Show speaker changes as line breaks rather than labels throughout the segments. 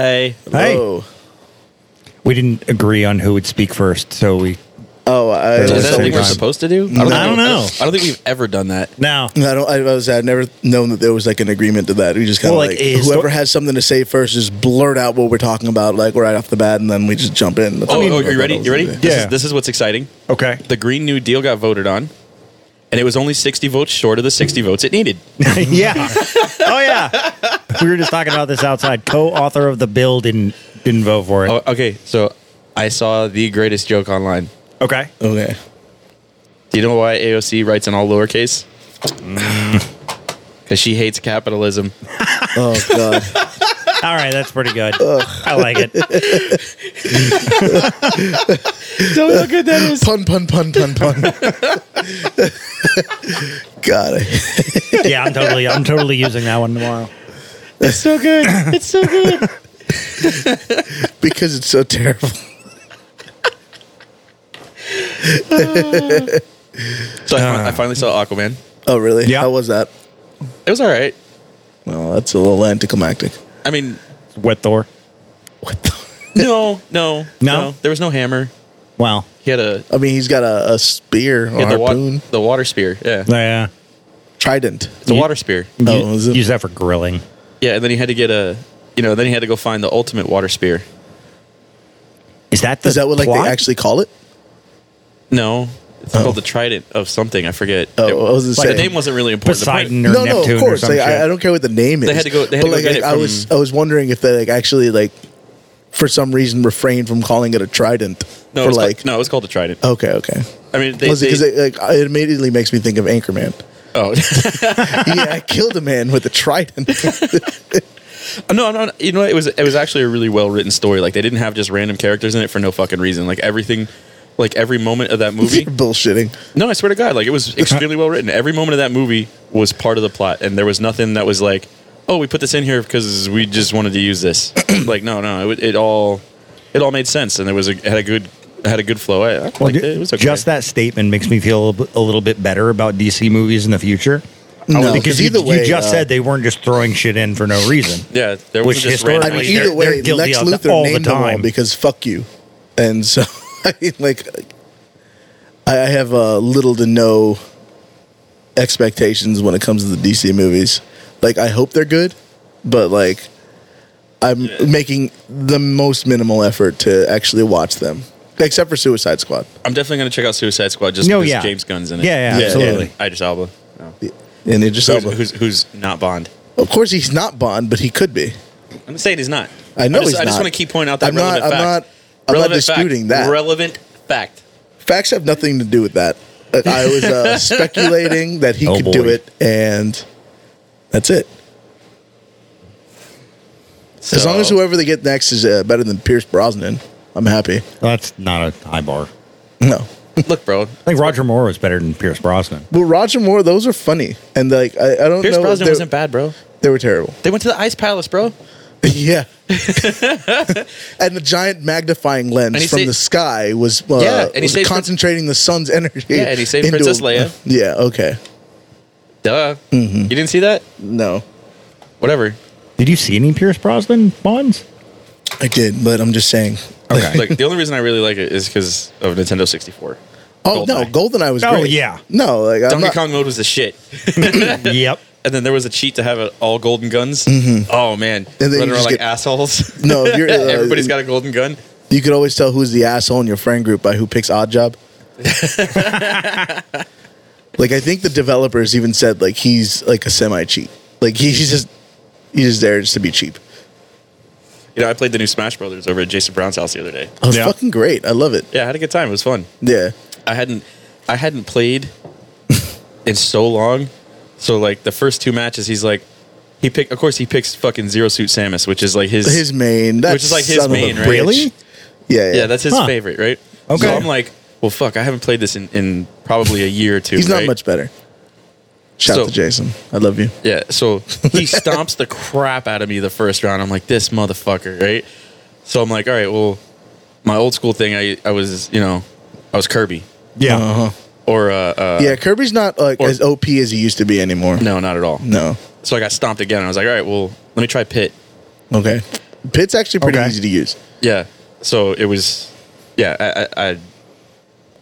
Hey.
Whoa.
We didn't agree on who would speak first, so we
Oh, I,
Is
Is that
Yeah, same
something we're
time.
supposed to do?
I don't
think-
know.
I don't think we've ever done that.
now
I don't. I, was. I'd never known that there was like an agreement to that. We just kind of
Well, like,
like,
is-
whoever has something to say first, just blurt out what we're talking about, like right off the bat, and then we just jump in. That's
Oh,
all.
oh, you ready? You ready? This
Yeah.
is, this is what's exciting.
Okay.
The Green New Deal got voted on, and it was only 60 votes short of the 60 votes it needed.
yeah. Oh yeah. We were just talking about this outside. Co-author of the bill didn't didn't vote for it.
Oh, okay, so I saw the greatest joke online.
okay.
Okay.
Do you know why AOC writes in all lowercase? Mm. Because she hates capitalism.
Oh god.
All right, that's pretty good. I like it.
Tell me how good that is.
pun pun pun pun pun. God. I-
Yeah, I'm totally I'm totally using that one tomorrow.
It's so good. It's so good.
Because it's so terrible.
So I, fin- I finally saw Aquaman.
Oh really?
Yeah.
How was that?
It was all right.
Well, that's a little anticlimactic.
I mean,
Wet Thor.
What the?
no, no,
No?
There was no hammer.
Wow.
He had a
I mean, he's got a, a spear
he
or
had the, wa-
harpoon.
the water spear. Yeah,
Yeah.
Trident.
the
You-
water spear.
Oh,
Use-
is it-
use that for grilling.
Yeah, and then he had to get a, you know, then he had to go find the ultimate water spear.
Is that the
Is that what like
plot?
they actually call it?
No, it's
Oh.
called the trident of something. I forget.
Oh,
It-
I was
the
gonna say.
name wasn't really important. The point-
Poseidon or
no,
Neptune
no, of
or
course.
some
Like,
shit?
I, I don't care what the name is.
They had to go- they had
but
to go
like,
get
I,
it
I
from-
was, I was wondering if they like actually like, for some reason, refrained from calling it a trident.
no, it
for
was
like,
called, no, it was called the trident.
okay, okay.
I mean, they,
Because
they,
it, like, it immediately makes me think of Anchorman.
oh
yeah, I killed a man with a trident.
no, no, no, you know what? it was it was actually a really well written story. Like they didn't have just random characters in it for no fucking reason. Like everything, like every moment of that movie.
You're bullshitting.
No, I swear to God, like it was extremely well written. Every moment of that movie was part of the plot, and there was nothing that was like, "Oh, we put this in here because we just wanted to use this." like, no, no, it, wa- it all, it all made sense, and there was a it had a good it had a good flow. I, I liked
Well,
it.
ju-
It was okay.
Just that statement makes me feel a little bit- a little bit better about DC movies in the future.
No,
because you,
either
you
way,
just
uh,
said they weren't just throwing shit in for no reason.
Yeah, there was
Which
just
historically-
random.
I mean,
Like,
either
they're- they're
way,
guilty
Lex
of that
Luthor
all the
named them all
time.
because fuck you, and so I mean, like, I I have uh, little to no expectations when it comes to the DC movies. Like, I hope they're good, but like, I'm making the most minimal effort to actually watch them, except for Suicide Squad.
I'm definitely gonna check out Suicide Squad just
No,
because
yeah.
James Gunn's in it.
Yeah, yeah, absolutely.
Idris Elba. No.
And it just,
Who's, who's who's not Bond?
of course, he's not Bond, but he could be.
I'm saying he's not.
I
I
know
just,
he's
I just
not.
want to keep pointing out that
I'm not-
relevant
I'm
fact.
not- I'm not
relevant fact.
disputing that.
Relevant fact.
Facts have nothing to do with that. Like, I was uh, speculating that he
Oh,
could do
boy.
it, and that's it. As long as
So-
whoever they get next is uh, better than Pierce Brosnan, I'm happy.
That's not a high bar.
No.
look, bro,
I think Roger Moore was better than Pierce Brosnan.
Well, Roger Moore, those are funny. And, like, I, I don't
Pierce
know. if
Brosnan
they-
wasn't bad, bro.
They were terrible.
They went to the Ice Palace, bro.
yeah. and the giant magnifying
And
lens
he
from
sa-
the sky was, uh,
Yeah, and he
was
saved Prin-
concentrating the sun's energy.
Yeah, and he saved
into
Princess
a-
Leia.
yeah, okay.
Duh.
Mm-hmm.
You didn't see that?
No.
Whatever.
Did you see any Pierce Brosnan bonds?
I did, but I'm just saying.
Okay.
Look, the only reason I really like it is because of Nintendo 64.
Oh, no,
Goldeneye.
Goldeneye was
Oh,
great.
yeah.
No, like, I'm
Donkey
not,
Kong mode was the shit.
yep.
And then there was a cheat to have it all golden guns. Oh man,
Mm-hmm. then
running
you
around
just
like
get-
assholes.
No, if you're, uh,
everybody's got a golden gun.
You could always tell who's the asshole in your friend group by who picks odd job. like I think the developers even said like he's like a semi cheat. Like he's just he's just there just to be cheap.
You know, I played the new Smash Brothers over at Jason Brown's house the other day.
Oh, it's
Yeah.
fucking great. I love it.
Yeah, I had a good time. It was fun.
Yeah.
I hadn't, I hadn't played in so long. So like the first two matches, he's like, he pick. Of course, he picks fucking Zero Suit Samus, which is like
His main that's
Which is like his
son of a
main, right?
bitch.
Really?
Yeah, yeah.
Yeah, that's his
Huh.
favorite, right?
Okay.
So I'm like, well, fuck, I haven't played this in, in probably a year or two.
he's not
right?
much better. Shout
So-
out to Jason. I love you.
Yeah. So he stomps the crap out of me the first round. I'm like, this motherfucker, right? So I'm like, all right, well, my old school thing, I, I was, you know, I was Kirby
Yeah.
Uh-huh.
or, uh, uh,
yeah, Kirby's not like
or-
as OP as he used to be anymore.
no, not at all.
No.
So I got stomped again. And I was like, all right, well, let me try Pit.
Okay. Pitt's actually pretty
Okay.
easy to use.
Yeah. So it was, yeah. I, I, I,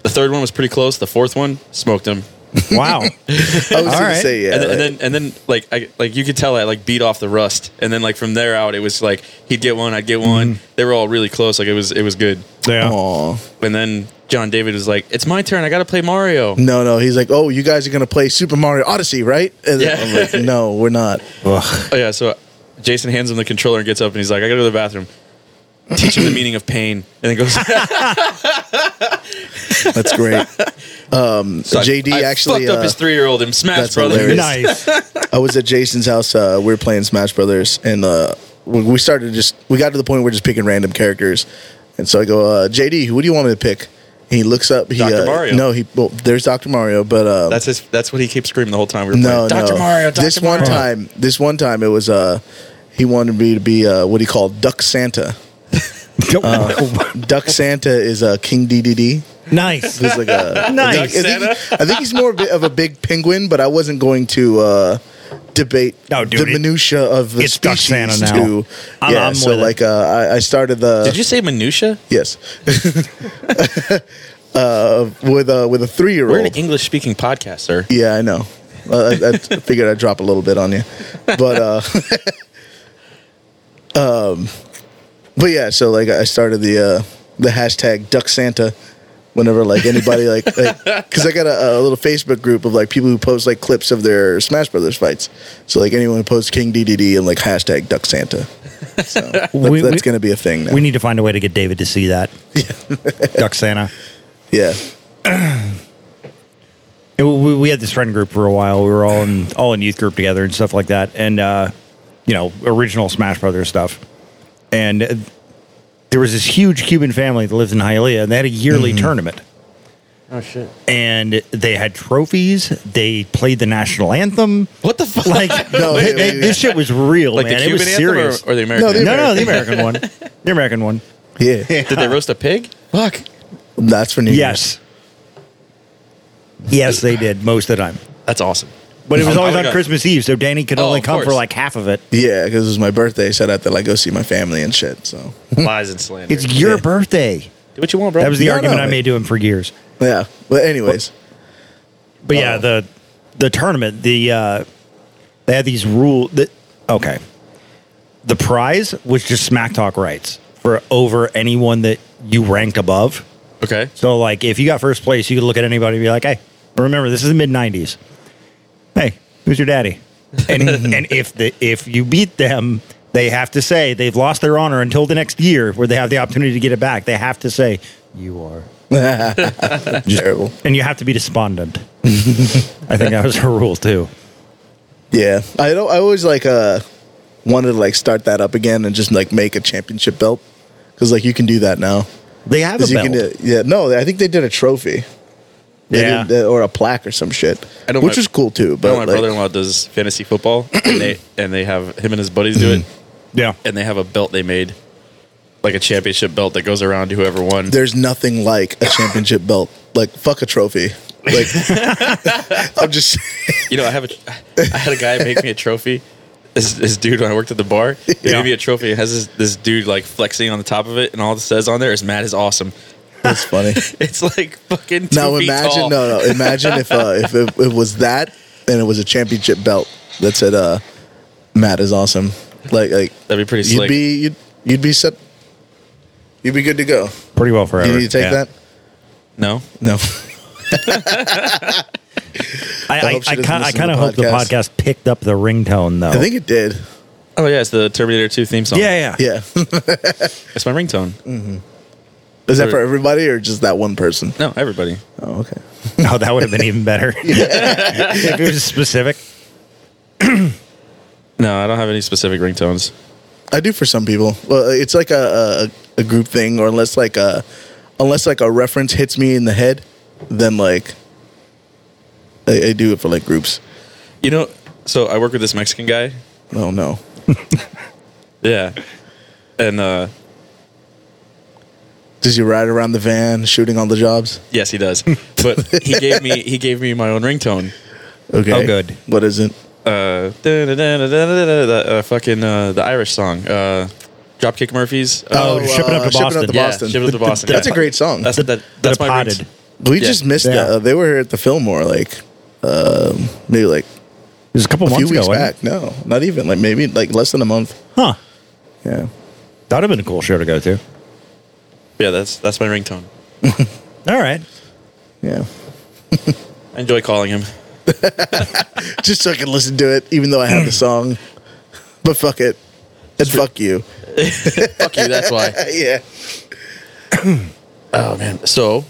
the third one was pretty close. The fourth one smoked him,
Wow.
I was gonna
right.
say yeah.
and, then,
like-
and then and then like I like you could tell I like beat off the rust, and then like from there out it was like he'd get one, I'd get one.
Mm-hmm.
They were all really close. Like it was it was good.
Yeah.
Aw.
And then John David was like, "It's my turn. I got to play Mario."
No, no. He's like, oh, you guys are gonna play Super Mario Odyssey, right? And then
Yeah.
I'm like, no, we're not.
Ugh.
Oh yeah, so Jason hands him the controller and gets up and he's like, I gotta go to the bathroom. Teach him the meaning of pain. And then goes
That's great. Um,
So I-
JD
I
actually,
fucked up
uh,
his three year old and smashed
that's
brother.
hilarious.
Nice.
I was at Jason's house. Uh, we were playing Smash Brothers, and uh, we we started just. We got to the point where we're just picking random characters, and so I go, uh, JD, who do you want me to pick? And he looks up. He,
Dr.
uh,
Mario.
No, he. Well, there's Doctor Mario, but uh,
That's his that's what he keeps screaming the whole time we were playing.
no,
Dr.
no.
Mario, Dr.
This
Mario.
one time, this one time, it was. Uh, he wanted me to be uh, what he called Duck Santa.
Don't-
Uh, Duck Santa is uh, King DDD.
nice.
He's like a
Nice.
I think, I think- I think he's more bi- of a big penguin, but I wasn't going to uh, debate
No, dude,
the
it-
minutia of the
it's Duck
species.
Santa now.
To,
I'm-
yeah,
I'm
so
with it.
like uh, I, I started the
Did you say minutia?
yes uh, with a with a three year
We're an
old.
English speaking podcast, sir.
Yeah, I know. Well, I, I figured I'd drop a little bit on you, but uh, um, but yeah. So like, I started the uh, the hashtag Duck Santa whenever like anybody like because I got a, a little Facebook group of like people who post like clips of their Smash Brothers fights. So like anyone who posts King DDD and like hashtag Duck Santa. So that's,
We-
that's
we-
gonna be a thing now.
We need to find a way to get David to see that. Duck Santa.
yeah.
It- we, we had this friend group for a while. We were all in all in youth group together and stuff like that, and uh, you know, original Smash Brothers stuff. And uh, there was this huge Cuban family that lived in Hialeah, and they had a yearly
Mm-hmm.
tournament.
Oh shit.
And they had trophies. They played the national anthem.
What the fuck?
Like
No,
they-
wait,
they-
wait,
this shit was real,
like
man.
the
it was
Cuban
serious.
anthem or, or the American
No,
no,
they-
anthem?
no, the American one. The American one.
Yeah.
Did they roast a pig? Fuck.
That's for New
Yes. Yes, they did most of the time.
That's awesome.
But it was
Oh,
always
my
on
God.
Christmas Eve, so Danny could
Oh,
only
of
come for
course.
like half of it.
Year's. Yeah, because it was my birthday, so I had to like go see my family and shit. So
Lies and slander.
It's your birthday.
Do what you want, bro.
That was the
No,
argument
no,
I
it-
made to him for years.
yeah. But anyways.
But yeah,
Oh.
the the tournament, the uh, they had these rule that okay. The prize was just smack talk rights for over anyone that you ranked above.
Okay.
So like if you got first place, you could look at anybody and be like, "Hey, remember this is the mid '90s. Hey, who's your daddy?" And and if the if you beat them, they have to say they've lost their honor until the next year, where they have the opportunity to get it back. They have to say you are,
Terrible.
and you have to be despondent. I think that was her rule too.
Yeah, I don't. I always like uh wanted to like start that up again and just like make a championship belt because like you can do that now.
They have a
'Cause you
belt.
can do- yeah, no, I think they did a trophy. They
Yeah.
did, uh, or a plaque or some shit,
I know
which
my-
was cool too.
But
But
my
like,
brother-in-law does fantasy football, and they and they have him and his buddies do it,
yeah,
and they have a belt they made, like a championship belt that goes around to whoever won.
there's nothing like a championship belt. Like fuck a trophy. Like I'm just
You know, I have a, I had a guy make me a trophy. This, this dude when I worked at the bar, he
Yeah.
made me a trophy. It has this, this dude like flexing on the top of it, and all it says on there is "Matt is awesome."
that's funny.
It's like fucking two
Now
feet
imagine
tall.
no no imagine if uh, if it, it was that and it was a championship belt that said uh, Matt is awesome like like
That'd be pretty
you'd
slick.
be you'd, you'd be set you'd be good to go.
pretty well forever.
You need to take
Yeah.
that
no,
no I
I
hope she
I,
doesn't
I,
listen to
kind of
the
hope the
podcast.
podcast picked up the ringtone though.
I think it did
oh yeah, it's the Terminator Two theme song.
yeah, yeah,
yeah
it's my ringtone.
is that for everybody or just that one person
No, everybody.
oh okay
No, that would have been even better if it was specific.
No, I don't have any specific ringtones.
I do for some people well it's like a a, a group thing or unless like a unless like a reference hits me in the head then like I, I do it for like groups
You know, so I work with this Mexican guy.
oh no.
Yeah, and uh,
Does he ride around the van shooting all the jobs?
yes, he does. But he gave me he gave me my own ringtone.
Okay.
Oh, good.
What is it?
uh, da-da-da-da-da-da-da, uh fucking uh, the Irish song. Uh, Dropkick Murphys.
Oh,
Oh,
ship it up to
uh, Ship It
Boston.
Up to
yeah,
Boston.
Ship It Up to Boston.
That's
yeah.
a great song.
That's that, that's
The
my
potted.
roots.
we
yeah.
just missed
Yeah.
that. Uh, they were here at the Fillmore, like um, maybe like
It was a couple
a few
months
weeks
ago. wasn't it?
back. No, not even like maybe like less than a month.
Huh.
Yeah.
That'd have been a cool show to go to.
Yeah, that's that's my ringtone.
All right.
Yeah.
I enjoy calling him.
Just so I can listen to it, even though I have the song. But fuck it. And fuck you.
Fuck you. That's why.
yeah.
Oh man. So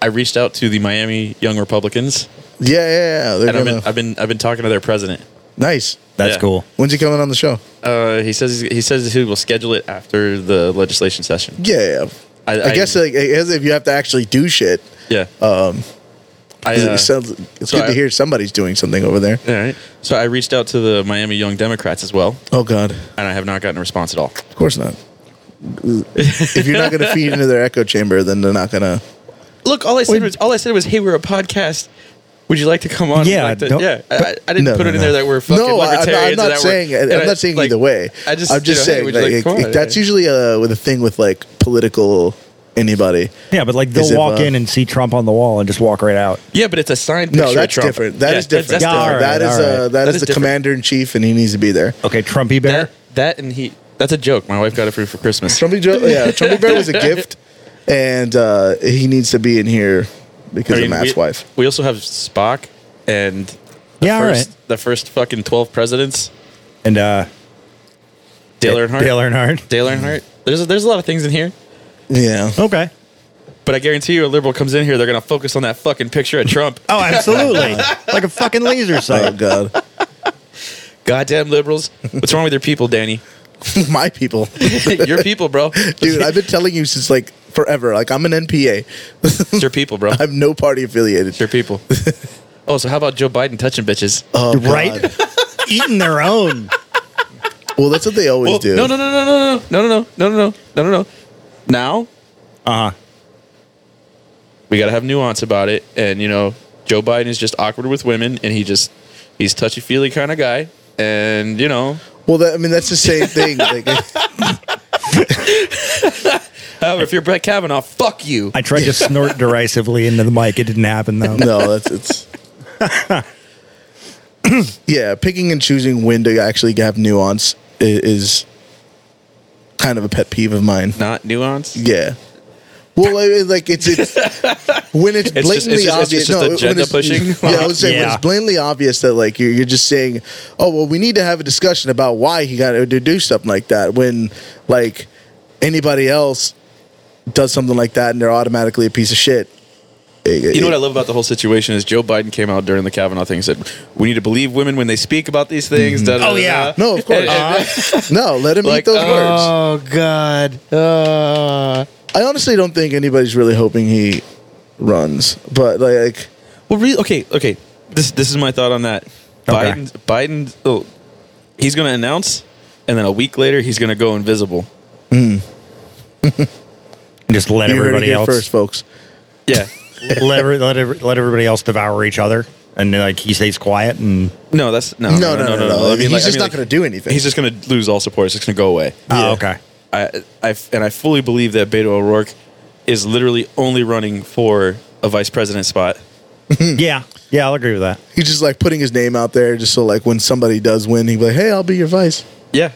I reached out to the Miami Young Republicans,
Yeah, yeah, yeah. They're
and I've
gonna,
been, I've been I've been talking to their president.
nice.
That's
Yeah.
cool.
When's he coming on the show?
Uh, he says he says he will schedule it after the legislation session.
Yeah, yeah. I,
I- I-
guess like as if you have to actually do shit.
Yeah. Um, I,
'Cause
uh,
it sounds it's
so
good
I-
to hear somebody's doing something over there.
all right. So I reached out to the Miami Young Democrats as well,
Oh God,
and I have not gotten a response at all.
of course not. if you're not going to feed into their echo chamber, then they're not going to.
Look, all I said was all I said was, "Hey, we're a podcast. Would you like to come on?"
Yeah,
Like to-
don't-
yeah. I- I, I didn't
No,
put
no,
it in
no.
there that we're fucking
no, I- I'm not- I'm
libertarians.
not,
and that we're-
saying. I'm
and I-
not saying
like,
either way.
I just,
I'm just
you know, hey,
saying
would you
like,
like to come
it-
on?
it- that's
Yeah.
usually uh, with a thing with like political anybody.
Yeah, but like
Is
they'll
it,
walk
uh,
in and see Trump on the wall and just walk right out.
Yeah, but it's a signed picture.
No,
of
that's
Trump.
different. That
Yeah,
is different.
Yeah, all
different.
right,
That is
all right.
uh, that
That
is,
is
the
different.
commander in chief, and he needs to be there.
Okay, Trumpy bear.
That, that and he. That's a joke. My wife got it for for Christmas.
Trumpy Joe, yeah, Trumpy Bear was a gift, and uh, he needs to be in here because
I
of
mean,
Matt's
we,
wife.
We also have Spock and the
Yeah, all
first,
right.
the first fucking twelve presidents.
and uh,
Dale Earnhardt.
Dale Earnhardt.
Dale Earnhardt. There's a, there's a lot of things in here,
Yeah,
Okay.
but I guarantee you, a liberal comes in here, they're gonna focus on that fucking picture of Trump.
Oh, absolutely. like a fucking laser
Oh
sight.
God,
Goddamn liberals. What's wrong with your people, Danny?
my people,
your people, bro.
dude. I've been telling you since like forever. Like I'm an NPA.
It's your people, bro.
I'm no party affiliated.
It's your people. Oh, so how about Joe Biden touching bitches?
Oh, God.
right? Eating their own.
Well, that's what they always
Well,
do.
no, no, no, no, no, no, no, no, no, no, no, no, no, no. Now
Uh huh.
we gotta have nuance about it, and you know, Joe Biden is just awkward with women, and he just he's touchy feely kind of guy, and you know,
Well, that, I mean that's the same thing. Like,
however, if you're Brett Kavanaugh, fuck you.
I tried to snort derisively into the mic. It didn't happen though.
no, that's it's. yeah, picking and choosing when to actually have nuance i- is kind of a pet peeve of mine.
Not nuance.
Yeah. Well, I mean, like it's it's when it's
just- it's
blatantly
just- it's
obvious.
just
no,
agenda
when it's,
pushing.
Yeah, I was saying when
Yeah.
it's blatantly obvious that like you're, you're just saying, oh well, we need to have a discussion about why he got to do something like that. When like anybody else does something like that and they're automatically a piece of shit.
You know what I love about the whole situation is Joe Biden came out during the Kavanaugh thing and said, "We need to believe women when they speak about these things." da, da,
Oh,
da,
yeah.
da."
Mm-hmm. No, of course.
And- and-
no, let him
Uh-huh. Like,
eat those
uh,
words.
God.
I honestly don't think anybody's really hoping he runs, but like
Well, really, okay, okay. This this is my thought on that.
Okay.
Biden, Biden, oh, he's going to announce, and then a week later he's going to go invisible.
Just let
you heard it
everybody
here
else.
first, folks.
Yeah.
let, every- let, every- let everybody else devour each other, and then, like he stays quiet and.
No, that's no,
No, no, no, no.
I mean,
He's
like- I
just
mean,
not
like,
going to do anything.
He's just going to lose all support. It's just going to go away.
Oh,
Yeah.
okay.
I, I, and I fully believe that Beto O'Rourke is literally only running for a vice president spot. Hmm.
Yeah. Yeah, I'll agree with that.
He's just like putting his name out there, just so like when somebody does win, he'd be like, "Hey, I'll be your vice."
Yeah.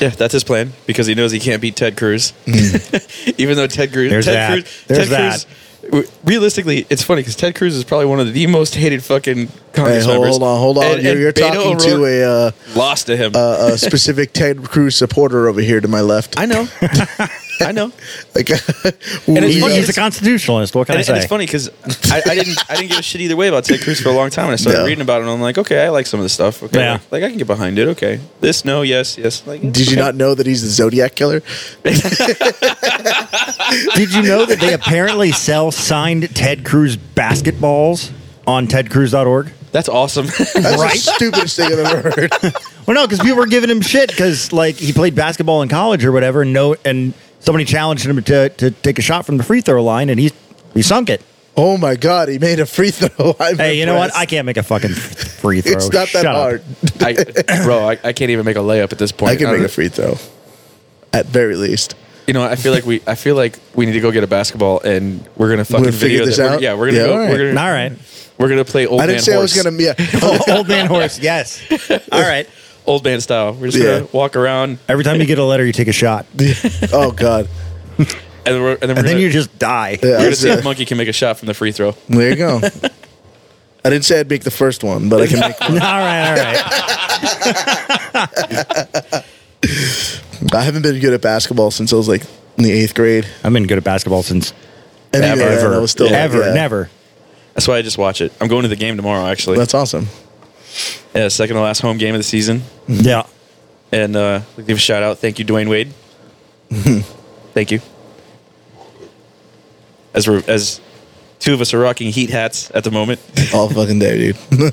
Yeah, that's his plan because he knows he can't beat Ted Cruz.
Mm.
Even though Ted Cruz,
There's
Ted
that.
Cruz, Ted
There's that.
Cruz, w- realistically, it's funny because Ted Cruz is probably one of the most hated fucking
Hey,
Congress
hold,
members.
hold on, hold on.
And-
you're
and
you're
Beto
talking to
O'Rourke
a, uh,
lost to him.
a a specific Ted Cruz supporter over here to my left.
I know, I know.
Like,
it's
He's,
we,
funny-
uh,
he's a constitutionalist. What can
And,
I
it-
say?
and it's funny because I, I didn't, I didn't give a shit either way about Ted Cruz for a long time, and I started
No.
reading about it, and I'm like, okay, I like some of the stuff. Okay,
Yeah.
like, like, I can get behind it. Okay, this, no, yes, yes. Like,
did you not know that he's the Zodiac killer?
Did you know that they apparently sell signed Ted Cruz basketballs on tedcruz.org?
That's awesome.
That's
Right?
the stupidest thing I've ever heard.
Well, no, because people were giving him shit because like he played basketball in college or whatever, and no, and somebody challenged him to, to take a shot from the free throw line, and he he sunk it.
oh my god, he made a free throw. I'm
Hey, you know what? I
impressed.
can't make a fucking f- free throw.
It's not that
Shut up.
hard.
I, bro, I, I can't even make a layup at this point.
I can make
don't-
a free throw, at very least.
You know, I feel like we, I feel like we need to go get a basketball, and we're gonna fucking
We're gonna figure
video
this
that. We're-
out?
yeah, we're gonna
Yeah,
go.
all right.
We're gonna,
All right.
we're gonna play old
I
man
didn't say
horse.
I was gonna. Yeah,
Oh, old man horse. Yes. All right.
old man style. We're just
Yeah.
gonna walk around,
Every time you get a letter, you take a shot,
oh god.
and then we're, and then we're
and
gonna,
then you just die.
Yeah,
we're gonna
that's
see
it.
if monkey can make a shot from the free throw.
There you go. I didn't say I'd make the first one, but I can make.
all right. All right.
I haven't been good at basketball since I was like in the eighth grade.
I've been good at basketball since
And
Ever.
even then,
ever,
I was still like,
ever,
yeah.
never.
That's why I just watch it. I'm going to the game tomorrow, actually.
That's awesome.
yeah, second to last home game of the season,
Mm-hmm.
Yeah.
and uh, give a shout out. Thank you, Dwayne Wade. Thank you. As we're as two of us are rocking Heat hats at the moment,
All fucking day, dude.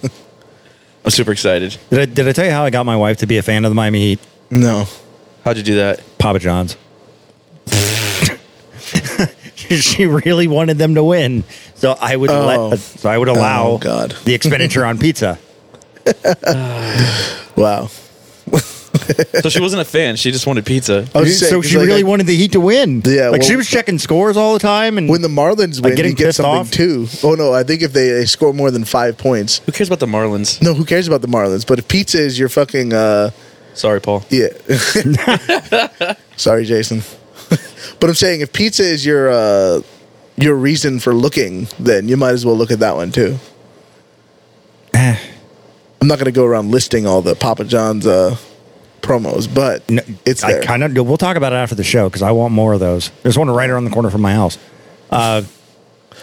I'm super excited.
Did I, did I tell you how I got my wife to be a fan of the Miami Heat?
no.
How'd you do that?
Papa John's. she really wanted them to win, so I would
Oh.
let. So I would allow
Oh, God.
the expenditure on pizza.
Wow.
So she wasn't a fan. She just wanted pizza.
I was just saying,
so
'cause,
she
like,
really
I-
wanted the Heat to win.
Yeah,
like she
well-
was checking scores all the time, and
When the Marlins win,
getting
you get
pissed
something
off?
too. Oh no, I think if they, they score more than five points,
Who cares about the Marlins?
no, who cares about the Marlins? But if pizza is your fucking uh,
Sorry, Paul.
yeah. Sorry, Jason. but I'm saying if pizza is your uh, your reason for looking, then you might as well look at that one too.
Eh.
I'm not going to go around listing all the Papa John's uh, promos, but
No,
it's
I
there.
kind of. We'll talk about it after the show because I want more of those. There's one right around the corner from my house. Uh,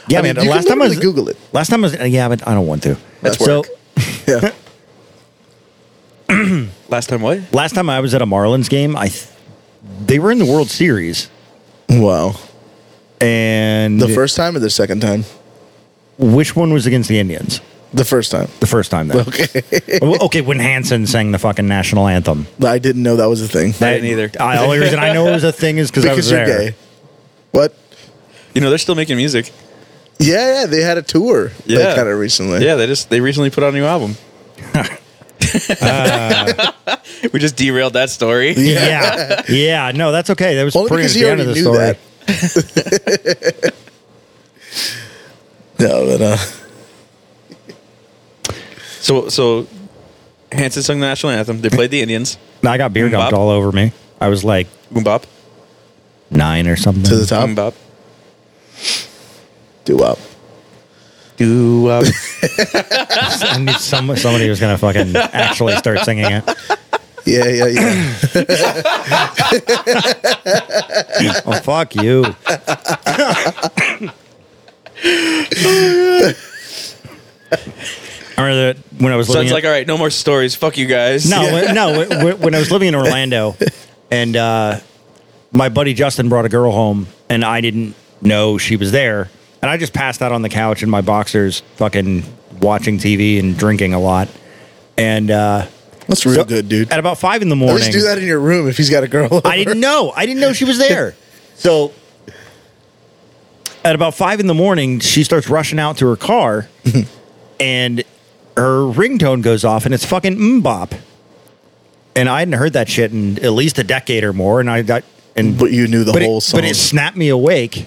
yeah,
I mean,
man.
you
Last
can
time I was
literally Google it.
Last time I was uh, yeah, but I don't want to.
That's work.
yeah.
Last time what?
Last time I was at a Marlins game, I th- they were in the World Series,
Wow.
and
The first time or the second time?
which one was against the Indians?
The first time.
The first time, then.
Okay.
Well, okay, when Hanson sang the fucking national anthem.
I didn't know that was a thing.
I didn't either.
I, the only reason I know it was a thing is because I was
because you're
there.
gay. What?
You know they're still making music.
Yeah, yeah, they had a tour.
Yeah.
kind of recently.
Yeah, they just they recently put out a new album. we just derailed that story.
Yeah, yeah. No, that's okay. That was
Only
pretty
because
much
he
the end
already
of the
knew
story.
that. no, but uh,
So so Hanson sung the national anthem. They played the Indians.
I got beer dumped
Mm, Bob?
all over me. I was like
Boom bop.
nine or something.
to the top,
Boom bop.
do up.
Do
uh,
up.
I knew some, somebody was gonna fucking actually start singing it.
Yeah, yeah, yeah.
Oh fuck you! I remember that when I was
so
living.
it's
in-
like, all right, no more stories. Fuck you guys.
No, when- no. when- When I was living in Orlando, and uh, my buddy Justin brought a girl home, and I didn't know she was there, and I just passed out on the couch in my boxers, fucking watching TV and drinking a lot, and uh,
That's real
so-
good, dude.
At
At
about five in the morning,
least do that in your room if he's got a girl. over.
I didn't know. I didn't know she was there. So at about five in the morning, she starts rushing out to her car, and her ringtone goes off, and it's fucking mbop. And I hadn't heard that shit in at least a decade or more, and I got and
But you knew the
but
whole
it,
song.
But it snapped me awake,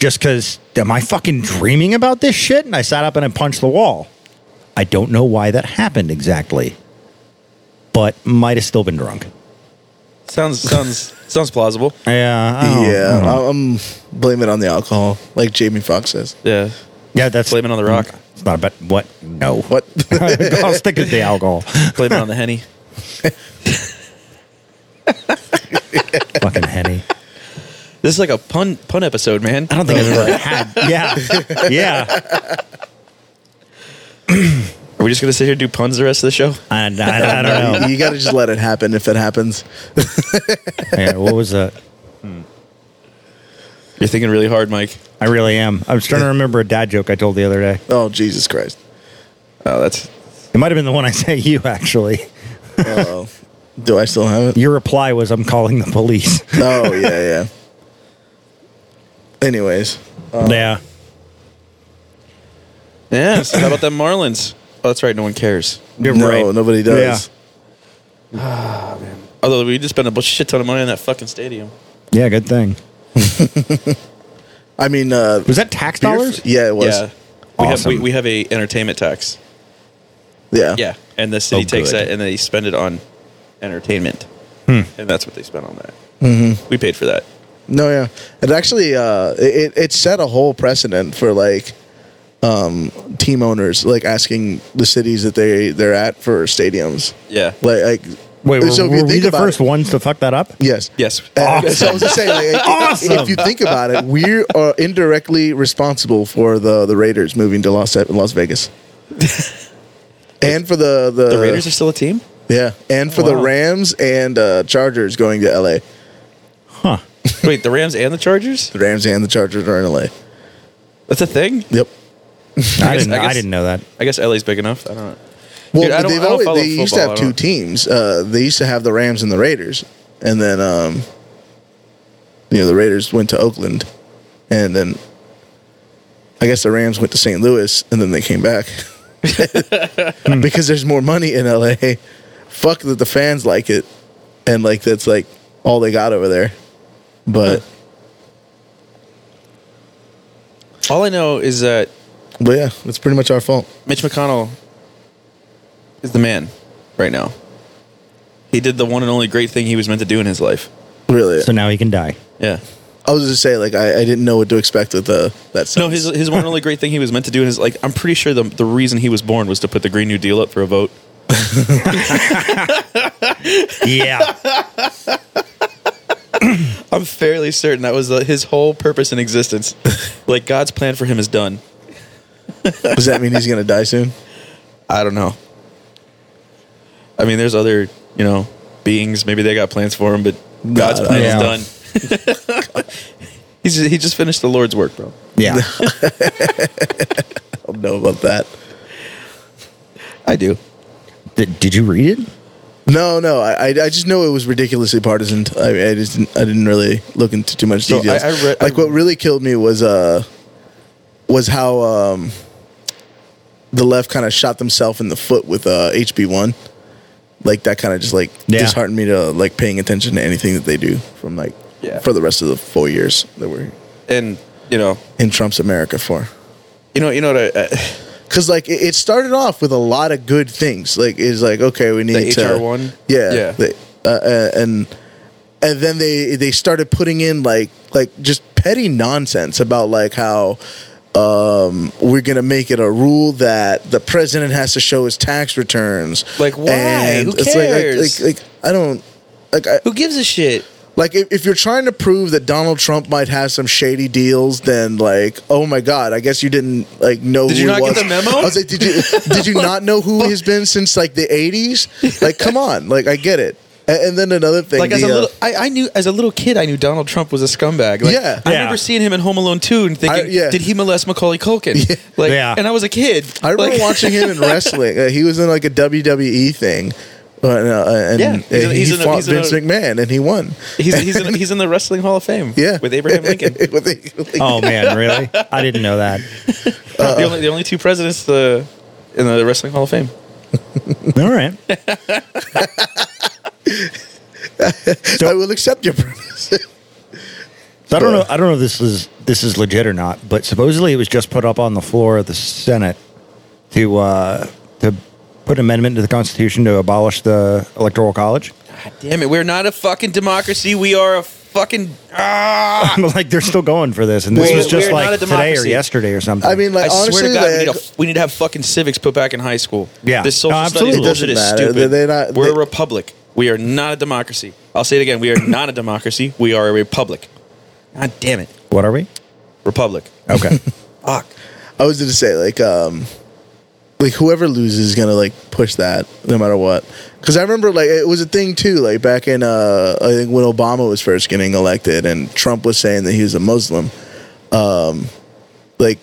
just because am I fucking dreaming about this shit? And I sat up and I punched the wall. I don't know why that happened exactly, but might have still been drunk.
Sounds sounds sounds plausible.
Yeah, I don't- I
yeah,
don't know.
I- I'm blaming it on the alcohol, like Jamie Foxx says.
Yeah.
Yeah, that's
Blame it on the rock.
It's not about what. No,
What?
I'll stick with the alcohol.
Blame it on the henny.
Fucking henny.
This is like a pun pun episode, man.
I don't think I've ever had. Yeah, yeah.
Are we just gonna sit here and do puns the rest of the show?
I, I- I don't know.
you got to just let it happen if it happens.
Yeah, what was that?
You're thinking really hard, Mike.
I really am. I was trying to remember a dad joke I told the other day.
Oh Jesus Christ!
Oh, that's
It might have been the one I sent you actually.
Oh, do I still have it?
Your reply was, "I'm calling the police."
Oh yeah, yeah. Anyways,
yeah.
Oh.
yeah. So how about them Marlins? Oh, that's right. No one cares.
You're
no,
right.
nobody does.
Although we just spent a bu- shit ton of money on that fucking stadium.
Yeah. yeah, good thing.
I mean, uh,
Was that tax
beer-
dollars?
Yeah, it was.
Yeah.
Yeah,
We have
Awesome.
we, we have a entertainment tax.
yeah.
Yeah, and the city
Oh,
takes
good.
that and they spend it on entertainment, and that's what they spent on that. Mm-hmm. We paid for that.
No, yeah. It actually, uh, it it set a whole precedent for like um, team owners, like asking the cities that they they're at for stadiums.
Yeah.
Like, like
Wait, were,
so if you
were we
think
the
about
first
it-
ones to fuck that up?
Yes.
Yes.
And- and so I was just saying, like, if-
Awesome.
if you think about it, we are indirectly responsible for the, the Raiders moving to Las Las Vegas, and for the the,
The Raiders are still a team.
yeah, and for the
Wow.
Rams and uh, Chargers going to L.A.
Huh.
Wait, the Rams and the Chargers?
The Rams and the Chargers are in L.A.
That's a thing.
Yep.
I,
guess-
didn't,
I
I,
guess-
didn't know that.
I guess LA's big enough. I don't know.
Well,
Dude, I don't-
they've
I don't
always,
follow
they used to
football,
have
I
two
don't-
teams. Uh, they used to have the Rams and the Raiders, and then um, you know the Raiders went to Oakland, and then I guess the Rams went to St. Louis, and then they came back because there's more money in LA. Fuck that the fans like it, and like that's like all they got over there. But
All I know is that
but yeah, it's pretty much our fault.
Mitch McConnell is the man right now. He did the one and only great thing he was meant to do in his life.
Really,
So now he can die.
Yeah.
I was just saying like I, I didn't know what to expect with the that.
No,
sentence.
his his one and only great thing he was meant to do is like I'm pretty sure the the reason he was born was to put the Green New Deal up for a vote.
Yeah.
I'm fairly certain that was the, his whole purpose in existence. like God's plan for him is done.
does that mean he's gonna die soon?
I don't know. I mean, there's other you know beings. Maybe they got plans for him, but God's
God,
plan
yeah.
is done. He's he just finished the Lord's work, bro.
Yeah.
I don't know about that.
I do.
Did, did you read it?
No, no. I, I I just know it was ridiculously partisan. I, I just didn't, I didn't really look into too much
So I-
detail.
I read- I-
like what really killed me was uh was how um the left kind of shot themselves in the foot with uh HB one. Like that kind of just like
Yeah.
disheartened me to like paying attention to anything that they do from like
Yeah.
for the rest of the four years that we're
And you know,
in Trump's America for.
you know, you know what? I, I,
Cause like it, it started off with a lot of good things. Like it's like okay, we need to
HR one?
yeah,
Yeah.
they- uh, uh, and and then they they started putting in like like just petty nonsense about like how um we're gonna make it a rule that the president has to show his tax returns.
Like, why? Who
it's like-
cares?
Like, like, like, I don't like I,
who gives a shit?
like if, if you're trying to prove that Donald Trump might have some shady deals, then like, oh my God, I guess you didn't like know.
Did
who
you
he
not
was.
get the memo?
I was like, did you did you not know who he's been since like the '80s? Like, come on, like I get it. A- And, then another thing,
Like as
the,
a
uh,
little, I, I knew as a little kid, I knew Donald Trump was a scumbag. Like,
Yeah.
I
Yeah.
remember seeing him in Home Alone two and thinking,
I- yeah.
did he molest Macaulay Culkin? Like,
Yeah.
and I was a kid.
I remember
Like-
watching him in wrestling. Uh, he was in like a WWE thing, uh, and, uh, and,
Yeah, he's in-
and
he's
he
in a-
fought
he's in a-
Vince McMahon, and he won.
He's he's in, he's in the wrestling Hall of Fame.
Yeah,
with Abraham Lincoln.
With the- like-
Oh man, really? I didn't know that.
the only the only two presidents the in the wrestling Hall of Fame.
All right.
I will accept your premise.
So I don't know. I don't know if this is this is legit or not, but supposedly it was just put up on the floor of the Senate to uh, to put an amendment to the Constitution to abolish the Electoral College.
Damn it, we're not a fucking democracy. We are a fucking. Ah!
like they're still going for this, and this
We're-
was just
we're not a
like today or
democracy.
yesterday or something.
I mean,
I
like honestly,
swear to God, we,
like-
need a, we need to have fucking civics put back in high school.
Yeah.
this social
No,
studies
absolutely. It
bullshit is
doesn't matter.
stupid.
They're not-
we're
they-
a republic. We are not a democracy. I'll say it again. We are not a democracy. We are a republic. God damn it,
what are we?
republic.
Okay.
Fuck.
I was gonna say like um like whoever loses is gonna like push that no matter what. Because I remember like it was a thing too like back in uh I think when Obama was first getting elected and Trump was saying that he was a Muslim. Um, like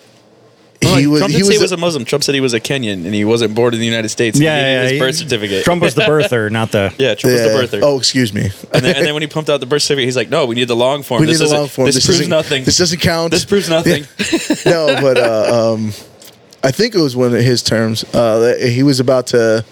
he was
Oh, Trump
he
didn't
was,
say he was a Muslim. Trump said he was a Kenyan and he wasn't born in the United States. He needed his birth certificate.
Trump was the birther, not the.
yeah, Trump was the birther.
Oh, excuse me.
And then, and then when he pumped out the birth certificate, he's like, "No, we need the long form.
We
this
need a
isn't-
long form.
This, proves
isn't-
nothing.
This doesn't count.
This proves nothing."
no, but uh, um, I think it was one of his terms. Uh, that he was about to.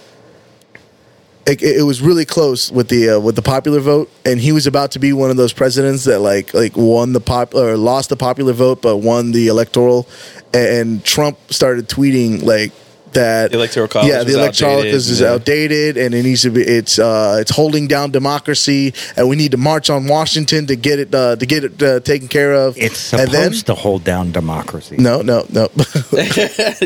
It, it was really close with the uh, with the popular vote, and he was about to be one of those presidents that like like won the pop or lost the popular vote, but won the electoral. And Trump started tweeting like that.
The Electoral College
yeah, the
was
electoral
outdated,
is
yeah.
outdated, and it needs to be. It's uh, it's holding down democracy, and we need to march on Washington to get it uh, to get it uh, taken care of.
It's
and
supposed
then,
to hold down democracy.
no, no, no.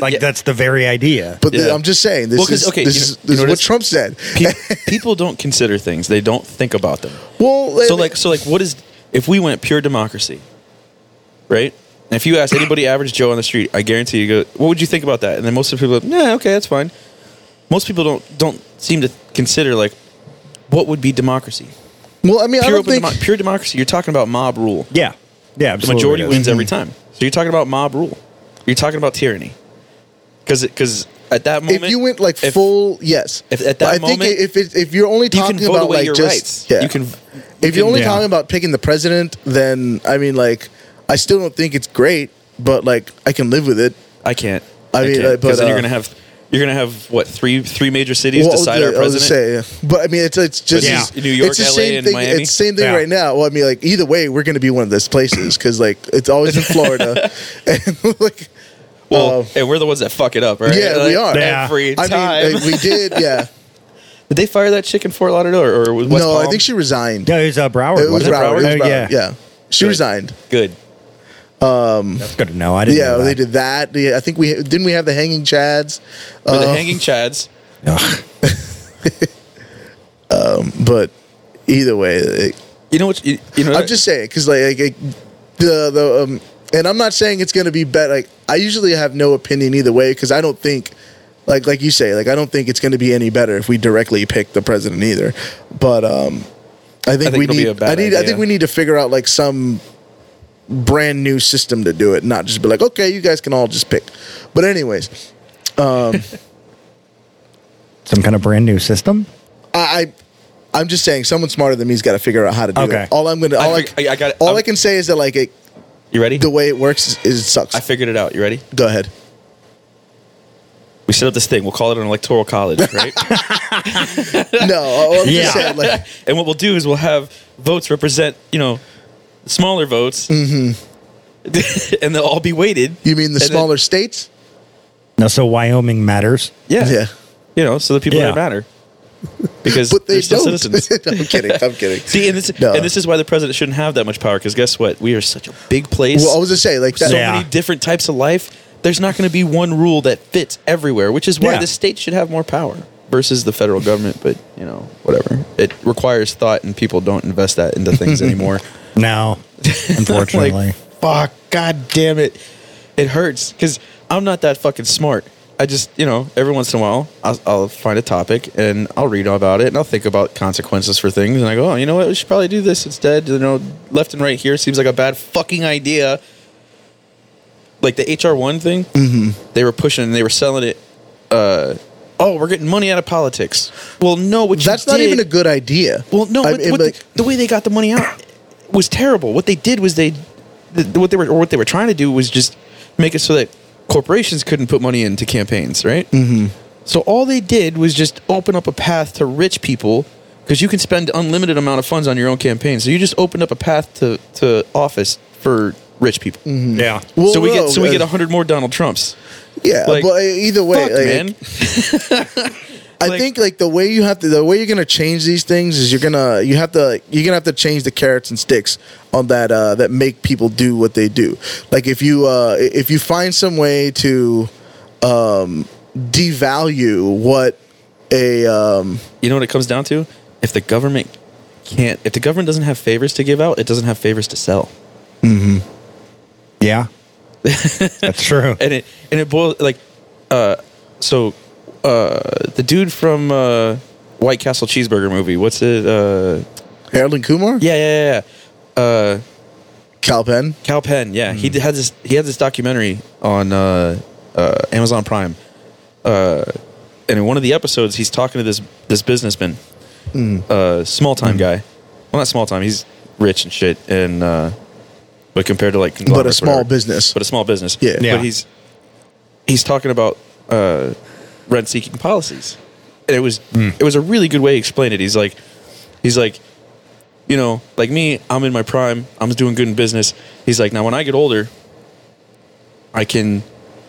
Like that's the very idea.
But the-
Yeah.
I'm just saying this
Well, 'cause,
is
okay,
this
you know-
is,
you
this is what
notice-
Trump said.
Pe- people don't consider things; they don't think about them.
Well,
So like, so like, what is if we went pure democracy, right? And if you ask anybody average Joe on the street, I guarantee you go, what would you think about that? And then most of the people, are like, yeah, okay, that's fine. Most people don't don't seem to consider like what would be democracy.
well, I mean, I
Pure
don't
open
think
demo- pure democracy. You're talking about mob rule.
Yeah. Yeah. Mm-hmm.
The majority
absolutely.
wins every time. So you're talking about mob rule. You're talking about tyranny. Because because at that moment,
if you went like
if-
full yes.
if at
But
that
I think
moment,
if it, if you're only
you
talking
can vote
about
away
like
your
just
rights.
yeah,
You can.
if you're
can-
only
Yeah.
talking about picking the president, then I mean, like, I still don't think it's great, but like, I can live with it.
I can't.
I mean, uh, but,
because then
uh,
you're gonna have you're gonna have what three three major cities
Well,
decide our
I was
president.
gonna say, yeah. but I mean, it's it's just
Yeah.
it's-
New York,
it's the
LA,
same
and
thing.
Miami?
It's the same thing
Yeah.
right now. Well, I mean, like either way, we're going to be one of those places because like it's always in Florida, and like
Well,
uh,
and we're the ones that fuck it up, right?
Yeah,
Like,
we are.
Yeah.
every
I
time.
mean, like, we did. Yeah,
did they fire that chick in Fort Lauderdale or, or West
no, I
Palm?
think she resigned.
Yeah, it was uh, Broward.
it was
wasn't
Broward. It was
Uh,
Broward.
yeah.
Yeah. she
Good.
resigned.
good.
That's good to know. I didn't.
Yeah,
know
they
that.
did that. Yeah, I think we didn't we have the hanging chads,
Or the
Uh,
hanging chads.
Ugh.
but either way, like,
You know what? You, you know.
I'm just saying because like, like, like, the the um, and I'm not saying it's gonna be better. Like I usually have no opinion either way because I don't think like like you say like I don't think it's gonna be any better if we directly pick the president either. But um, I think,
think
we
it'll be a
need
bad
I need I
idea.
think we need to figure out like some brand new system to do it, not just be like okay, you guys can all just pick. But anyways,
Some kind of brand new system.
I. I I'm just saying, someone smarter than me's got to figure out how to do
Okay.
it. All I'm gonna, all I,
fig- I- I got it.
all
I'm-
I can say is that like it,
you ready?
the way it works is, is it sucks.
I figured it out. You ready?
Go ahead.
We set up this thing. We'll call it an electoral college, right?
No, I- I'm
Yeah.
just saying, like,
and what we'll do is we'll have votes represent, you know, smaller votes. Mm-hmm. and they'll all be weighted.
you mean the
And then-
smaller states?
Now, so Wyoming matters.
yeah.
Yeah.
You know, so the people
Yeah.
that matter. Because
But they
they're still
don't.
citizens.
I'm kidding. I'm kidding.
See, and this,
No.
and this is why the president shouldn't have that much power. Because guess what? We are such a big place.
well, I was just saying, like, that,
so
Yeah.
many different types of life. There's not going to be one rule that fits everywhere, which is why
Yeah.
the state should have more power versus the federal government. But you know, whatever. It requires thought, and people don't invest that into things anymore.
No, unfortunately.
like, fuck, god damn it, it hurts because I'm not that fucking smart. I just, you know, every once in a while, I'll, I'll find a topic and I'll read all about it and I'll think about consequences for things and I go, oh, you know what, we should probably do this instead. You know, left and right here seems like a bad fucking idea. Like the HR one thing,
Mm-hmm.
they were pushing and they were selling it. Uh, oh, we're getting money out of politics. Well, no, what you
that's not
did-
even a good idea.
well, no,
I
what,
mean,
what
like,
the, the way they got the money out was terrible. What they did was they, the, what they were or what they were trying to do was just make it so that corporations couldn't put money into campaigns, right? Mm-hmm. So all they did was just open up a path to rich people because you can spend unlimited amount of funds on your own campaign. So you just opened up a path to to office for rich people.
yeah.
Mm-hmm. hmm. well,
so we
no,
get so we get
uh,
hundred more Donald Trumps.
Yeah,
like,
but uh, either way,
Fuck,
like,
man.
I
Like-
think like the way you have to the way you're gonna change these things is you're gonna you have to you're gonna have to change the carrots and sticks on that uh, that make people do what they do. Like if you uh, if you find some way to um, devalue what a um,
You know what it comes down to? If the government can't, if the government doesn't have favors to give out, it doesn't have favors to sell.
Yeah. That's true.
and it and it boiled like uh so uh the dude from uh White Castle cheeseburger movie what's it uh
Harold and Kumar,
yeah yeah yeah, yeah. uh
Cal Penn.
Cal Penn yeah
Mm.
he did- had this he had this documentary on uh uh Amazon Prime uh and in one of the episodes he's talking to this this businessman
Mm.
uh small time guy well not small time he's rich and shit and uh but compared to like
but a
conglomerates,
small
whatever
business.
but a small business.
Yeah. Yeah.
But he's he's talking about uh, rent seeking policies, and it was
Mm.
it was a really good way he explained it. He's like, he's like, you know, like me, I'm in my prime, I'm doing good in business. He's like, now when I get older, I can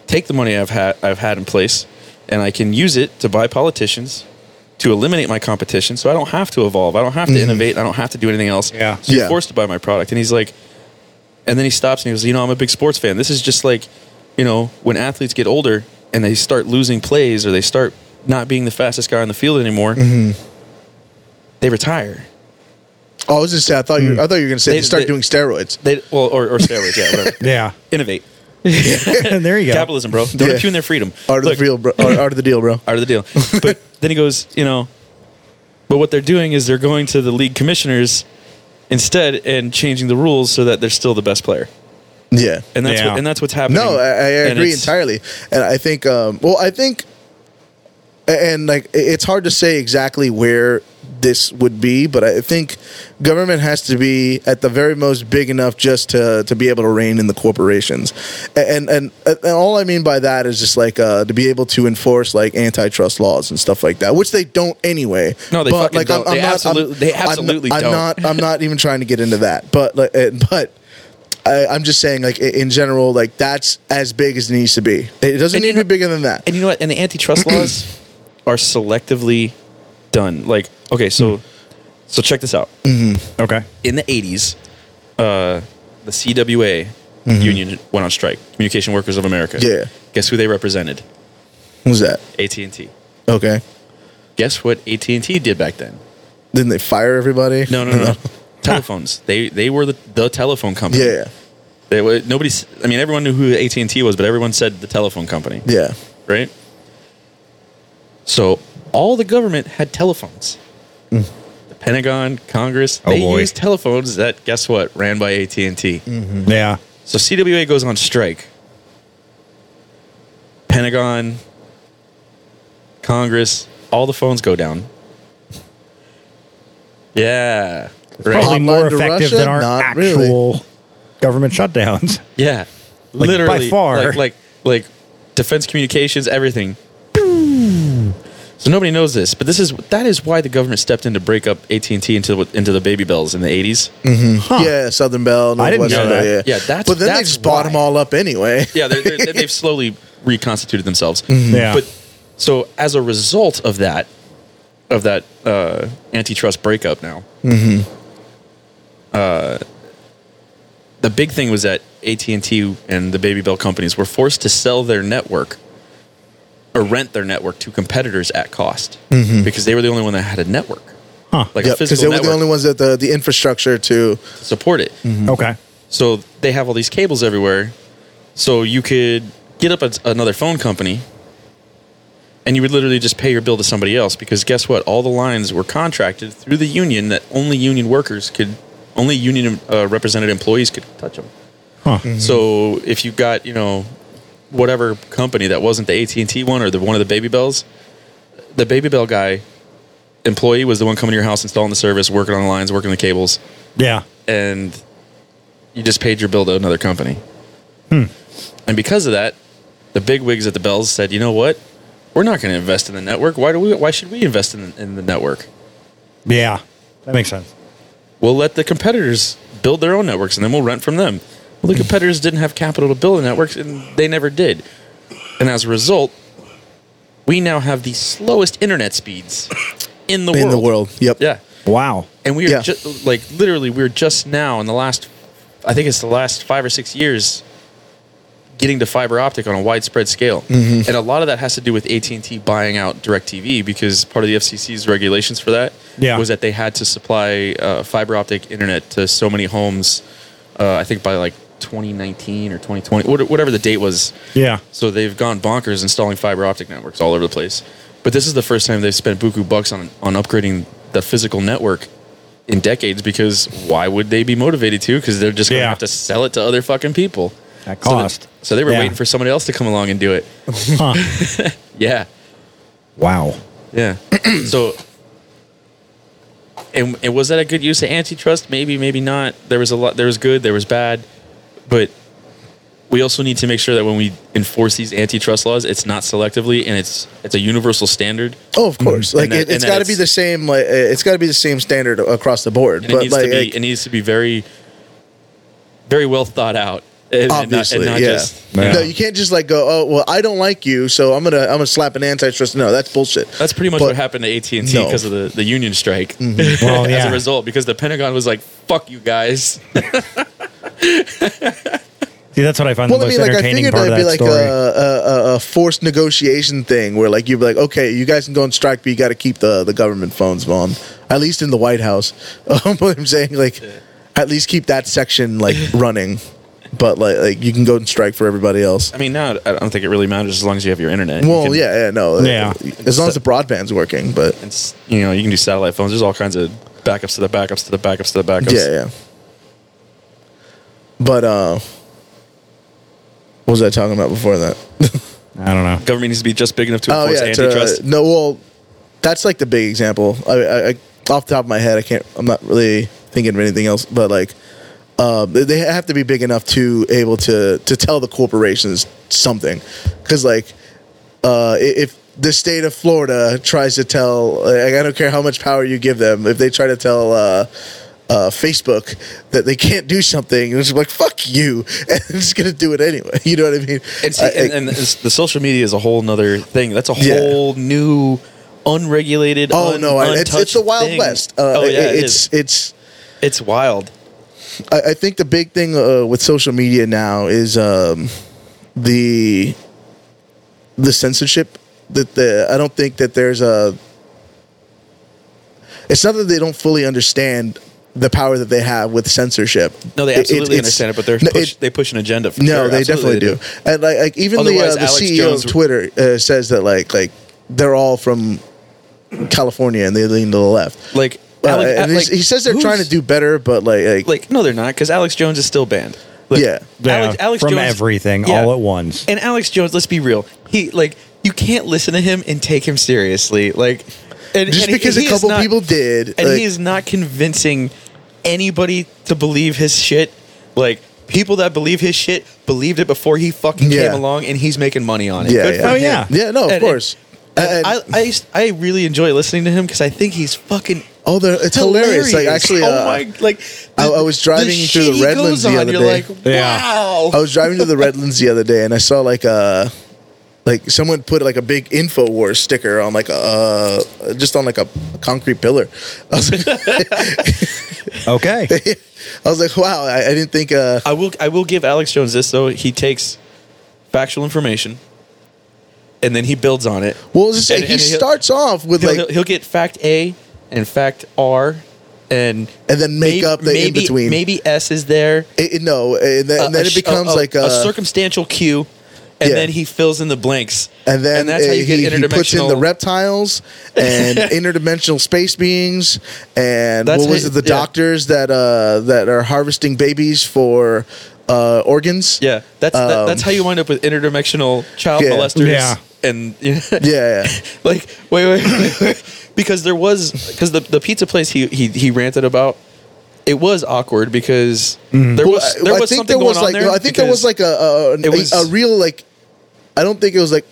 take the money I've had I've had in place, and I can use it to buy politicians. To eliminate my competition, so I don't have to evolve. I don't have to innovate. I don't have to do anything else.
Yeah.
So you're
Yeah.
forced to buy my product. And he's like, and then he stops and he goes, you know, I'm a big sports fan. This is just like, you know, when athletes get older and they start losing plays or they start not being the fastest guy on the field anymore, they retire.
Oh, I was just saying. I thought you. I thought you were gonna say
They-
they start
they-
doing steroids.
They well, or, or steroids, yeah, whatever.
Yeah.
Innovate,
there you go.
capitalism, bro. Don't
Yeah.
impugn their freedom.
Art of
Look,
the deal, bro. Art, art of the deal, bro.
out of the deal. But then he goes, you know, but what they're doing is they're going to the league commissioners instead and changing the rules so that they're still the best player.
Yeah.
And that's
Yeah.
what, and that's what's happening.
No, I, I
And
agree
it's-
entirely. And I think, um, well, I think, and like, it- it's hard to say exactly where this would be, but I think government has to be at the very most big enough just to, to be able to rein in the corporations. And, and, and all I mean by that is just like, uh, to be able to enforce like antitrust laws and stuff like that, which they don't anyway.
No, they fucking don't. They absolute- they absolutely
I'm
don't.
not, I'm not even trying to get into that, but, like, uh, but, I, I'm just saying, like i- in general, like that's as big as it needs to be. It doesn't
And
need
you
to
know-
be bigger than that.
And you know what? And the antitrust laws are selectively done. Like, okay, so
Hmm.
so check this out.
Okay.
In the eighties, uh, the CWA union went on strike. Communication Workers of America.
Yeah.
Guess who they represented?
Who's that?
AT and T.
Okay.
Guess what AT and T did back then?
Didn't they fire everybody?
No, no, no. no. Telephones. They they were the, the telephone company.
Yeah,
They were nobody. s- I mean, everyone knew who AT and T was, but everyone said the telephone company.
yeah.
right? So all the government had telephones. The Pentagon, Congress,
Oh,
they
boy.
used telephones that guess what ran by AT and T.
Mm-hmm.
Yeah.
So CWA goes on strike. Pentagon, Congress, all the phones go down. Yeah, right.
Probably
Online
more
to
effective
Russia?
than our
Not really.
actual government shutdowns.
Yeah,
Like, by
literally,
far.
like, like like defense communications, everything. So nobody knows this, but this is that is why the government stepped in to break up AT and T into the- into the baby bells in the eighties.
Yeah, Southern Bell,
I didn't
Northwestern
know
Bell,
that.
Yeah.
Yeah, that's-
But then they
that's
just bought them
why.
all up anyway.
Yeah, they're, they're, they've slowly reconstituted themselves.
Mm-hmm.
Yeah.
But so as a result of that, of that uh, antitrust breakup now, uh,
Mm-hmm.
the big thing was that AT and T and the Baby Bell companies were forced to sell their network or rent their network to competitors at cost because they were the only one that had a network,
Huh.
like a
because
physical
Mm-hmm. they were
network
the only ones that the, the infrastructure to.
to support it.
Okay.
So they have all these cables everywhere. So you could get up a, another phone company and you would literally just pay your bill to somebody else because guess what? All the lines were contracted through the union that only union workers could, only union uh, represented employees could touch them.
mm-hmm.
Huh.
So if you got, you know, whatever company that wasn't the AT&T one or the one of the baby bells, the baby bell guy employee was the one coming to your house, installing the service, working on the lines, working the cables
Yeah.
and you just paid your bill to another company.
Hmm.
And because of that, the big wigs at the Bells said, "You know what? We're not going to invest in the network. Why do we? Why should we invest in, in the network?
Yeah. That makes sense.
We'll let the competitors build their own networks, and then we'll rent from them." Well, the
Hmm.
competitors didn't have capital to build the networks, and they never did. And as a result, we now have the slowest internet speeds in the
In
world.
the world. Yep.
Yeah.
Wow.
And we are
Yeah.
ju- like literally, we are just now in the last, I think it's the last five or six years, getting to fiber optic on a widespread scale. And a lot of that has to do with AT and T buying out Directv because part of the FCC's regulations for that
Yeah.
was that they had to supply uh, fiber optic internet to so many homes. Uh, I think by like 2019 or 2020, what- whatever the date was.
Yeah.
So they've gone bonkers installing fiber optic networks all over the place. But this is the first time they've spent buku bucks on on upgrading the physical network in decades because why would they be motivated to? Because they're just going to
Yeah.
have to sell it to other fucking people.
At
So that-
cost.
So, they were
Yeah.
waiting for somebody else to come along and do it.
Huh.
Yeah.
wow.
Yeah. so, and, and was that a good use of antitrust? Maybe, maybe not. There was a lot. There was good. There was bad. But we also need to make sure that when we enforce these antitrust laws, it's not selectively and it's it's a universal standard.
Oh, of course.
Mm-hmm.
Like
And that-
it, it's
and that
got to
it's-
be the same. Like uh, it's got to be the same standard across the board.
And it
but
needs
like,
to be
like,
it needs to be very very well thought out. And, and not-
obviously,
and not
yeah.
just-
Yeah.
No, you can't just like go. Oh well, I don't like you, so I'm gonna I'm gonna slap an antitrust. No, that's bullshit.
That's pretty much
But-
what happened to AT and T
No. Mm-hmm.
because of the, the union strike.
Well,
As
yeah.
a result, because the Pentagon was like, "Fuck you guys."
See, that's what I find
Well,
the
I
most
mean, like I
entertaining
figured
part of
that'd
that
be like uh, a,
story.
a, a- a forced negotiation thing where like you'd be like, okay, you guys can go on strike, but you got to keep the, the government phones on, at least in the White House. Um, but I'm saying like, at least keep that section like running, but like like you can go and strike for everybody else.
I mean, now I don't think it really matters as long as you have your internet. You
Well,
can-
yeah, yeah, no,
Yeah.
As long as the broadband's working, but
it's- you know, you can do satellite phones. There's all kinds of backups to the backups to the backups to the backups.
yeah, yeah. But uh, what was I talking about before that?
I don't know.
Government needs to be just big enough to
Oh
enforce
yeah, to-
antitrust.
no, well, that's like the big example. I, I, I, off the top of my head, I can't. I'm not really thinking of anything else, but like, uh, they- they have to be big enough to able to to tell the corporations something, because like, uh, i- if the state of Florida tries to tell, like, I don't care how much power you give them, if they try to tell. Uh, uh, Facebook that they can't do something, and it's like fuck you, and I'm just gonna do it anyway. You know what I mean?
and, see,
I-
and, and it's- the social media is a whole nother thing. That's a
Yeah.
whole new, unregulated.
Oh
un-
no, I- it's, it's the
untouched
Wild
thing.
West. Uh,
oh
it-
yeah, it
it's
is.
it's.
It's wild.
I, I think the big thing uh, with social media now is um, the the censorship that the I don't think that there's a. It's not that they don't fully understand the power that they have with censorship.
No, they
It- it-
absolutely
it's-
understand it, but they're
no,
push,
it-
they push an agenda. For
no,
sure.
they
Absolutely
definitely do. And like, like even the,
Otherwise,
uh, the
Alex
CEO
Jones w-
of Twitter uh, says that like like they're all from California and they lean to the left.
Like,
Uh,
Alex-
and
like,
he's- he says they're
who's-
trying to do better, but like like,
Like, no, they're not because Alex Jones is still banned. Like,
yeah.
Alex,
Yeah,
Alex
from
Jones,
everything,
yeah.
all at once.
And Alex Jones, let's be real. He like you can't listen to him and take him seriously. Like, and,
Just
and he-
because
he
a
is
couple
not-
people did,
and
like-
he is not convincing anybody to believe his shit. Like people that believe his shit believed it before he fucking
Yeah.
came along, and he's making money on it.
Yeah,
Good
yeah.
for
Oh,
him.
yeah.
Yeah, no, of
And- and-
course. And-
I I, used- I really enjoy listening to him because I think he's fucking
oh, they're, it's hilarious. Like actually,
oh
uh,
my, like
I- I was driving through
shit
the
he goes
Redlands the
on,
other
you're
day.
Like,
Yeah.
wow.
I was driving to the Redlands the other day and I saw like a like someone put like a big Infowars sticker on like a uh, just on like a concrete pillar. I was like,
Okay.
I was like wow, I, I didn't think. Uh,
I will. I will give Alex Jones this though. He takes factual information, and then he builds on it.
well, it's just,
And-
he
and he'll-
starts off with
He'll,
like
he'll, he'll get fact A and fact R, and
and then make
maybe-
up the
maybe,
in between.
Maybe S is there,
It- it- no, and then, and
a-
then
a
it
sh-
becomes
a,
like uh,
a,
a,
circumstantial Q, and
Yeah.
then he fills in the blanks,
and then
that's how
uh,
you get
he, he
interdimensional.
puts in the reptiles and interdimensional space beings and
That's
what was
how-
it the
yeah.
doctors that uh that are harvesting babies for uh organs
yeah, that's that,
Um,
that's how you wind up with interdimensional child
Yeah.
molesters.
Yeah.
And
yeah yeah
like wait wait, wait, wait. because there was because the, the pizza place he, he he ranted about it was awkward because there
Mm-hmm. Well,
was there
I
was
think
something
there was
going
like
on there
I think there was
because-
like a a,
It was-
a real like I don't think it was like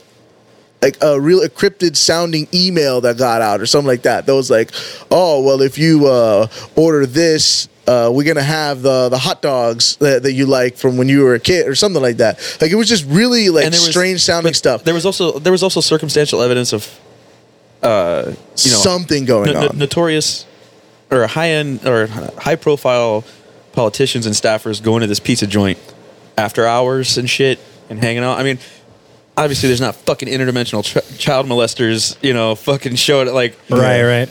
like a real encrypted sounding email that got out or something like that. That was like, oh well, if you uh, order this. Uh, we're gonna have the the hot dogs that, that you like from when you were a kid or something like that. Like it was just really like
and there was-
strange sounding
but
stuff.
there was also there was also circumstantial evidence of you know,
something going
no- no-
on.
notorious or high end or high profile politicians and staffers going to this pizza joint after hours and shit and hanging out. I mean, obviously there's not fucking interdimensional ch- child molesters, you know, fucking showing it like
Right, right.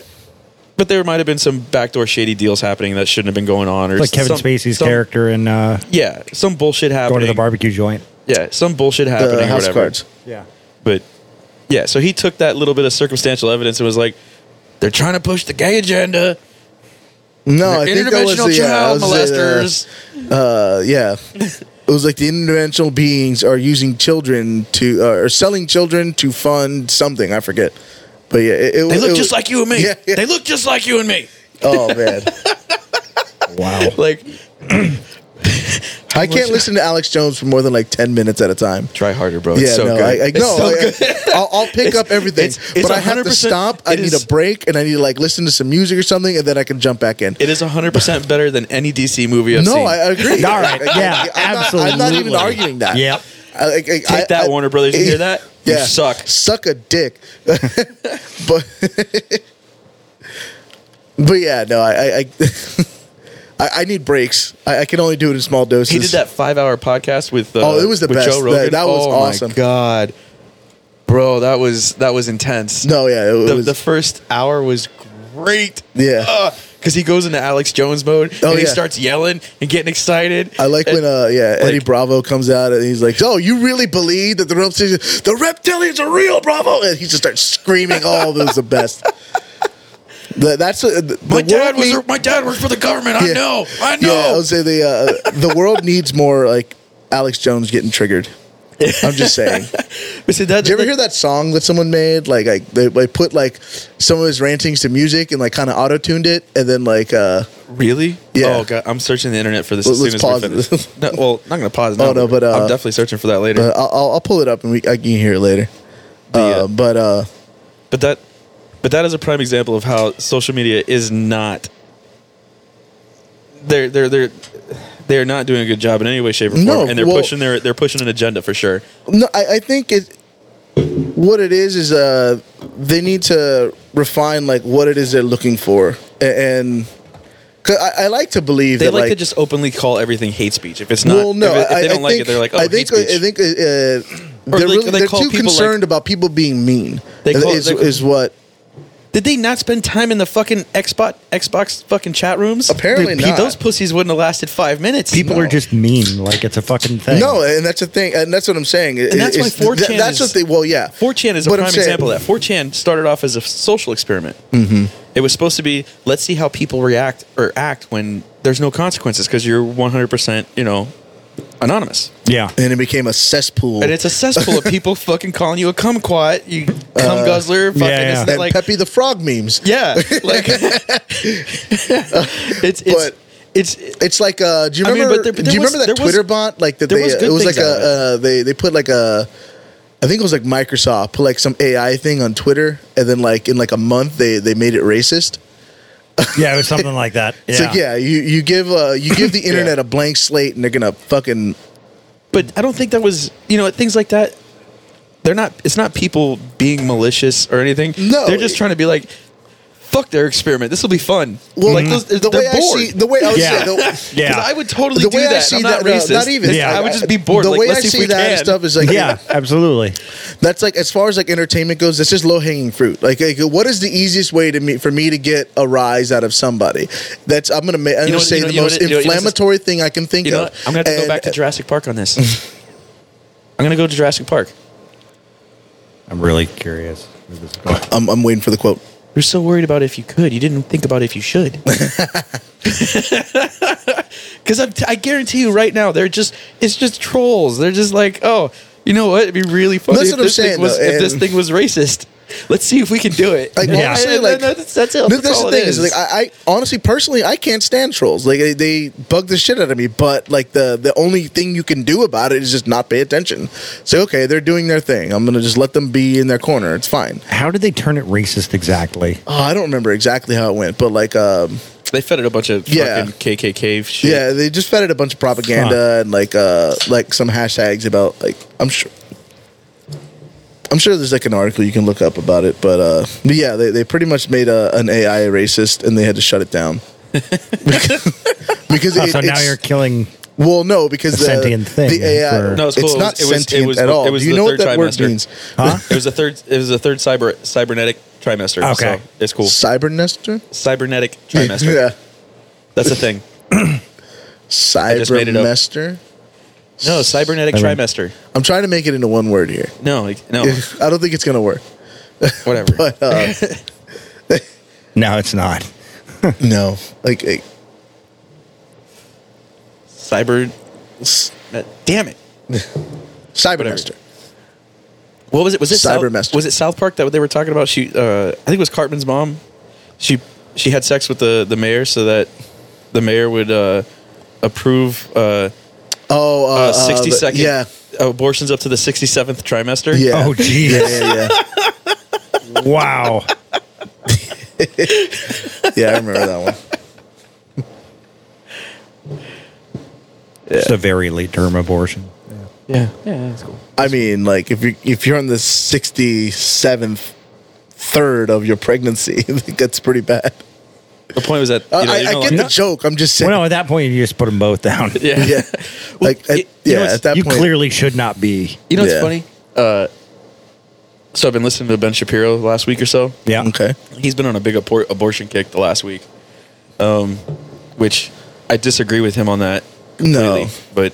but there might have been some backdoor shady deals happening that shouldn't have been going on, or
Like Kevin
some-
Spacey's
some-
character in uh,
Yeah, some bullshit happening.
going to the barbecue joint.
Yeah, some bullshit happening.
The
or
house
whatever.
cards.
Yeah.
But yeah, so he took that little bit of circumstantial evidence and was like, "They're trying to push the gay agenda.
No, I think that was
Interdimensional
the yeah, I
child
was gonna say uh, the-
molesters."
uh, yeah. It was like the interdimensional beings are using children to, uh, or selling children to fund something. I forget. But yeah, it, it
they look
it-
just like you and me.
Yeah, yeah.
They look just like you and me.
Oh man,
Wow.
Like,
I can't listen to Alex Jones for more than like ten minutes at a time.
Try harder, bro.
Yeah,
Oh, it's so
no,
good.
I, I,
It's
no,
so
I-
good.
I, will I'll pick
It's-
up everything,
it's- it's
but I have to
100%
stop. I
it
need
is-
a break, and I need to like listen to some music or something, and then I can jump back in.
It is 100% better than any DC movie I've
no,
seen.
I agree.
All right,
I- I-
yeah,
I'm Not, I'm not even
absolutely.
arguing that.
Yep.
I, I, I,
Take that, Warner Brothers. You hear that? You
Yeah.
suck.
Suck a dick. but but yeah, no, I I, I, I I need breaks. I, I can only do it in small doses.
he did that five hour podcast with uh,
Oh, it was the
with
best.
Joe
That-
Rogan.
that was
oh,
awesome.
My God, bro, that was that was intense.
No, yeah, it
the,
was
the first hour was great.
Yeah.
because he goes into Alex Jones mode
Oh,
and he
yeah.
starts yelling and getting excited.
I like when
And-
uh yeah Eddie
like-
Bravo comes out and he's like, "Oh, you really believe that the reptilians, the reptilians are real, Bravo?" And he just starts screaming. Oh, that was the best. The, that's uh, the,
my
the
dad
world
was
need-
my dad worked for the government. I
Yeah.
know, I know.
Yeah, I would say the uh, the world needs more like Alex Jones getting triggered. I'm just saying.
but see, that,
Did you ever hear that song that someone made? Like, like they, they put like some of his rantings to music and like kind of auto tuned it, and then like, uh,
Really?
Yeah.
Oh god, I'm searching the internet for this as soon
Let's
as we
pause
finish.
this.
No, well, not gonna pause.
Oh, no, but, uh,
I'm definitely searching for that later.
but uh, I'll- I'll, I'll pull it up and we I can hear it later.
The,
uh,
uh,
but uh,
But that, but that is a prime example of how social media is not. They're they're they're they're not doing a good job in any way, shape, or form,
No,
and they're
well-
pushing their they're pushing an agenda for sure.
No, I, I think it. What it is is uh, they need to refine like what it is they're looking for, A- and 'cause I, I like to believe
They
that
like,
like
to just openly call everything hate speech. If it's not,
well, no,
if, it- if
I,
they
I
don't like
think-
it, they're like, oh,
I think
hate speech.
I think uh, they're
Or they-
really,
they
they are
call
too
people, like-
concerned about people being mean.
They call-
is,
they-
is what
Did they not spend time in the fucking Xbox Xbox fucking chat rooms?
apparently
Dude, pe-
not.
those pussies wouldn't have lasted five minutes.
People are just mean, like it's a fucking thing.
no, and that's the thing, and that's what I'm saying.
And that's why 4chan is-
That's what they. Well, yeah,
4chan is a
But I'm
prime
saying-
example of that. 4chan started off as a social experiment. Mm-hmm. It was supposed to be let's see how people react or act when there's no consequences because you're 100% you know anonymous.
Yeah.
And it became a cesspool.
And it's a cesspool of people fucking calling you a cumquat, you cum guzzler, fucking
yeah,
this
yeah.
and that,
and
like
Peppy the Frog memes.
yeah, like it's it's
But-
it's
It's like uh, do you
I mean,
remember?
but there- but
do
there
you
was-
remember
there
that
was-
Twitter bot? Like that
there
they
was
uh,
good
it was like
things out
a
of
uh, they they put like a I think it was like Microsoft put like some AI thing on Twitter, and then like in like a month they they made it racist.
Yeah, it was something like that. Yeah.
It's like yeah, you you give uh, you give the internet a blank slate, and they're gonna fucking
but I don't think that was you know things like that. They're not. It's not people being malicious or anything.
No.
they're just trying to be like, fuck their experiment. This will be fun.
well
like those,
the
they're
way I
bored.
see the way I would
Yeah.
say the,
Yeah.
Because I would totally
the
do
way
that.
I see
I'm
that
not
no,
racist.
not even
Yeah.
I would just be bored.
The
like,
way
let's
I
see if
see
we
that
can.
and stuff is like
Yeah, absolutely.
that's like as far as like entertainment goes that's just low-hanging fruit like, like, what is the easiest way to me for me to get a rise out of somebody that's i'm gonna make i'm
You know
gonna
what-
say
you know-
the
you know
most
what- you know what-
inflammatory thing i can think
You know,
of
what? I'm gonna have to go
And-
back to Jurassic Park on this. I'm gonna go to Jurassic Park.
I'm really curious. where this is going.
I'm, I'm waiting for the quote
You're so worried about if you could. You didn't think about if you should. Because I, I guarantee you, right now, they're just—it's just trolls. They're just like, oh, you know what? It'd be really funny
That's
if,
what I'm
this,
saying,
thing was,
though,
if this
and-
thing was racist. Let's see if we can do it.
like
Yeah.
yeah. honestly,
And
like
that's, that's it.
that's,
That's
the
all
thing
it
is,
is.
like I, I honestly personally i can't stand trolls like they, they bug the shit out of me but like the the only thing you can do about it is just not pay attention say okay they're doing their thing i'm gonna just let them be in their corner it's fine
How did they turn it racist exactly?
oh, i don't remember exactly how it went but like um
they fed it a bunch of
Yeah.
fucking KKK shit.
Yeah, they just fed it a bunch of propaganda
Huh.
and like uh like some hashtags about like I'm sure I'm sure there's like an article you can look up about it, but uh but yeah, they, they pretty much made a, an AI a racist and they had to shut it down. because
Oh,
it,
so now
it's-
you're killing.
well, no, because
A
the
sentient thing
The AI,
for-
No, it's
it's,
cool. It
not
was- it was- it
sentient
was
at
the-
all.
it was
Do you
the
know what
third
that word
trimester.
means?
Huh?
It was the third. It was the third cyber cybernetic trimester.
Okay.
so it's cool.
Cybernester.
Cybernetic trimester.
Yeah,
That's a thing. just made it up.
cybernester.
No, cybernetic
Cyber-
trimester.
I'm trying to make it into one word here.
No, like, no,
I don't think it's gonna work.
whatever.
But uh,
No, it's not.
no, like, like
cyber. uh,
s-
Damn it.
Cybermaster.
What was it? Was it
Cybermaster.
South, Was it South Park that they were talking about? She, uh, I think it was Cartman's mom. She she had sex with the the mayor so that the mayor would uh, approve uh,
Oh, uh,
uh, 60
uh, the-
second
Yeah,
abortions up to the 67th trimester.
yeah.
Oh, jeez.
Yeah, yeah,
Wow.
yeah. yeah. I remember that one.
It's a very late term abortion.
Yeah. Yeah, that's cool.
I mean, like if you if you're on the sixty seventh third of your pregnancy, it gets pretty bad.
The point was that.
I-
you know,
Uh, I,
you
I
know,
get
like-
the joke. I'm just saying.
Well, no, at that point, you just put them both down.
yeah.
yeah, like at,
you
yeah.
know, it's-
at that
you
point,
clearly should not be.
You know what's
Yeah.
funny? Uh, so I've been listening to Ben Shapiro the last week or so.
Yeah.
okay.
He's been on a big abor- abortion kick the last week, um, which I disagree with him on that.
No.
completely, but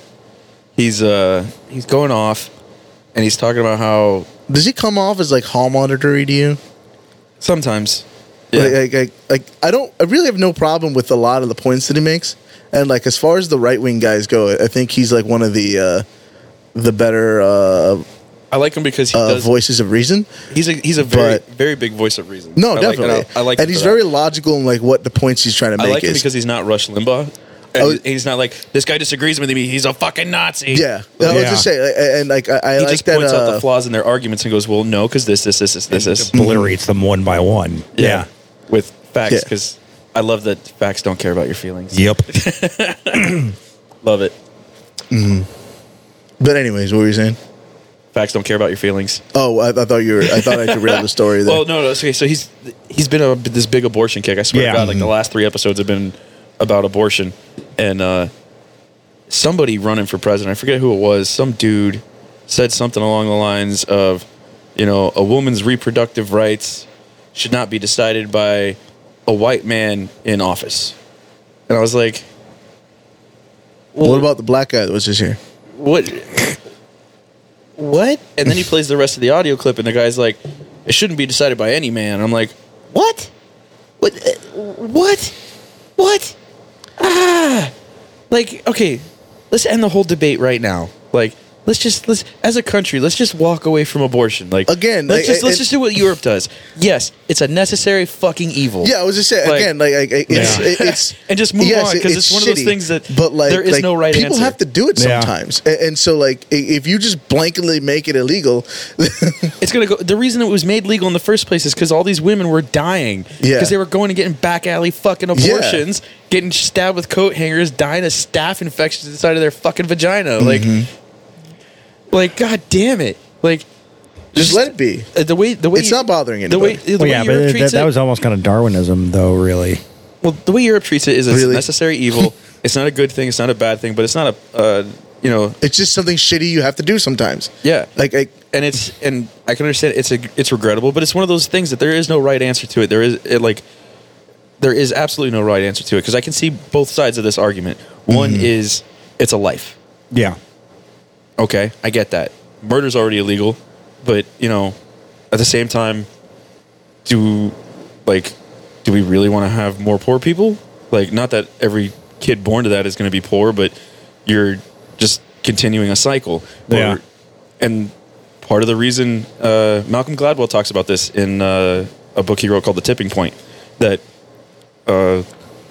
he's uh he's going off, and he's talking about how
Does he come off as like hall monitory to you?
sometimes,
Like, like, like, like, I don't. I really have no problem with a lot of the points that he makes. And like, as far as the right wing guys go, I think he's like one of the uh, the better uh,
I like him because he
uh,
does.
voices of reason.
he's a he's a very
but-
very big voice of reason.
No,
I like-
definitely.
and I, I like him
and he's
for that.
very logical in like what the points he's trying to
I
make
like him
is.
because he's not Rush Limbaugh. And
I was-
he- he's not like this guy disagrees with me. He's a fucking Nazi.
yeah,
Like,
I was
Yeah.
just saying, like, and like I, I
he
like
just
that.
points out
uh,
the flaws in their arguments and goes, "Well, no, because this, this, this, this, this, this."
Obliterates them one by one. Yeah.
with facts
Yeah.
because I love that facts don't care about your feelings.
Yep.
Love it.
but anyways, what were you saying?
Facts don't care about your feelings.
Oh, I, I thought you were. I thought I could read the story. There.
Well, no, no. it's Okay, so he's he's been on this big abortion kick. I swear
Yeah.
to God, like the last three episodes have been about abortion, and uh, somebody running for president. I forget who it was. Some dude said something along the lines of, you know, a woman's reproductive rights should not be decided by a white man in office. And I was like,
what about the black guy that was just here?
what what and then he plays the rest of the audio clip and the guy's like it shouldn't be decided by any man i'm like what what uh, what what ah like okay let's end the whole debate right now like let's just let's as a country let's just walk away from abortion like
Again,
let's
I-
just
I-
let's
it-
just do what europe does yes it's a necessary fucking evil
Yeah, I was just saying
Like-
again, like, like it's,
Yeah.
it- it's
And just move on, 'cause it's one of those things that there is no right
People
answer.
have to do it
Yeah.
sometimes, A- and, so like i- if you just blanketly make it illegal,
It's gonna go. The reason it was made legal in the first place is because all these women were dying.
Yeah.
Because they were going and getting back alley fucking abortions, getting stabbed with coat hangers, dying of staph infections inside of their fucking vagina. Like,
Mm-hmm.
like god damn it! Like,
just let it be.
uh, the way the way
It's not bothering
the way
anybody.
the
Well,
way
yeah,
Europe
but that,
treats
that
it.
was almost kind of Darwinism, though, really.
well, the way Europe treats it is it's
Really?
a necessary evil. it's not a good thing. It's not a bad thing. But it's not a uh, you know
It's just something shitty you have to do sometimes.
yeah
Like, like
and it's and I can understand it's a, it's regrettable, but it's one of those things that there is no right answer to it. There is it like there is absolutely no right answer to it because I can see both sides of this argument. One is it's a life.
Yeah.
Okay, I get that. Murder's already illegal, but you know, at the same time, do like do we really want to have more poor people? Like, not that every kid born to that is going to be poor, but you're just continuing a cycle.
Yeah.
and part of the reason uh, Malcolm Gladwell talks about this in uh, a book he wrote called The Tipping Point that uh,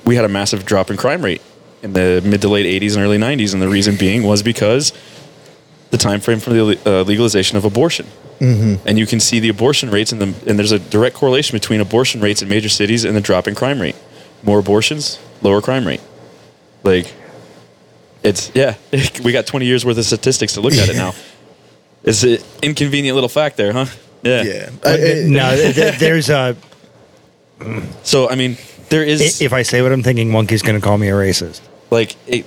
we had a massive drop in crime rate in the mid to late 80s and early 90s, and the reason being was because the time frame for the uh, legalization of abortion.
Mm-hmm.
And you can see the abortion rates, in the, and there's a direct correlation between abortion rates in major cities and the drop in crime rate. More abortions, lower crime rate. Like, it's, yeah, we got 20 years worth of statistics to look at it now. It's an inconvenient little fact there, huh? Yeah.
yeah, I- I-
no, th- th- there's a.
So, I mean, there
i-
is,
If I say what I'm thinking, Monkey's going to call me a racist.
like, it,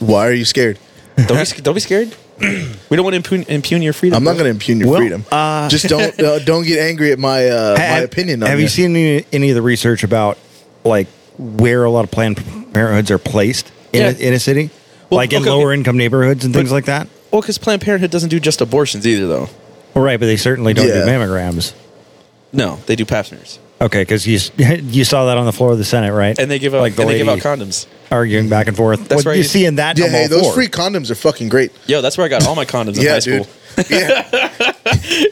why are you scared?
don't, be, sc- don't be scared. we don't want to impugn, impugn your freedom.
I'm not
bro.
going to impugn your
Well,
freedom.
uh,
just don't uh, don't get angry at my uh, my
Have-
opinion. On
have you
that.
seen any, any of the research about like where a lot of Planned Parenthoods are placed in, a,
Yeah.
in a city,
Well,
like in
okay, okay.
lower income neighborhoods and things
But-
like that?
Well, because Planned Parenthood doesn't do just abortions either, though.
Well, right, but they certainly don't
Yeah.
do mammograms.
No, they do pap smears,
Okay, because you s- you saw that on the floor of the Senate, right?
and they give out
like the
and they give out
lady
condoms.
arguing back and forth.
That's
what
right.
you see in that?
Yeah,
I'm
hey,
all
those
for.
free condoms are fucking great.
Yo, that's where I got all my condoms in
yeah,
high school.
dude. Yeah.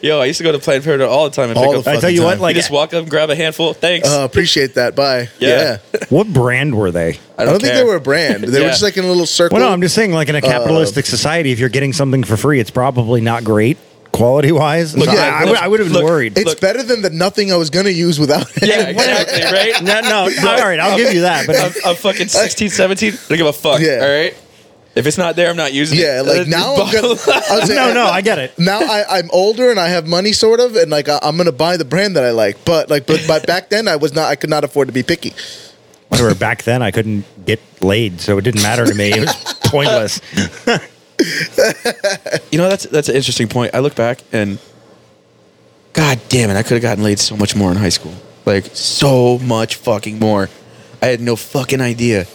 Yo, I used to go to Planned Parenthood all the time and
All
pick
the
up.
I tell you what,
time.
you
like,
just walk up and grab a handful. Thanks.
Uh, appreciate that. Bye.
Yeah.
Yeah.
what brand were they?
I don't, think
care.
they were a brand. They
Yeah.
were just like in a little circle.
Well, no, I'm just saying, like in a
Uh,
capitalistic society, if you're getting something for free, it's probably not great quality wise.
Look,
So
yeah,
I, I, would,
look,
I would have been
look,
worried.
it's
look.
better than the nothing I was gonna use without. it.
Yeah, exactly. Right.
no, no, all right, I'll give you that. But
I'm, I'm fucking 16, 17. I don't give a fuck.
Yeah.
All right. If it's not there, I'm not using
Yeah,
it.
like now I'm
Buckle
gonna,
up.
I'll say-
no, no, I get it.
Now I, I'm older and I have money, sort of, and like I, I'm gonna buy the brand that I like. But like, but, but back then I was not, I could not afford to be picky.
Whatever. Back then, I couldn't get laid, so it didn't matter to me. It was pointless.
You know, that's that's an interesting point. I look back and God damn it, I could have gotten laid so much more in high school. Like so much fucking more. I had no fucking idea.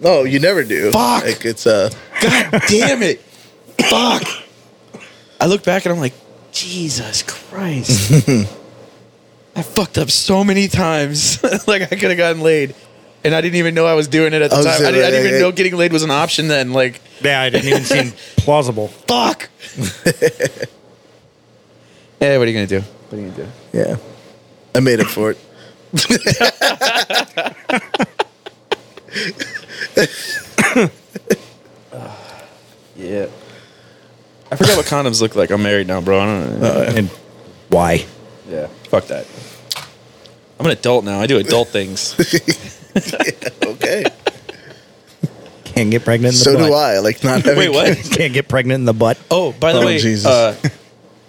No, Oh, you never do.
Fuck.
Like it's uh,
God damn it. Fuck. I look back and I'm like, Jesus Christ. I fucked up so many times. like I could have gotten laid. And I didn't even know I was doing it at the
I was
time. I
saying,
didn't, I didn't
like,
even
I-
know getting laid was an option then. Like,
Yeah, I didn't even seem plausible.
fuck. hey, what are you gonna do? What are you gonna do?
yeah, I made up for it.
Yeah. I forgot what condoms look like. I'm married now, bro. I don't know.
Uh,
And why?
yeah. Fuck that. I'm an adult now. I do adult things.
Okay,
Can't get pregnant. In the
so
butt.
do I. Like not having
Wait, what?
Can't get pregnant in the butt.
Oh, by the
Oh,
way,
Jesus.
Uh,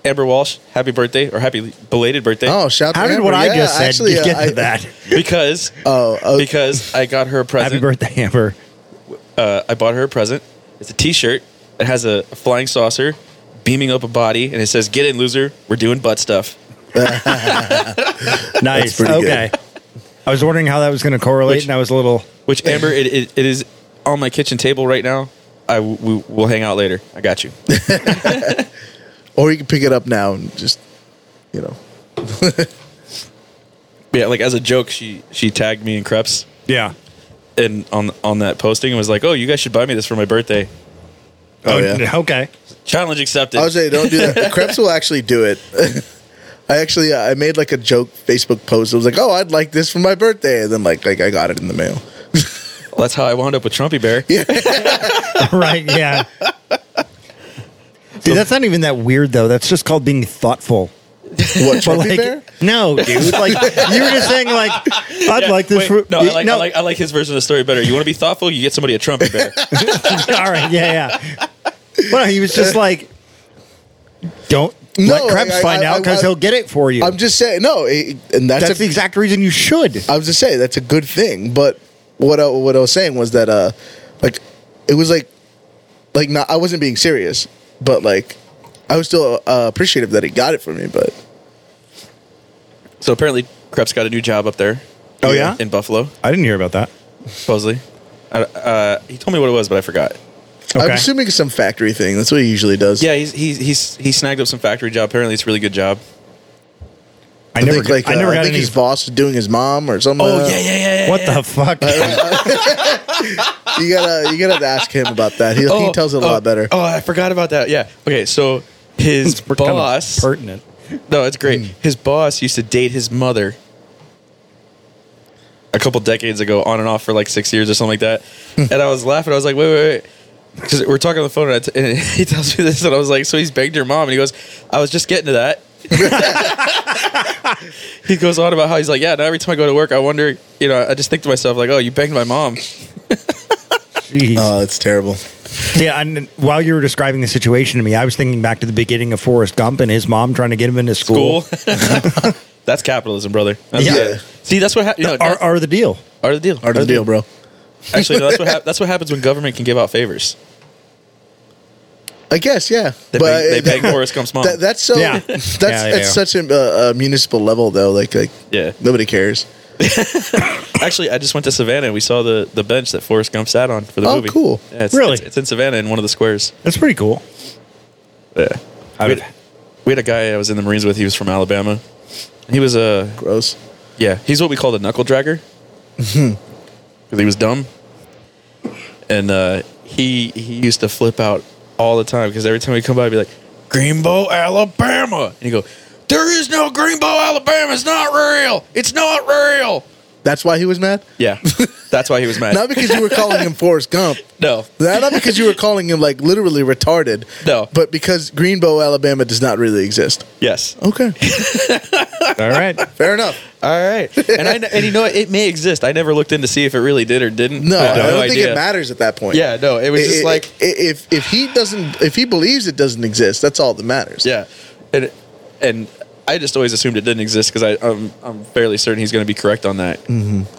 Amber Walsh, happy birthday or happy belated birthday.
Oh, shout!
How
to
did what
Amber.
I
Yeah,
just said
actually, uh,
get
I-
to that?
because
Oh, oh,
because I got her a present.
Happy birthday, Amber.
Uh, I bought her a present. It's a T-shirt. It has a, a flying saucer beaming up a body, and it says "Get in, loser. We're doing butt stuff."
Nice.
pretty good.
Okay. I was wondering how that was going to correlate,
Which-
and I was a little.
Which Amber, it, it, it is on my kitchen table right now. I w- we, we'll hang out later. I got you.
or you can pick it up now and just, you know,
Yeah, like as a joke, she she tagged me in Krebs
Yeah.
and on on that posting and was like, "Oh, you guys should buy me this for my birthday."
Oh, yeah.
Okay.
Challenge accepted.
I would say don't do that. Krebs will actually do it. I actually uh, I made like a joke Facebook post. I was like, "Oh, I'd like this for my birthday," and then like like I got it in the mail.
That's how I wound up with Trumpy Bear.
right. Yeah. Dude, that's not even that weird though. That's just called being thoughtful.
What
But
Trumpy
like,
Bear?
no, dude. Like you were just saying, like I'd like this.
Wait,
for-
no, I like, I like I like his version of the story better. You want to be thoughtful, you get somebody a Trumpy Bear.
All right. Yeah. Yeah. Well, he was just like, don't
No,
let Krebs
I- I-
find
I-
out because
I-
he'll get it for you.
I'm just saying no, it, and that's,
that's
a,
the exact reason you should.
I was just saying that's a good thing. But what I, what I was saying was that uh, like it was like like not I wasn't being serious, but like I was still uh, appreciative that he got it for me. But
so apparently, Krebs got a new job up there.
Oh, yeah?
in Buffalo,
I didn't hear about that.
supposedly. I- Uh, he told me what it was, but I forgot.
Okay.
I'm assuming it's some factory thing. That's what he usually does.
Yeah, he's, he's he's he snagged up some factory job. Apparently, it's a really good job.
I,
I,
never.
think like
I
uh,
never
I
got
think
any.
his boss is doing his mom or something.
Uh,
like that.
Oh, yeah.
What the fuck?
you gotta you gotta ask him about that. He, he tells it a
oh,
lot better.
Oh, I forgot about that. Yeah. Okay, so his
We're kind of
boss.
pertinent.
no, it's
Mm.
great. His boss used to date his mother a couple decades ago, on and off for like six years or something like that.
Hmm.
and I was laughing. I was like, wait, wait, wait. Because we're talking on the phone, and, I t- and he tells me this, and I was like, so he's begged your mom, and he goes, I was just getting to that. he goes on about how he's like, yeah. Now every time I go to work, I wonder, you know, I just think to myself like, oh, you banged my mom.
Jeez.
Oh, it's terrible.
yeah, and while you were describing the situation to me, I was thinking back to the beginning of Forrest Gump and his mom trying to get him into school.
Cool. that's capitalism, brother. That's
Yeah.
it. See, that's what hap- you know,
Are, are the deal?
Are the deal.
Part of the deal, bro.
Actually, no, that's what hap- that's what happens when government can give out favors.
I guess, yeah.
They
but
beg, they
it-
beg Forrest Gump's mom.
that, that's so.
Yeah.
That's
Yeah, they
that's
do.
such a, uh, a municipal level though. Like like
yeah.
nobody cares.
Actually, I just went to Savannah and we saw the, the bench that Forrest Gump sat on for the
Oh,
movie.
cool.
Yeah, it's,
Really?
It's, it's in Savannah in one of the squares.
That's pretty cool.
Yeah.
I
we,
would-
had, we had a guy I was in the Marines with. He was from Alabama. He was a
Gross.
yeah. He's what we called a knuckle dragger
Mm-hmm.
because he was dumb, and uh, he he used to flip out all the time because every time we come by, he'd be like, Greenbow, Alabama. And you go, there is no Greenbow, Alabama. It's not real. It's not real.
That's why he was mad.
Yeah, that's why he was mad.
Not because you were calling him Forrest Gump.
no,
Not not because you were calling him like literally retarded.
No.
But because Greenbow, Alabama does not really exist.
yes.
Okay.
All right.
Fair enough.
All right, and I and you know what? it may exist. I never looked in to see if it really did or didn't.
No,
have
I don't think
idea.
it matters at that point.
Yeah, no, it was just
I- I-
like
i- if if he doesn't if he believes it doesn't exist, that's all that matters.
yeah, and and I just always assumed it didn't exist because I I'm, I'm fairly certain he's going to be correct on that.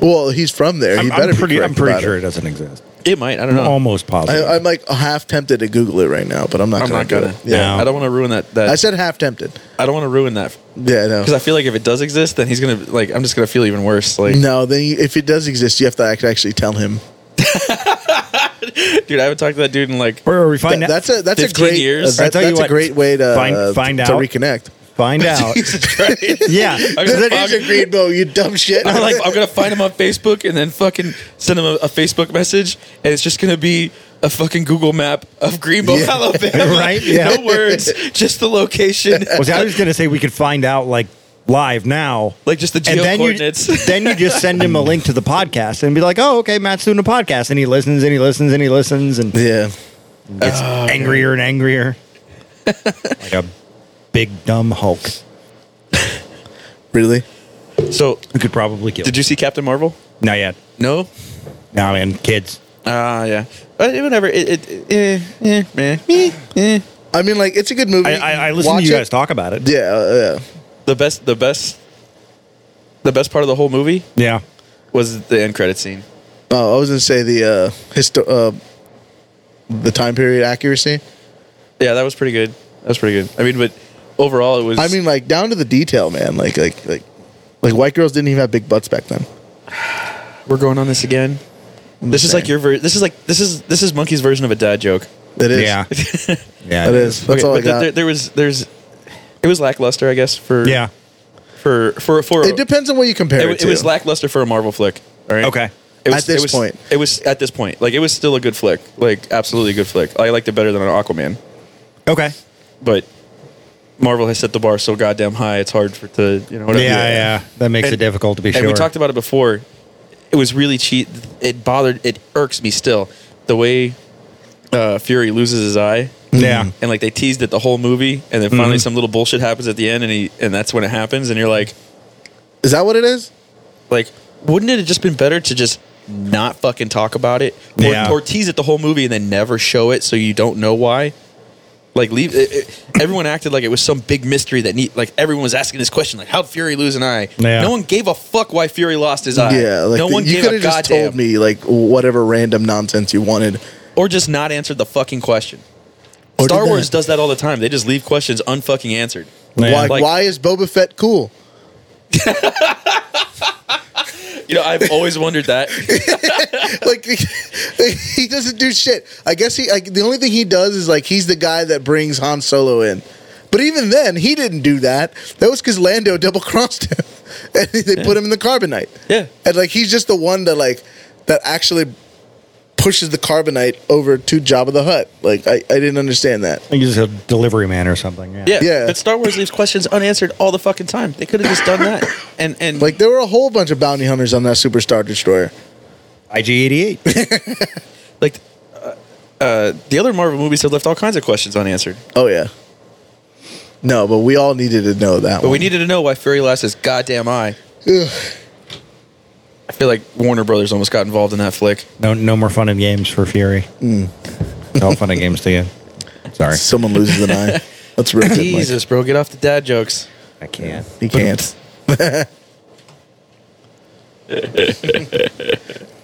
Well, he's from there. He
I'm,
better
I'm pretty.
be
I'm
correct
pretty
about
sure
It.
it doesn't exist.
It might. I don't know.
Almost positive.
I, I'm like half tempted to Google it right now, but I'm not.
I'm
gonna
not
do
gonna.
it.
Yeah.
I don't want to ruin that. that
I said half tempted.
I don't want to ruin that
Yeah, I know.
because I feel like if it does exist, then he's gonna like I'm just gonna feel even worse. Like,
No, then you, if it does exist, you have to act- actually tell him.
dude, I haven't talked to that dude in like
Where are we find
That-
out?
that's a that's a
15
great
years?
that-
I tell you
that's a
what,
great way to
find-
uh,
find
to
out.
reconnect.
Find out. yeah.
I'm
That
gonna,
is a
fuck-
Greenbow, you dumb shit.
I'm like I'm gonna find him on Facebook and then fucking send him a, a Facebook message, and it's just gonna be a fucking Google map of Greenbow,
Yeah.
Alabama.
Right, yeah.
No words, just the location.
Was I was going to say we could find out like live now.
Like just the geo
and then you,
coordinates.
then you just send him a link to the podcast and be like, "Oh, okay, Matt's doing a podcast," and he listens and he listens and he listens and
yeah.
gets angrier and angrier, like a big dumb Hulk.
Really?
so,
We could probably kill.
did you see Captain Marvel?
Not yet.
No.
No, man, kids.
Ah, yeah. But eh, whatever. It, it, eh, eh, meh, meh, eh.
I mean, like it's a good movie.
I, I, I listened
Watch
to you
it.
guys talk about it.
Yeah, uh, yeah.
The best, the best, the best part of the whole movie
Yeah,
was the end credit scene.
Oh, I was gonna say the uh, histo- uh the time period accuracy.
Yeah, that was pretty good. That was pretty good. I mean, but overall, it was.
I mean, like down to the detail, man. Like, like, like, like white girls didn't even have big butts back then.
we're going on this again. This is
saying.
like your ver- this is like this is this is monkey's version of a dad joke.
It is.
yeah, yeah.
It is. That's all I
but th-
got.
there, there was there's it was lackluster, I guess for
Yeah.
for for for
it depends on what you compare
It,
it,
wa- it
to.
was lackluster for a Marvel flick. All right.
Okay.
It was,
At this
it was,
point.
it was at this point like it was still a good flick, like absolutely good flick. I liked it better than an Aquaman,
Okay.
but Marvel has set the bar so goddamn high. It's hard for to you know
Yeah,
whatever.
yeah, That makes
And-
it difficult to be
and
sure.
we talked about it before. It was really cheat. It bothered. It irks me still the way uh, Fury loses his eye.
Yeah.
and like they teased it the whole movie, and then
Mm-hmm.
finally some little bullshit happens at the end, and he and that's when it happens, and you're like,
is that what it is?
like, wouldn't it have just been better to just not fucking talk about it, or,
Yeah.
or tease it the whole movie and then never show it so you don't know why? Like leave. It, it- everyone acted like it was some big mystery that need. Like everyone was asking this question, like how would Fury lose an eye?
Yeah.
No one gave a fuck why Fury lost his eye.
yeah, like
Uh, no
the-
one
you
gave a
coulda just
goddamn.
told me like whatever random nonsense you wanted.
or just not answered the fucking question.
Or
Star
did
Wars
that.
does that all the time. They just leave questions unfucking answered.
Yeah.
Why?
Like-
why is Boba Fett cool?
You know, I've always wondered that.
like he doesn't do shit. I guess he. Like, the only thing he does is like he's the guy that brings Han Solo in. But even then, he didn't do that. That was because Lando double crossed him, and they put him in the carbonite.
Yeah.
and like he's just the one that like that actually pushes the carbonite over to Jabba the Hutt. Like I, I didn't understand that.
I think he's a delivery man or something. Yeah.
Yeah.
Yeah.
But Star Wars leaves questions unanswered all the fucking time. They could have just done that. And and
Like there were a whole bunch of bounty hunters on that superstar destroyer.
IG88.
like uh, uh, the other Marvel movies have left all kinds of questions unanswered.
Oh yeah. No, but we all needed to know that.
But we
one.
needed to know why Fury lost his goddamn eye.
Ugh.
I feel like Warner Brothers almost got involved in that flick.
no, no more fun and games for Fury.
Hmm.
It's all fun and games to you. Sorry,
Someone loses an eye. That's real good. Mike.
Jesus, bro, get off the dad jokes.
I can't.
He can't.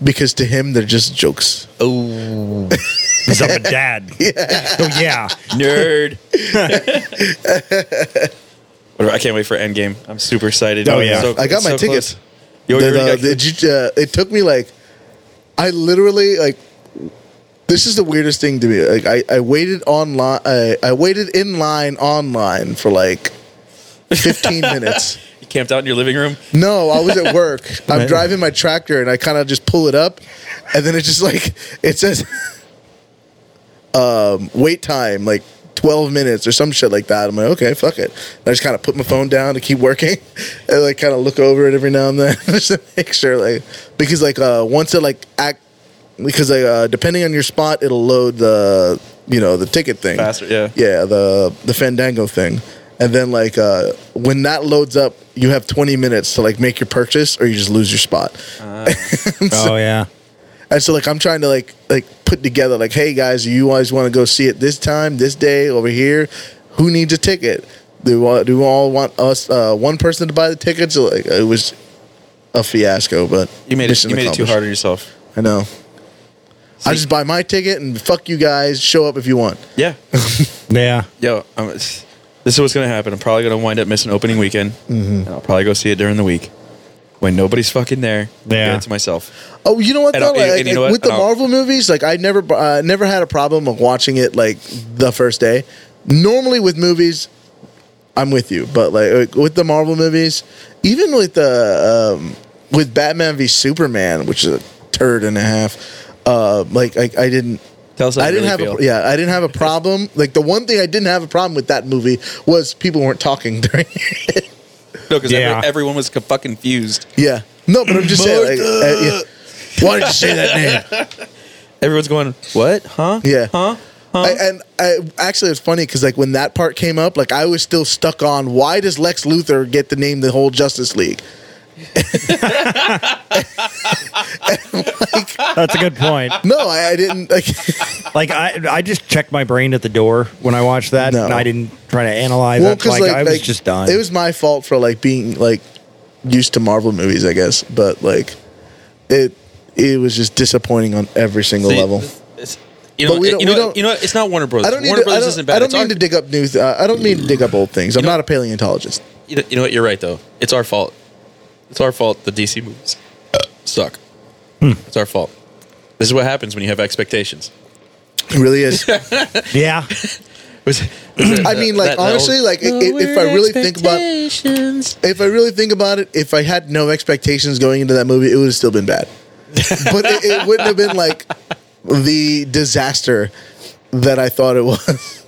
because to him, they're just jokes.
Oh,
He's up a dad. Oh yeah.
nerd. Whatever, I can't wait for Endgame. I'm super excited.
Oh, yeah.
I got
it's
my tickets.
close. You already
That, uh,
got your-
that you- uh, it took me like, I literally like, this is the weirdest thing to me. Like, I, I waited online, I, I waited in line online for like 15 minutes.
you camped out in your living room.
No, I was at work. I'm
Right.
driving my tractor and I kind of just pull it up and then it just like it says um wait time like 12 minutes or some shit like that. I'm like, okay, fuck it. And I just kind of put my phone down to keep working and like kind of look over it every now and then just to make sure like because like uh once it like act because like uh depending on your spot it'll load the you know the ticket thing
Faster, yeah.
yeah the the Fandango thing. And then like uh when that loads up you have 20 minutes to like make your purchase or you just lose your spot.
Oh yeah.
And so like I'm trying to like like put together like, hey guys, you guys want to go see it this time, this day over here? Who needs a ticket? Do we all, do we all want us uh, one person to buy the tickets? So, like it was a fiasco, but
You made it.
mission
You made it too
accomplished.
hard on yourself.
I know. I
See-
just buy my ticket and fuck you guys. Show up if you want.
Yeah.
Yeah.
Yo, I'm, this is what's gonna happen. I'm probably gonna wind up missing opening weekend,
Mm-hmm.
and I'll probably go see it during the week when nobody's fucking there.
Yeah.
Get it to myself.
Oh, you know what?
And
Though?
I'll-
Like,
and you know
like,
what?
With the
And I'll-
Marvel movies, like I never, uh, never had a problem of watching it like the first day. Normally with movies, I'm with you, but like, like, with the Marvel movies, even with the um, with Batman v Superman, which is a turd and a half, uh, like I, I didn't.
Tell us. How
I
you
didn't
really
have a,
feel.
yeah, I didn't have a problem. Like the one thing I didn't have a problem with that movie was people weren't talking during it.
No, because
Yeah.
everyone was co- fucking confused.
yeah. No, but I'm just saying like, uh, yeah. why did you say that name?
Everyone's going, "What? Huh?
Yeah.
Huh?
I, and I, actually, it's funny because like when that part came up, like I was still stuck on why does Lex Luthor get to name the whole Justice League?
That's a good point.
No, I, I didn't. Like,
Like I, I just checked my brain at the door when I watched that,
No.
and I didn't try to analyze
well,
it.
'cause,
Like,
like,
I was
like,
just done.
It was my fault for like being like used to Marvel movies, I guess. But like, it it was just disappointing on every single
See,
level.
it's- You know,
But we
it-
don't-
you
we
know,
don't-
you know, what? it's not Warner Brothers.
I don't need
Warner
to. I
Brothers
don't,
isn't bad.
I don't
It's
mean
our-
to dig up new. Th- uh, I don't mean to dig up old things. I'm
know-
not a paleontologist.
You know, you know what? You're right though. It's our fault. It's our fault. The DC movies suck.
Hmm.
It's our fault. This is what happens when you have expectations.
It really is.
yeah.
Was- was it-
I mean, like
that- that old-
honestly, like i- i- if I really think about if I really think about it, if I had no expectations going into that movie, it would have still been bad. but it, it wouldn't have been like the disaster that I thought it was.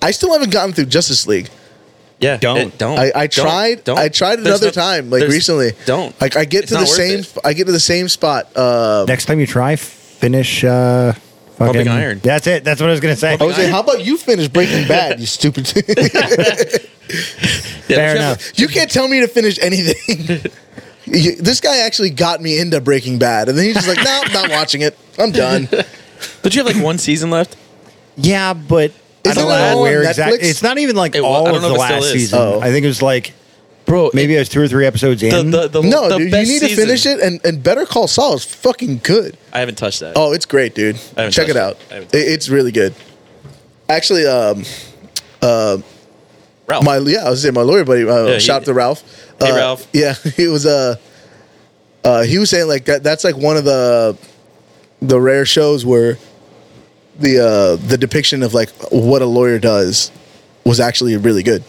I still haven't gotten through Justice League.
yeah,
Don't.
it- don't.
I, I
Oh, Don't.
tried.
Don't.
I tried
There's
another
no-
time, like
there's-
recently.
Don't.
Like I get
It's
to the
not worth
same.
it.
I get to the same spot. Uh,
Next time you try, finish. Uh, fucking,
Pumping iron.
That's it. That's what I was gonna say.
I was like, how about you finish Breaking Bad? You stupid.
Yeah,
Fair
if you have-
enough.
You can't tell me to finish anything. You- this guy actually got me into Breaking Bad, and then he's just like, "No, I'm not watching it. I'm done."
Don't you have like one season left?
Yeah, but I don't
Isn't that
know
all on
where
Netflix?
exactly. It's not even like
It wa- I
all
don't
of
know
the
if it still
last
is.
season.
Oh.
I think it was like
Bro,
maybe it was two or three episodes
the,
in.
the, the,
No,
Oh, the
dude, you
best
need to
season-
finish it. And and Better Call Saul is fucking good.
I haven't touched that.
Oh, it's great, dude.
I haven't
Check it
touched it.
out.
I haven't
It- it's really good. Actually, um,
Ralph.
my yeah, I was saying my lawyer buddy. Uh,
Oh. Yeah, he-
shout out to Ralph.
Hey,
Uh,
Ralph.
Yeah, he was uh, uh, he was saying like that. That's like one of the the rare shows where the uh the depiction of like what a lawyer does was actually really good.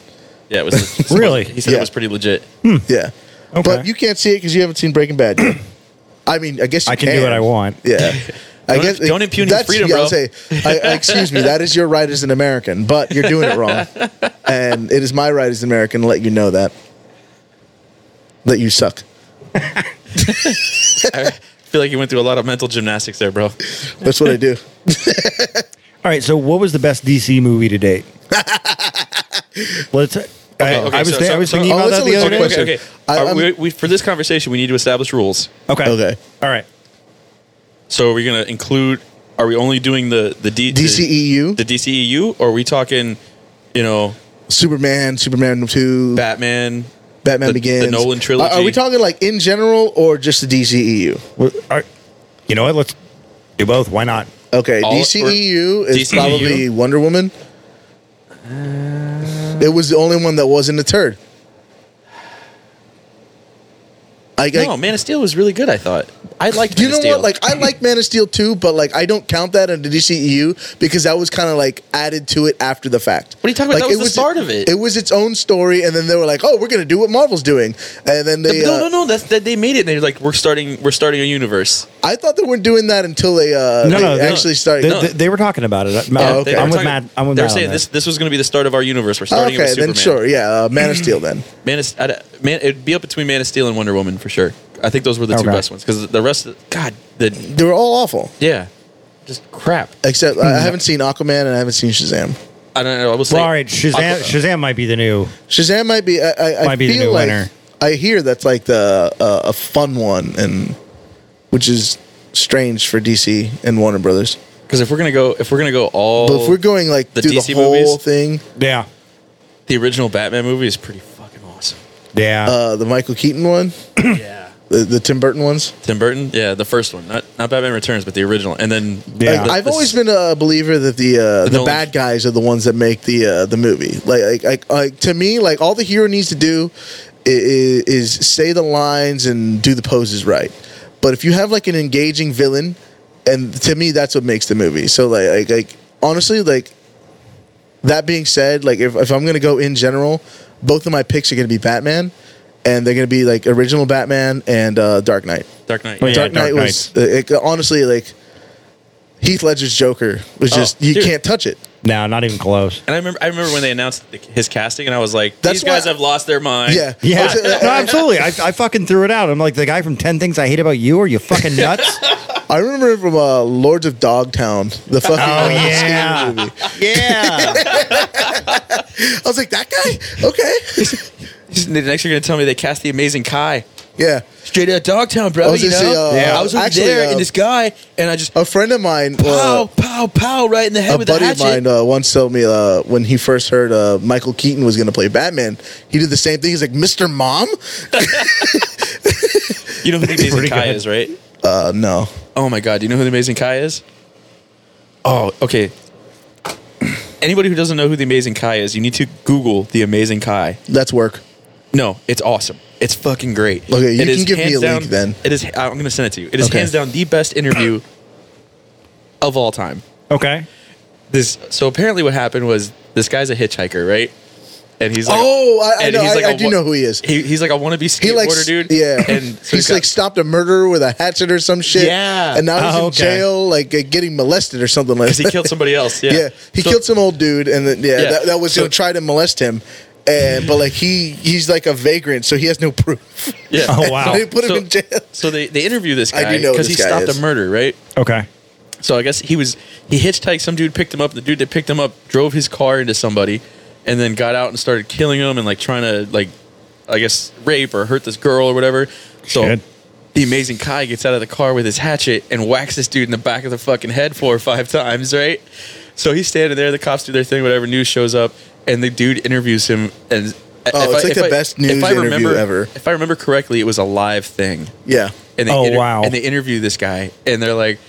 yeah, it was
Really?
He said
Yeah.
it was pretty legit.
Yeah.
Hmm. Okay.
But you can't see it because you haven't seen Breaking Bad. yet. I mean, I guess you
I can do what I want.
Yeah. I
Don't-
guess
don't impugn your
that's-
freedom,
yeah, I'll
bro.
Say, I, I- excuse me, that is your right as an American, but you're doing it wrong, and it is my right as an American to let you know that that you suck.
I feel like you went through a lot of mental gymnastics there, bro.
That's what I do.
All right, so what was the best DC movie to date? Let's. I,
okay,
I was,
so-
thi- I was
so-
thinking
so-
oh,
about
let's
that the
at
other day.
least one
Okay,
question.
okay.
I-
Are
I'm-
we, we, for this conversation, we need to establish rules.
Okay.
Okay.
All right.
So, are we going to include? Are we only doing the the D,
DCEU,
the, the DCEU, or are we talking, you know,
Superman, Superman Two,
Batman?
Batman
the- the
Begins,
Nolan trilogy.
Are, are we talking like in general or just the E DCEU?
Well, all right. You know what? Let's do both. Why not?
Okay,
All-
DCEU is
DCEU?
probably Wonder Woman. it was the only one that wasn't a turd. I, I,
no, Man of Steel was really good. I thought. I liked
You
Man of
know
Steel.
what? Like I like Man of Steel too, but like I don't count that under DCEU E because that was kind of like added to it after the fact.
What are you talking about?
Like,
That was the start of it.
It was its own story, and then they were like, "Oh, we're gonna do what Marvel's doing," and then they.
no,
uh,
no, no. That's that they made it. and They're like, we're starting, we're starting a universe.
I thought they weren't doing that until they uh,
No,
they
no, no.
actually started.
They, they- they were talking about it. Matt,
Oh, okay.
they were
I'm with
talking-
Matt. I'm with
They're
Matt. on
saying
that.
this this was going to be the start of our universe. We're starting it
okay,
with Superman.
then sure, yeah, uh, Man of Steel. Then
Man, is, I'd, man, it'd be up between Man of Steel and Wonder Woman for sure. I think those were the two
Okay.
best ones because the rest, of, God, the
they were all awful,
yeah, just crap.
except
Mm-hmm.
I I haven't seen Aquaman and I haven't seen Shazam.
I don't know. I was
Well,
like,
all right, Shazam,
Aqua-
Shazam might be the new.
Shazam might be. I, I, I
Might be the
feel
new
like
winner.
I hear that's like the uh, a fun one, and which is strange for DC and Warner Brothers.
Because if we're gonna go, if we're gonna go all,
But if we're going like
Oh, the
through
DC
the whole
movies?
thing,
Yeah,
the original Batman movie is pretty fucking awesome.
yeah.
uh, the Michael Keaton one,
Hmm.
yeah,
the, the Tim Burton ones.
Tim Burton. Yeah, the first one, not not Batman Returns, but the original. And then
Yeah.
Like,
The-
I've always been a believer that the uh, the,
Nolan-
bad guys are the ones that make the uh, the movie. Like, like like like to me, like all the hero needs to do is, is say the lines and do the poses right. But if you have like an engaging villain, and to me, that's what makes the movie. So like like, like honestly, like that being said, like if if I'm gonna go in general, both of my picks are gonna be Batman, and they're gonna be like original Batman and uh, Dark Knight.
Dark Knight.
Oh, yeah.
Dark Knight
Dark
was uh, it, honestly like Heath Ledger's Joker was
Oh,
just you
dude.
can't touch it.
no, not even close.
And I remember, I remember when they announced the, his casting, and I was like,
That's
these guys
why-
have lost their mind.
Yeah, I
Yeah,
was, uh,
no, absolutely. I, I fucking threw it out. I'm like the guy from Ten Things I Hate About You. Are you fucking nuts?
I remember from uh, Lords of Dogtown, the fucking
oh
uh,
yeah,
scary movie.
yeah.
I was like that guy, okay,
The next, you're gonna tell me they cast the Amazing Kai.
yeah.
Straight out of Dogtown, bro.
I was
you know?
gonna say, uh,
Yeah.
I was over
actually,
there
uh,
in this guy, and I just
A friend of mine,
pow,
uh,
pow, pow, right in the head
a
with a
buddy of
hatchet.
mine, uh, once told me uh, when he first heard uh, Michael Keaton was going to play Batman, he did the same thing. He's like, "Mr. Mom,"
you know who the Amazing
Pretty
Kai
good.
is, right?
uh, no,
Oh my god, do you know who the Amazing Kai is? Oh, okay. Anybody who doesn't know who the Amazing Kai is, you need to Google the Amazing Kai.
that's work.
No, it's awesome. It's fucking great.
Okay, you
It
can
is
give me
hands
a link
down-
then.
It is. I'm going to send it to you. It is
Okay.
hands down the best interview of all time.
Okay.
This. So apparently, what happened was this guy's a hitchhiker, right? And he's like,
Oh, I- I
and
know.
he's
I-
a
I do
wa-
know who he is.
he's like a wannabe skateboarder
He like
dude.
Yeah,
and so
he's
got-
like stopped a murderer with a hatchet or some shit.
Yeah.
and now he's
Oh,
in
okay.
jail, like uh, getting molested or something like.
because
that.
he killed somebody else. Yeah,
Yeah, he
So-
killed some old dude, and then, yeah,
Yeah.
That, that was
So-
gonna try to molest him. And but like he he's like a vagrant, so he has no proof.
Yeah.
Oh, wow.
they put him in jail.
So they, they interview this
I do
guy
know who
because he
this guy
stopped
is.
a murder, right?
Okay.
So I guess he was he hitchhiked. Some dude picked him up. The dude that picked him up drove his car into somebody, and then got out and started killing him and like trying to like, I guess rape or hurt this girl or whatever. So
Shit.
the amazing Kai gets out of the car with his hatchet and whacks this dude in the back of the fucking head four or five times, right? So he's standing there. The cops do their thing. Whatever news shows up, and the dude interviews him and.
Oh,
if
it's like
if
the best news interview ever.
If I remember correctly, it was a live thing
Yeah,
and they
Oh, wow.
and they interview this guy and they're like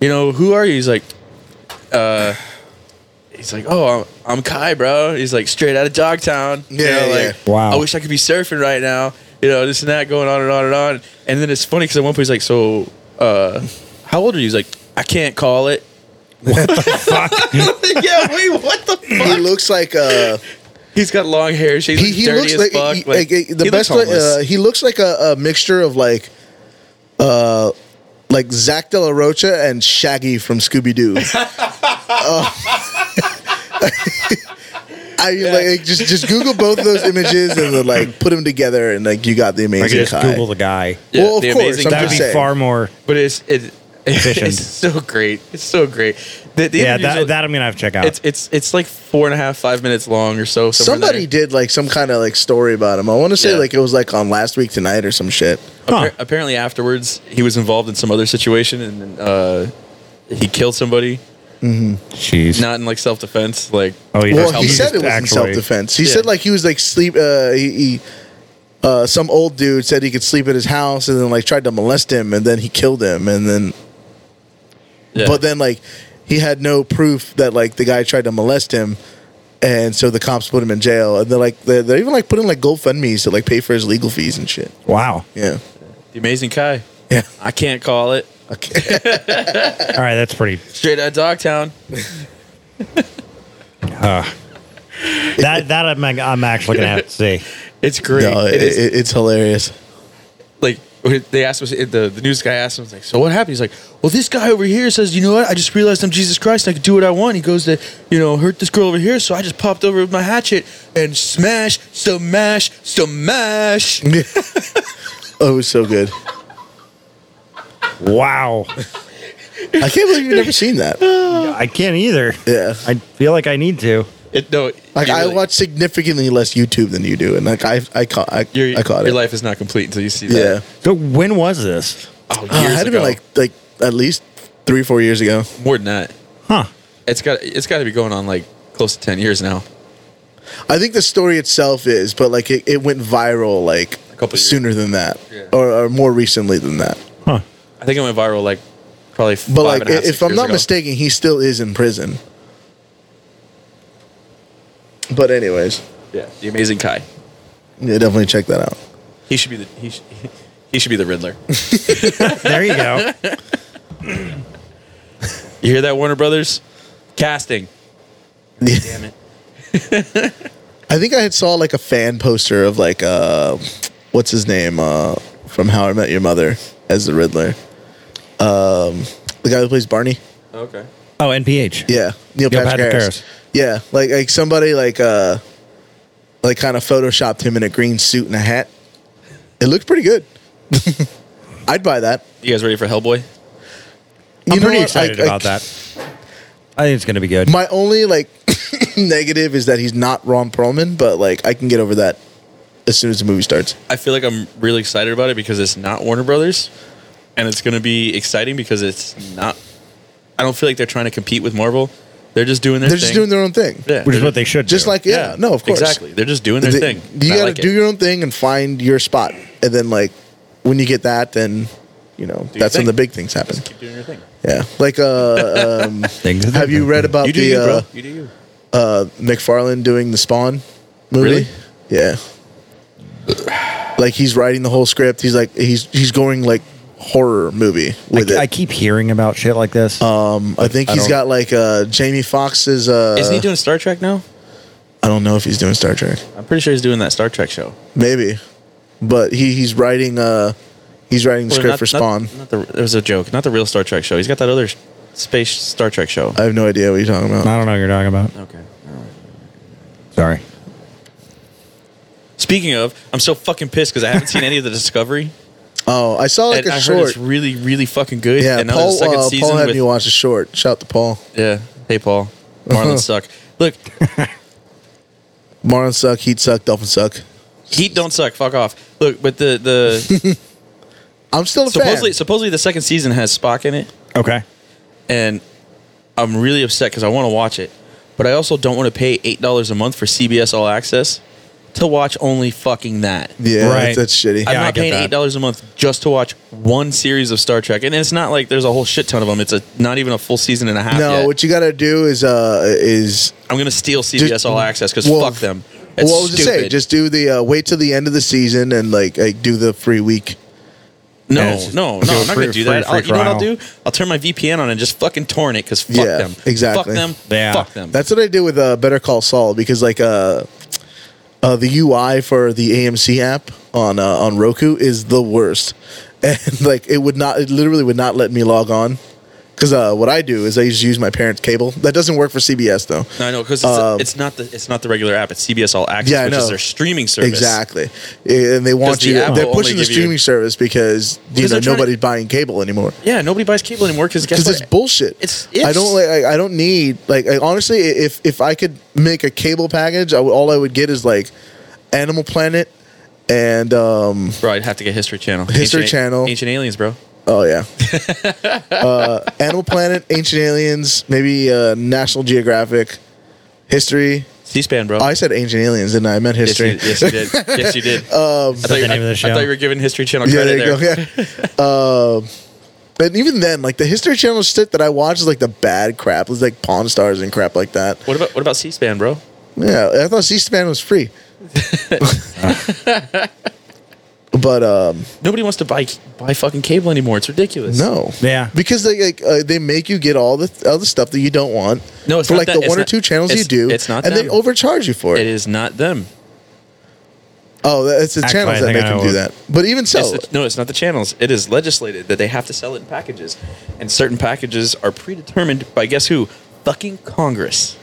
you know who are you he's like uh he's like oh i'm, I'm kai bro he's like straight out of dogtown You
Yeah,
know,
yeah,
like
yeah. Wow.
i wish i could be surfing right now you know this and that going on and on and on and then it's funny because at one point he's like so uh how old are you he's like i can't call it
Fuck.
yeah wait what the
he
fuck
looks like uh
he's got long hair he's
he, he
dirty
looks
as
like,
fuck
he- like,
he
the
looks
best way-
homeless.
uh, he looks like a, a mixture of like uh like Zach De La Rocha and Shaggy from Scooby Doo. I mean, like just just Google both of those images and then like put them together and like you got the
I could
amazing
just
Kai.
Google the guy.
Yeah,
well, of
the
course,
amazing
I'm
Kai.
That'd
just
be
saying.
far more.
but it's it,
Efficient.
it's so great it's so great the, the
Yeah,
interviews are-
that, that I'm gonna have to check out.
It's it's it's like four and a half, five minutes long or so. somewhere
Somebody
there.
did like some kind of like story about him. I want to say
Yeah.
like it was like on last week tonight or some shit.
Huh.
Appar- apparently afterwards, he was involved in some other situation and uh, he killed somebody,
Jeez.
not in like self defense. Like
Oh, yeah.
Well,
just
he
helped
said
him.
it was in
Actually-
self defense. He
Yeah.
said like he was like sleep. Uh, he, he uh, some old dude said he could sleep at his house, and then like tried to molest him, and then he killed him, and then
yeah.
but then like he had no proof that like the guy tried to molest him, and so the cops put him in jail, and they're like they're, they're even like putting like GoFundmes to like pay for his legal fees and shit.
Wow.
Yeah,
the amazing Kai.
Yeah.
I can't call it.
Okay.
All right, that's pretty.
Straight out of Dogtown.
That that I'm, I'm actually gonna have to see.
It's great.
no,
it is.
it- it's hilarious.
like they asked us the, the news guy asked him like so what happened he's like well this guy over here says you know what i just realized i'm jesus christ and i can do what i want he goes to you know hurt this girl over here so i just popped over with my hatchet and smash smash smash
oh, it was so good.
Wow,
I can't believe you've never seen that.
I can't either.
Yeah.
I feel like I need to.
it, no
Like
you
I
really-
watch significantly less YouTube than you do, and like I I caught I,
your,
I caught
your
it.
life is not complete until you see
yeah,
that
So when was this?
oh,
Uh, it
years
had to be
ago.
like like at least three four years ago.
more than that
Huh?
it's got it's got to be going on like close to 10 years now
I think the story itself is, but like it, it went viral like
A couple years.
sooner than that,
Yeah.
or, or more recently than that.
Huh?
i think it went viral like probably
But like i- if I'm not mistaken, he still is in prison. But anyways,
yeah the amazing kai
yeah, definitely check that out.
he should be the he should, he should be the riddler
There you go.
You hear that, Warner Brothers? Casting. Damn it.
I think I had saw like a fan poster of like uh, what's his name uh, from How I Met Your Mother as the Riddler, um, the guy who plays Barney.
Okay.
Oh, NPH.
Yeah,
Neil
Neil Patrick,
Patrick
Harris.
Harris.
Yeah, like like somebody like uh, like kind of photoshopped him in a green suit and a hat. It looked pretty good. I'd buy that.
You guys ready for Hellboy?
I'm
You know
pretty
what?
excited
I- I-
about that. I think it's gonna be good.
My only like negative is that he's not Ron Perlman, but like I can get over that as soon as the movie starts.
I feel like I'm really excited about it because it's not Warner Brothers, and it's going to be exciting because it's not. I don't feel like they're trying to compete with Marvel. They're just doing their.
They're just doing their own thing.
Yeah,
Which is
they're
what they should.
Just
do.
like yeah, no, of course.
Exactly. They're just doing their
The-
thing.
You
I
gotta
like
do
it.
your own thing and find your spot, and then like when you get that, then you know
your
that's when
thing.
the big things happen.
Keep doing your thing.
Yeah, like uh, um,
Things that
have you
happen.
read about
You do
the
you, bro.
uh,
You do you.
uh, McFarlane doing the Spawn movie?
Really?
Yeah, like he's writing the whole script. He's like he's he's going like horror movie with
I, I
it.
keep hearing about shit like this.
um, I think
I
he's
don't-
got like uh, Jamie Foxx's. Uh,
Isn't he doing Star Trek now?
I don't know if he's doing Star Trek.
I'm pretty sure he's doing that Star Trek show.
Maybe, but he he's writing uh he's writing the
Or
script
not-
for
not-
Spawn.
Not, the, it was a joke. Not the real Star Trek show. He's got that other sh- space Star Trek show.
I have no idea what you're talking about.
I don't know what you're talking about.
Uh,
okay.
Sorry.
Speaking of, I'm so fucking pissed because I haven't seen any of the Discovery.
oh, I saw like
and
a
I heard
short.
it's really, really fucking good.
yeah,
and now there's
Paul.
a second
Uh,
season
Paul had
with,
me watch a short. Shout out to Paul.
Yeah. Hey, Paul. Marlins suck. Look,
Marlins suck. Heat suck. Dolphins suck.
Heat don't suck. Fuck off. Look, but the the
I'm still a
supposedly
fan.
supposedly the second season has Spock in it,
Okay.
and I'm really upset because I want to watch it, but I also don't want to pay eight dollars a month for CBS All Access to watch only fucking that.
Yeah,
Right.
that's, that's shitty.
Yeah,
I'm
I
not
get
paying
that.
eight dollars a month just to watch one series of Star Trek, and it's not like there's a whole shit ton of them. It's a not even a full season and a half.
no,
yet.
what you gotta do is uh is
I'm gonna steal CBS
Just-
All Access because
well,
fuck them. It's
what was
stupid.
it say? Just do the uh, wait till the end of the season and like, like do the free week.
no,
Yeah, it's just-
no,
do
no.
a
I'm not
free-
gonna do
free-
that.
free
I'll, you know what I'll
trial.
do? I'll turn my VPN on and just fucking torrent it because fuck
Yeah,
them. Fuck
exactly.
them.
Yeah.
Fuck them.
That's what I did with uh, Better Call Saul because like uh, uh, the UI for the AMC app on uh, on Roku is the worst, and like it would not, it literally would not let me log on. Because uh, what I do is I just use my parents' cable. That doesn't work for CBS though.
no, I know because it's,
Um,
it's not the it's not the regular app. It's CBS All Access,
Yeah, I
which
know.
is their streaming service.
Exactly, and they want
the
you.
app
To,
will
they're
only
pushing the
give you-
streaming service because you
Because
know
they're trying to-
nobody's buying cable anymore.
Yeah, nobody buys cable anymore because guess
because
what?
it's bullshit.
It's- it's-
I don't like. I, I don't need like. I, honestly, i- if if I could make a cable package, I would, all I would get is like Animal Planet and um.
bro, I'd have to get History Channel.
History
Ancient-
Channel.
Ancient Aliens, bro.
Oh yeah. uh, Animal Planet, Ancient Aliens, maybe uh, National Geographic, History.
C-SPAN, bro.
Oh, I said Ancient Aliens, didn't I? I meant
yes, you,
History.
yes, you did. Yes, you did. um, I, thought you,
the name of
I,
the
I
show.
thought you were giving History Channel
yeah,
credit
there you
there.
go. Yeah. Um, but even then, like the History Channel shit that I watch is like the bad crap. It's like Pawn Stars and crap like that.
What about what about C-SPAN, bro?
Yeah, I thought C-SPAN was free. But um,
Nobody wants to buy buy fucking cable anymore. It's ridiculous.
no,
Yeah.
because they like uh, they make you get all the all the stuff that you don't want.
No, it's
for
not
like
that-
the
it's
one or
not-
two channels
it's-
you do.
it's not
and
them.
they overcharge you for it.
it is not them.
oh, it's
Actually,
the
I
channels that
think
make
I
them
know
do
what-
that. But even so,
It's the- no, it's not the channels. It is legislated that they have to sell it in packages, and certain packages are predetermined by guess who? Fucking Congress.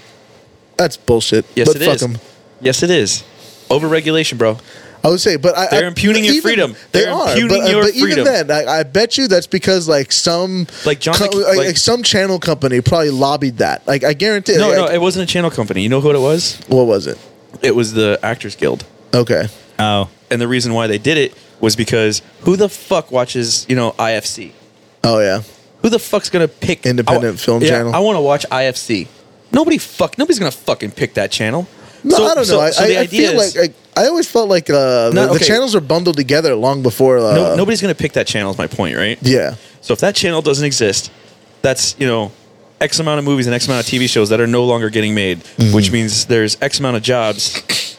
that's bullshit.
Yes,
but
it is.
fuck 'em.
Yes, it is. Overregulation, bro.
I would say, but I,
They're
I-
impugning your
even-
freedom.
They
They're
are,
impugning
but, uh,
your
but even
freedom.
then, I, I bet you that's because like some
Like John
co-
Mc-
like,
like-
like some channel company probably lobbied that. Like I guarantee.
No,
like,
no,
I-
it wasn't a channel company. You know what it was?
what was it?
It was the Actors Guild.
Okay,
Oh.
And the reason why they did it was because who the fuck watches, you know, IFC?
oh yeah,
Who the fuck's gonna pick
Independent
I-
film
yeah,
channel?
I want to watch IFC. Nobody fuck. Nobody's gonna fucking pick that channel.
no,
So-
I don't know.
so-
I,
so
I,
the
I
idea
feel
is-
like I, I always felt like uh, the,
No,
the
okay.
channels are bundled together long before. Uh,
no, nobody's gonna pick that channel. Is my point, right?
Yeah,
So if that channel doesn't exist, that's you know x amount of movies and x amount of TV shows that are no longer getting made,
Mm-hmm.
which means there's x amount of jobs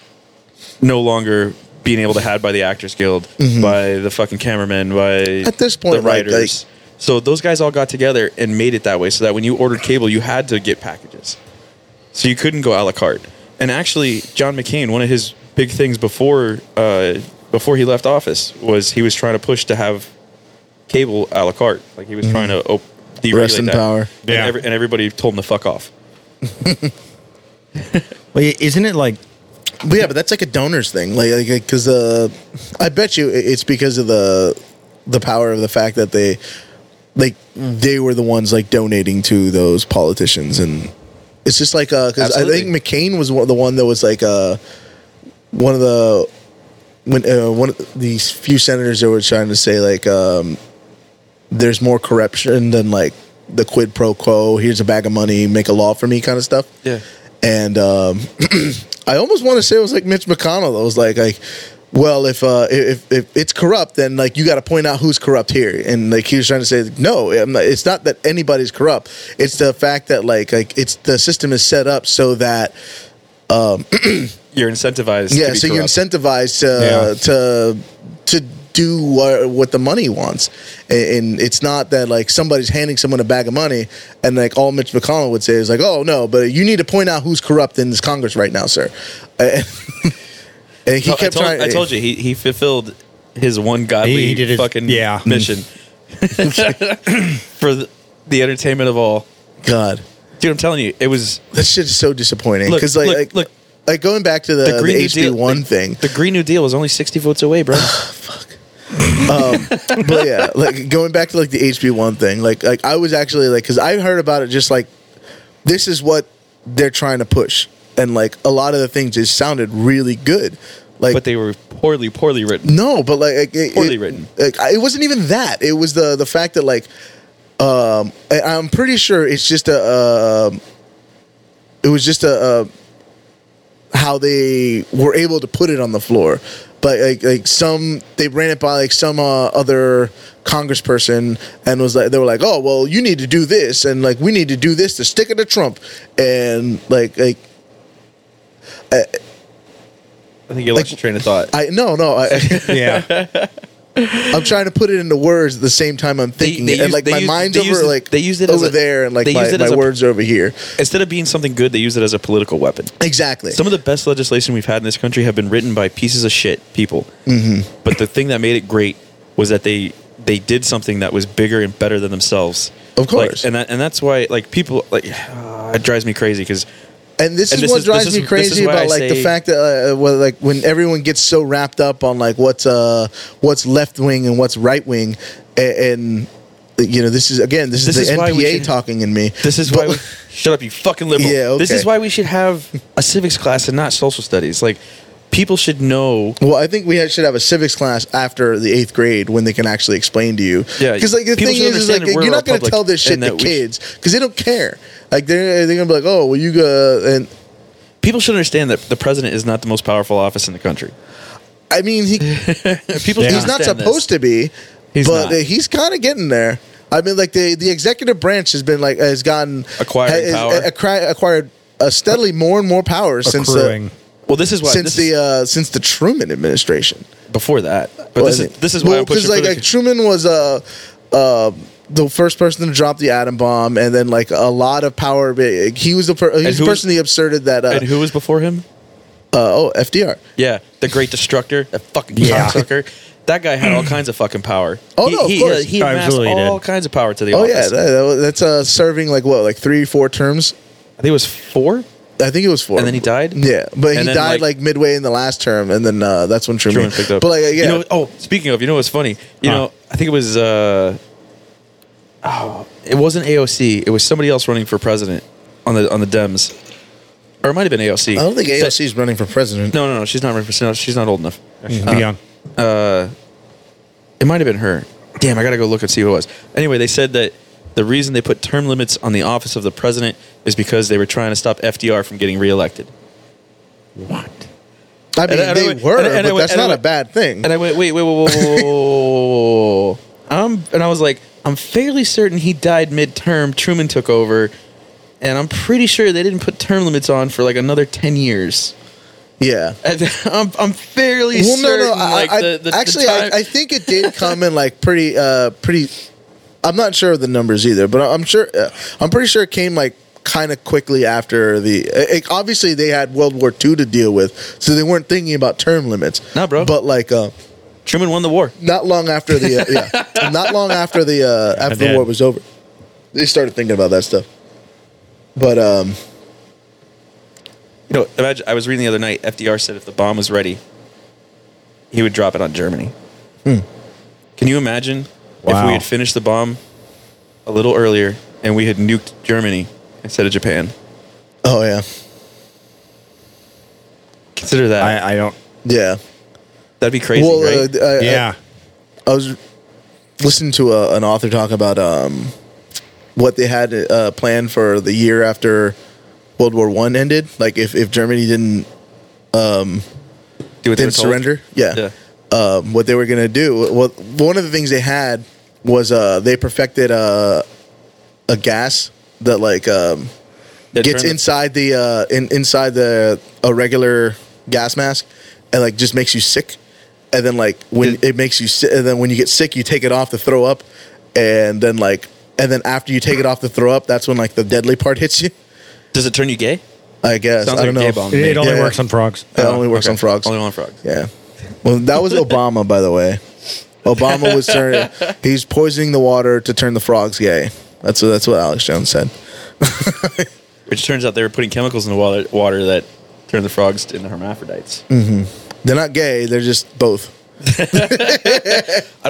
no longer being able to had by the Actors Guild, by the fucking cameramen, by
Mm-hmm. At this point,
the
like-
writers. so those guys all got together and made it that way, so that when you ordered cable, you had to get packages, so you couldn't go a la carte. And actually, John McCain, one of his big things before uh, before he left office was he was trying to push to have cable a la carte. Like he was trying to op- deregulate
Rest in
that.
power.
And,
Yeah.
every- and everybody told him to fuck off.
Well, yeah, isn't it like
but yeah, but that's like a donors thing. Like like because uh, I bet you it- it's because of the the power of the fact that they like they were the ones like donating to those politicians and it's just like uh 'cause i think
Absolutely.
mccain was one, the one that was like uh one of the when uh, one of these few senators that were trying to say like um there's more corruption than like the quid pro quo here's a bag of money make a law for me kind of stuff
Yeah.
and um i almost want to say it was like mitch mcconnell that was like like well, if uh, if if it's corrupt, then like you got to point out who's corrupt here, and like he was trying to say, no, I'm not, it's not that anybody's corrupt. It's the fact that like like it's the system is set up so that
You're incentivized. to
yeah,
be
so you're
corrupt.
incentivized to to to do what, what the money wants, and, and it's not that like somebody's handing someone a bag of money, and like all Mitch McConnell would say is like, oh no, but you need to point out who's corrupt in this Congress right now, sir. And, and he
No,
kept
I told,
trying.
I told you he, he fulfilled his one godly
He- he did his-
fucking
yeah.
mission for the, the entertainment of all.
God,
Dude, I'm telling you, it was
that shit is so disappointing.
Look,
Because like,
look,
like,
look.
like going back to the,
the Green New
HB
Deal
one
the-
thing.
The Green New Deal was only 60 votes away, bro.
but yeah, like going back to like the HB one thing, like like I was actually like because I heard about it just like this is what they're trying to push, and like a lot of the things just sounded really good, like.
but they were poorly, poorly written.
no, but like like, it,
Poorly
it-
written.
Like, I- it wasn't even that. It was the the fact that like, um, I, I'm pretty sure it's just a, uh, it was just a, a how they were able to put it on the floor. But like, like some they ran it by like some uh, other congressperson and was like they were like oh well you need to do this and like we need to do this to stick it to Trump and like like
I think you lost your train of thought.
I no no I,
yeah.
I'm trying to put it into words at the same time I'm thinking
they
it. and
used-
like
they
my
used-
mind's
they
over
used it-
like
they used it as
over
a-
there and like
they
my,
used it
my
as a-
words are over here.
Instead of being something good, they used it as a political weapon.
Exactly.
Some of the best legislation we've had in this country have been written by pieces of shit people.
Mm-hmm.
But the thing that made it great was that they they did something that was bigger and better than themselves.
Of
Like,
course.
and that and that's why like people like ah, it drives me crazy because
and this
and
is
this
what
is-
drives
this is-
me
this
crazy
is why
about
I
like the
say-
fact that uh, well, like when everyone gets so wrapped up on like what's uh what's left wing and what's right wing and, and you know this is again this,
This
is the
is why we
NPA
should-
talking in me.
this is why
But-
we, shut up you fucking liberal.
Yeah, okay.
This is why we should have a civics class and not social studies. Like people should know
Well, I think we had- should have a civics class after the eighth grade when they can actually explain to you.
Yeah,
because like the
people
thing
should
is, is like
understand that we're
you're not
a
going to
republic
tell this shit
and
to
that we should-
kids because they don't care. Like they're they're going to be like, oh, well, you go and
people should understand that the president is not the most powerful office in the country.
I mean, he
People should
he's
understand
not
this.
supposed to be,
He's
but
not.
uh, he's kind of getting there. I mean, like the the executive branch has been like has gotten
Acquiring
has-
power.
acqui- acquired uh, steadily more and more power since uh, the
Accruing.
Well, this is why
since
this is-
the uh, since the Truman administration.
before that. But this is this is why I'm pushing
because like,
for the-
like Truman was uh, uh, the first person to drop the atom bomb, and then like a lot of power. He was the per- he was
who
the
was-
person he absurd that uh,
and who was before him?
uh, oh FDR.
Yeah, the Great Destructor, that fucking
Yeah.
cocksucker. That guy had all kinds of fucking power.
Oh,
he,
no, of
he,
course.
he amassed
Absolutely he did.
all kinds of power to the
Oh yeah,
office.
that, that was- that's uh, serving like what like three four terms.
I think it was four.
I think it was four.
And then he died?
Yeah, but
And
he
then,
died
like-
like, midway in the last term, and then uh, that's when Truman,
Truman picked up.
But like, yeah,
You know- oh, speaking of, you know what's funny? You
Huh.
know, I think it was. Uh, oh, it wasn't AOC. It was somebody else running for president on the on the Dems, or it might have been AOC.
I don't think
That-
AOC is running for president.
no, no, no. She's not running for. No, she's not old enough.
uh,
Beyond.
It might have been her. Damn, I gotta go look and see who it was. Anyway, they said that the reason they put term limits on the office of the president is because they were trying to stop FDR from getting reelected. What?
I
And-
mean
and I
they
went-
were,
and- and I
but
went-
that's
and I
not a
went-
bad thing.
And I went, wait, wait, whoa, whoa, whoa, whoa, whoa, whoa, whoa, whoa. I'm, and I was like, I'm fairly certain he died midterm. Truman took over, and I'm pretty sure they didn't put term limits on for like another ten years.
yeah.
And I'm, I'm fairly
Well, no,
certain.
no. I,
like,
I,
the, the, the
actually,
time-
I, I think it did come in like pretty, uh, pretty. I'm not sure of the numbers either, but I'm sure. Uh, I'm pretty sure it came like kind of quickly after the. It, obviously, they had World War II to deal with, so they weren't thinking about term limits.
Nah, bro.
But like, uh,
Truman won the war.
not long after the uh, yeah, not long after the uh, after the
did.
war was over, they started thinking about that stuff. But um,
You know, imagine I was reading the other night. FDR said if the bomb was ready, he would drop it on Germany.
Hmm.
Can you imagine if
Wow.
we had finished the bomb a little earlier and we had nuked Germany instead of Japan?
oh yeah,
Consider that.
I, I don't.
yeah.
That'd be crazy,
well,
right?
uh, I, I-
Yeah.
I was listening to a, an author talk about um, what they had uh, planned for the year after World War One ended. Like if, if Germany didn't
Do what they were
didn't
told.
surrender, yeah,
Yeah.
Um, what they were gonna do. Well, one of the things they had was uh, they perfected uh, a gas that like um,
They'd
gets
turn the-
inside the uh, in, inside the a regular gas mask and like just makes you sick. And then like when
Did-
it makes you sick, and then when you get sick, you take it off to throw up, and then like and then after you take it off to throw up, that's when like the deadly part hits you.
Does it turn you gay?
I guess
Sounds
I
like
don't
a gay
know.
bomb.
It, it only
uh, Yeah.
works on frogs.
It only works
Okay.
on frogs.
Only on frogs.
Yeah. Well, that was Obama, by the way. Obama was turning. He's poisoning the water to turn the frogs gay. That's what, that's what Alex Jones said.
Which turns out they were putting chemicals in the water, water that turned the frogs into hermaphrodites.
Hmm. They're not gay. They're just both.
I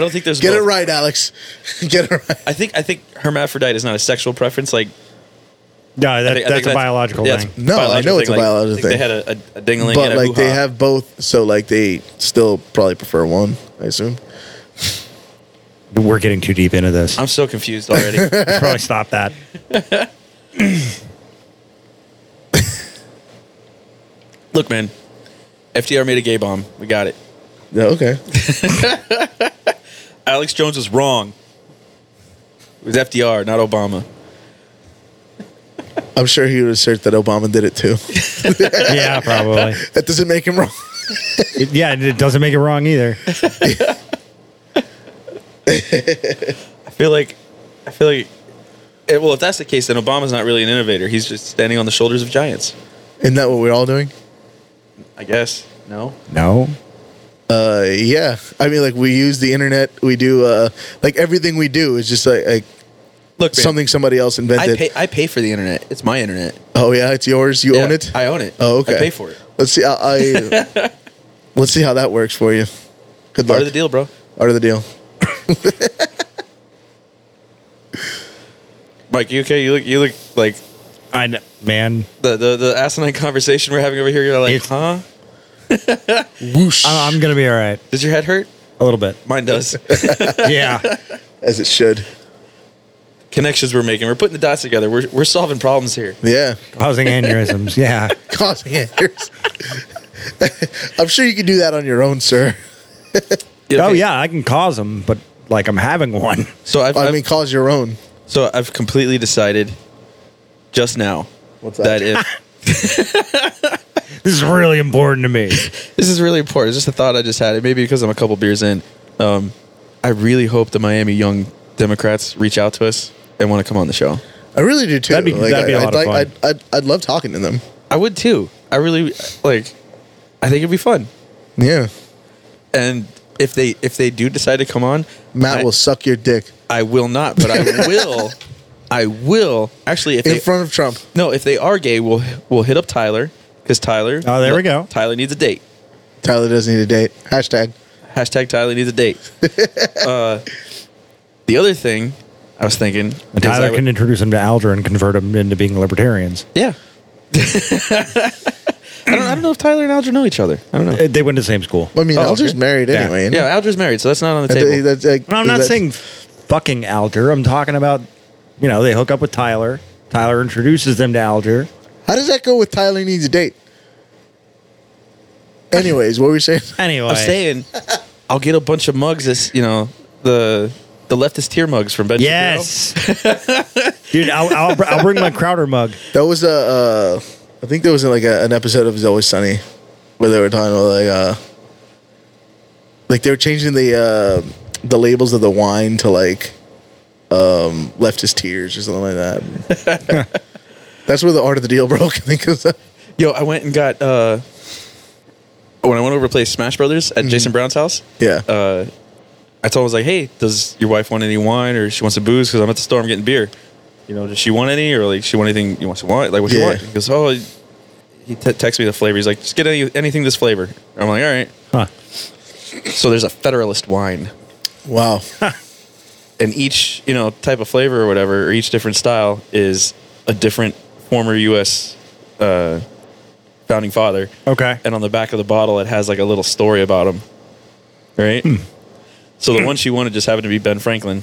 don't think there's.
Get it
both.
right, Alex. Get it right.
I think I think hermaphrodite is not a sexual preference. Like
No, that,
I think- I think
that's a biological
yeah, it's
thing.
a
No, I
biological
know it's
thing.
a
Like,
biological
like, They
thing.
had a, a, a dingling,
but
and a
like they
hoo-ha.
have both, so like they still probably prefer one. I assume.
We're getting too deep into this.
I'm so confused already.
I'll probably stop that.
Look, man, FDR made a gay bomb. We got it.
Yeah. Okay.
Alex Jones was wrong. It was FDR, not Obama.
I'm sure he would assert that Obama did it too.
Yeah, probably.
That doesn't make him wrong.
It- yeah, it doesn't make it wrong either.
I feel like, I feel like, eh, well, if that's the case, then Obama's not really an innovator. He's just standing on the shoulders of giants.
Isn't that what we're all doing?
I guess. No.
No.
Uh, yeah. I mean, like we use the internet. We do uh, like everything we do is just like, like
Look, man,
something somebody else
I
invented.
pay. I pay for the internet. It's my internet.
oh yeah, it's yours. You
Yeah,
own it.
I own it.
Oh, okay.
I pay for it.
let's see. I, I let's see how that works for you. Good luck.
Part of the deal, bro.
Art of the deal.
Mike, you okay? You look. You look like
I kn- man,
the the, the asinine conversation we're having over here. You're like,
It's-
huh?
Whoosh.
I'm, I'm gonna be all right.
Does your head hurt?
A little bit.
Mine does.
Yeah.
As it should.
Connections we're making. We're putting the dots together. We're we're solving problems here.
Yeah.
Causing aneurysms. Yeah.
causing errors. I'm sure you can do that on your own, sir.
You
Oh
okay?
yeah, I can cause them, but like I'm having one.
So I've,
I
I've-
mean, cause your own.
so I've completely decided just now
What's
that if
This is really important to me.
This is really important. It's just a thought I just had. It may be because I'm a couple beers in. Um, I really hope the Miami Young Democrats reach out to us and want to come on the show.
I really do too.
That'd be- that'd
I,
be a
I'd
lot of
like,
fun.
I'd, I'd, I'd love talking to them.
I would too. I really like. I think it'd be fun.
Yeah,
And if they if they do decide to come on,
Matt
I,
will suck your dick
I will not, but I will. I will actually. If
in
they,
front of Trump.
no, if they are gay, we'll we'll hit up Tyler because Tyler.
Oh, there we go.
Tyler needs a date.
Tyler doesn't need a date. Hashtag.
Hashtag Tyler needs a date. uh, the other thing I was thinking, is I
Tyler
would-
can introduce him to Alger and convert him into being libertarians.
yeah. I don't, I don't know if Tyler and Alger know each other. I don't know.
Uh, They went to the same school.
Well, I mean,
Oh,
Alger's
okay.
married
Yeah.
anyway. isn't he?
Yeah, Alger's married, so that's not on the
That-
table.
that's, like,
And I'm not
that's-
saying fucking Alger. I'm talking about, you know, they hook up with Tyler. Tyler introduces them to Alger.
How does that go with Tyler needs a date? Anyways, what were we saying?
Anyway,
I'm saying I'll get a bunch of mugs. This, you know, the the leftist tier mugs from Ben. Shapiro.
yes, dude. I'll, I'll, br- I'll bring my Crowder mug.
That was a. Uh, I think there was like a, an episode of It's Always Sunny where they were talking about like uh, like they were changing the uh, the labels of the wine to like um, leftist tears or something like that. That's where the art of the deal broke. I think. Cause,
Yo, I went and got uh when I went over to play Smash Brothers at Jason Brown's house.
yeah.
Uh, I told him I was like, "Hey, does your wife want any wine or she wants a booze? Because I'm at the store, I'm getting beer. You know, does she want any or like she want anything you want to want? Like what you
Yeah.
want?" He goes, "Oh." He t- texts me the flavor. He's like, "Just get any anything this flavor." I'm like, "All right."
Huh.
So there's a Federalist wine,
wow.
and each you know type of flavor or whatever, or each different style is a different former U.S. Uh, founding father
Okay.
and on the back of the bottle it has like a little story about him right so the one she wanted just happened to be ben franklin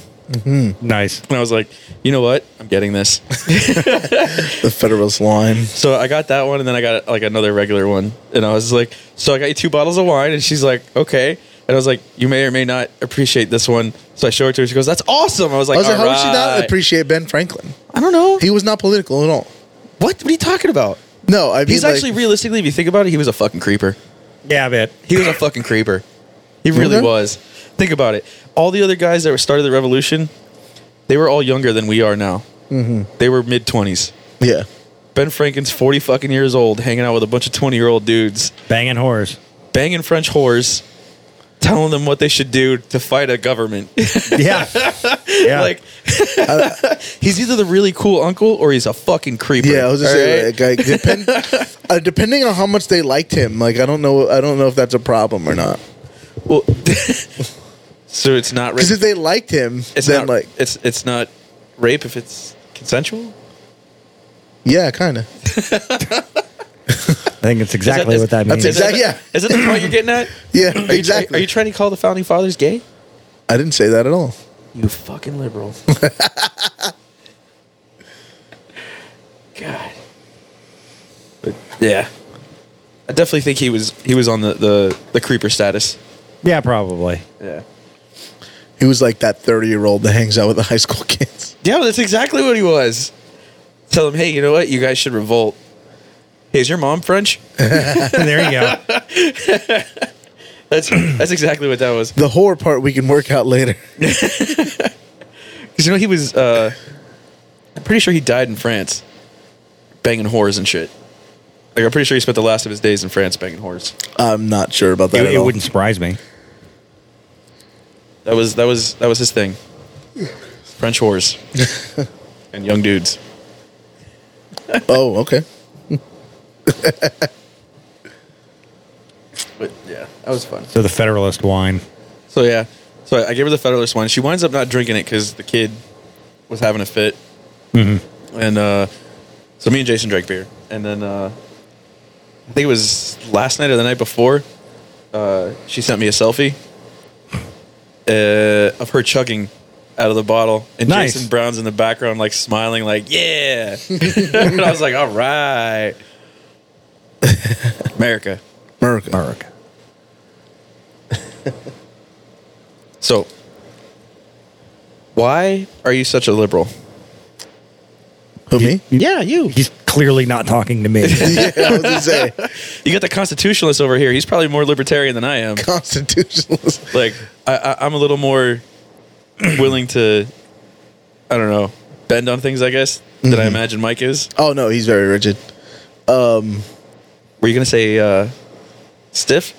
Nice.
and i was like you know what i'm getting this
the Federalist line.
so i got that one and then i got like another regular one and i was like so i got you two bottles of wine and she's like okay and i was like you may or may not appreciate this one so i show her to her she goes that's awesome i was
I
like,
was like, how
"All
would she not
right."
appreciate Ben Franklin?
i don't know
He was not political at all.
what what are you talking about
No, I mean,
he's
like,
actually realistically if you think about it he was a fucking creeper
Yeah, I bet.
He was a fucking creeper. He really
Okay.
was. Think about it. All the other guys that were started the revolution, they were all younger than we are now.
Mm-hmm.
They were mid twenties.
yeah.
Ben Franklin's forty fucking years old, hanging out with a bunch of twenty year old dudes,
Banging whores.
banging French whores, telling them what they should do to fight a government.
Yeah. yeah.
like he's either the really cool uncle or he's a fucking creeper.
Yeah, I was just
all
saying,
right?
like, depend, uh, depending on how much they liked him, like I don't know, I don't know if that's a problem or not.
Well, so it's not rape.
Because if they liked him,
it's
then
not
like,
it's it's not rape if it's consensual.
yeah, kind of.
I think it's exactly
is-
what that
that's
means.
exact- yeah.
Is that the point you're getting at?
Yeah,
Are you,
exactly.
Are you trying to call the founding fathers gay?
I didn't say that at all.
You fucking liberal. God. But yeah, I definitely think he was he was on the the, the creeper status.
yeah, probably.
Yeah.
He was like that thirty-year-old that hangs out with the high school kids.
Yeah, that's exactly what he was. Tell them, hey, you know what? You guys should revolt. Hey, is your mom French?
there you go.
That's that's exactly what that was.
The horror part we can work out later.
Because you know he was. Uh, I'm pretty sure he died in France, banging whores and shit. Like I'm pretty sure he spent the last of his days in France banging whores.
I'm not sure about that.
It,
at
it
all.
wouldn't surprise me.
That was that was that was his thing. French whores and young dudes.
Oh, okay.
But yeah, that was fun.
So the Federalist wine.
So yeah, so I, I gave her the Federalist one. She winds up not drinking it because the kid was having a fit, and uh, so me and Jason drank beer, and then uh, I think it was last night or the night before. Uh, she sent me a selfie uh, of her chugging out of the bottle, and
Nice.
Jason Brown's in the background, like smiling, like yeah. and I was like, all right, America.
America.
America.
So, why are you such a liberal?
Who me?
Yeah, you.
He's clearly not talking to me.
yeah, I was gonna say
You got the constitutionalist over here. He's probably more libertarian than I am.
constitutionalist.
Like I, I, I'm a little more willing to, I don't know, bend on things. I guess than I imagine Mike is.
Oh no, he's very rigid.
Were you gonna say uh, stiff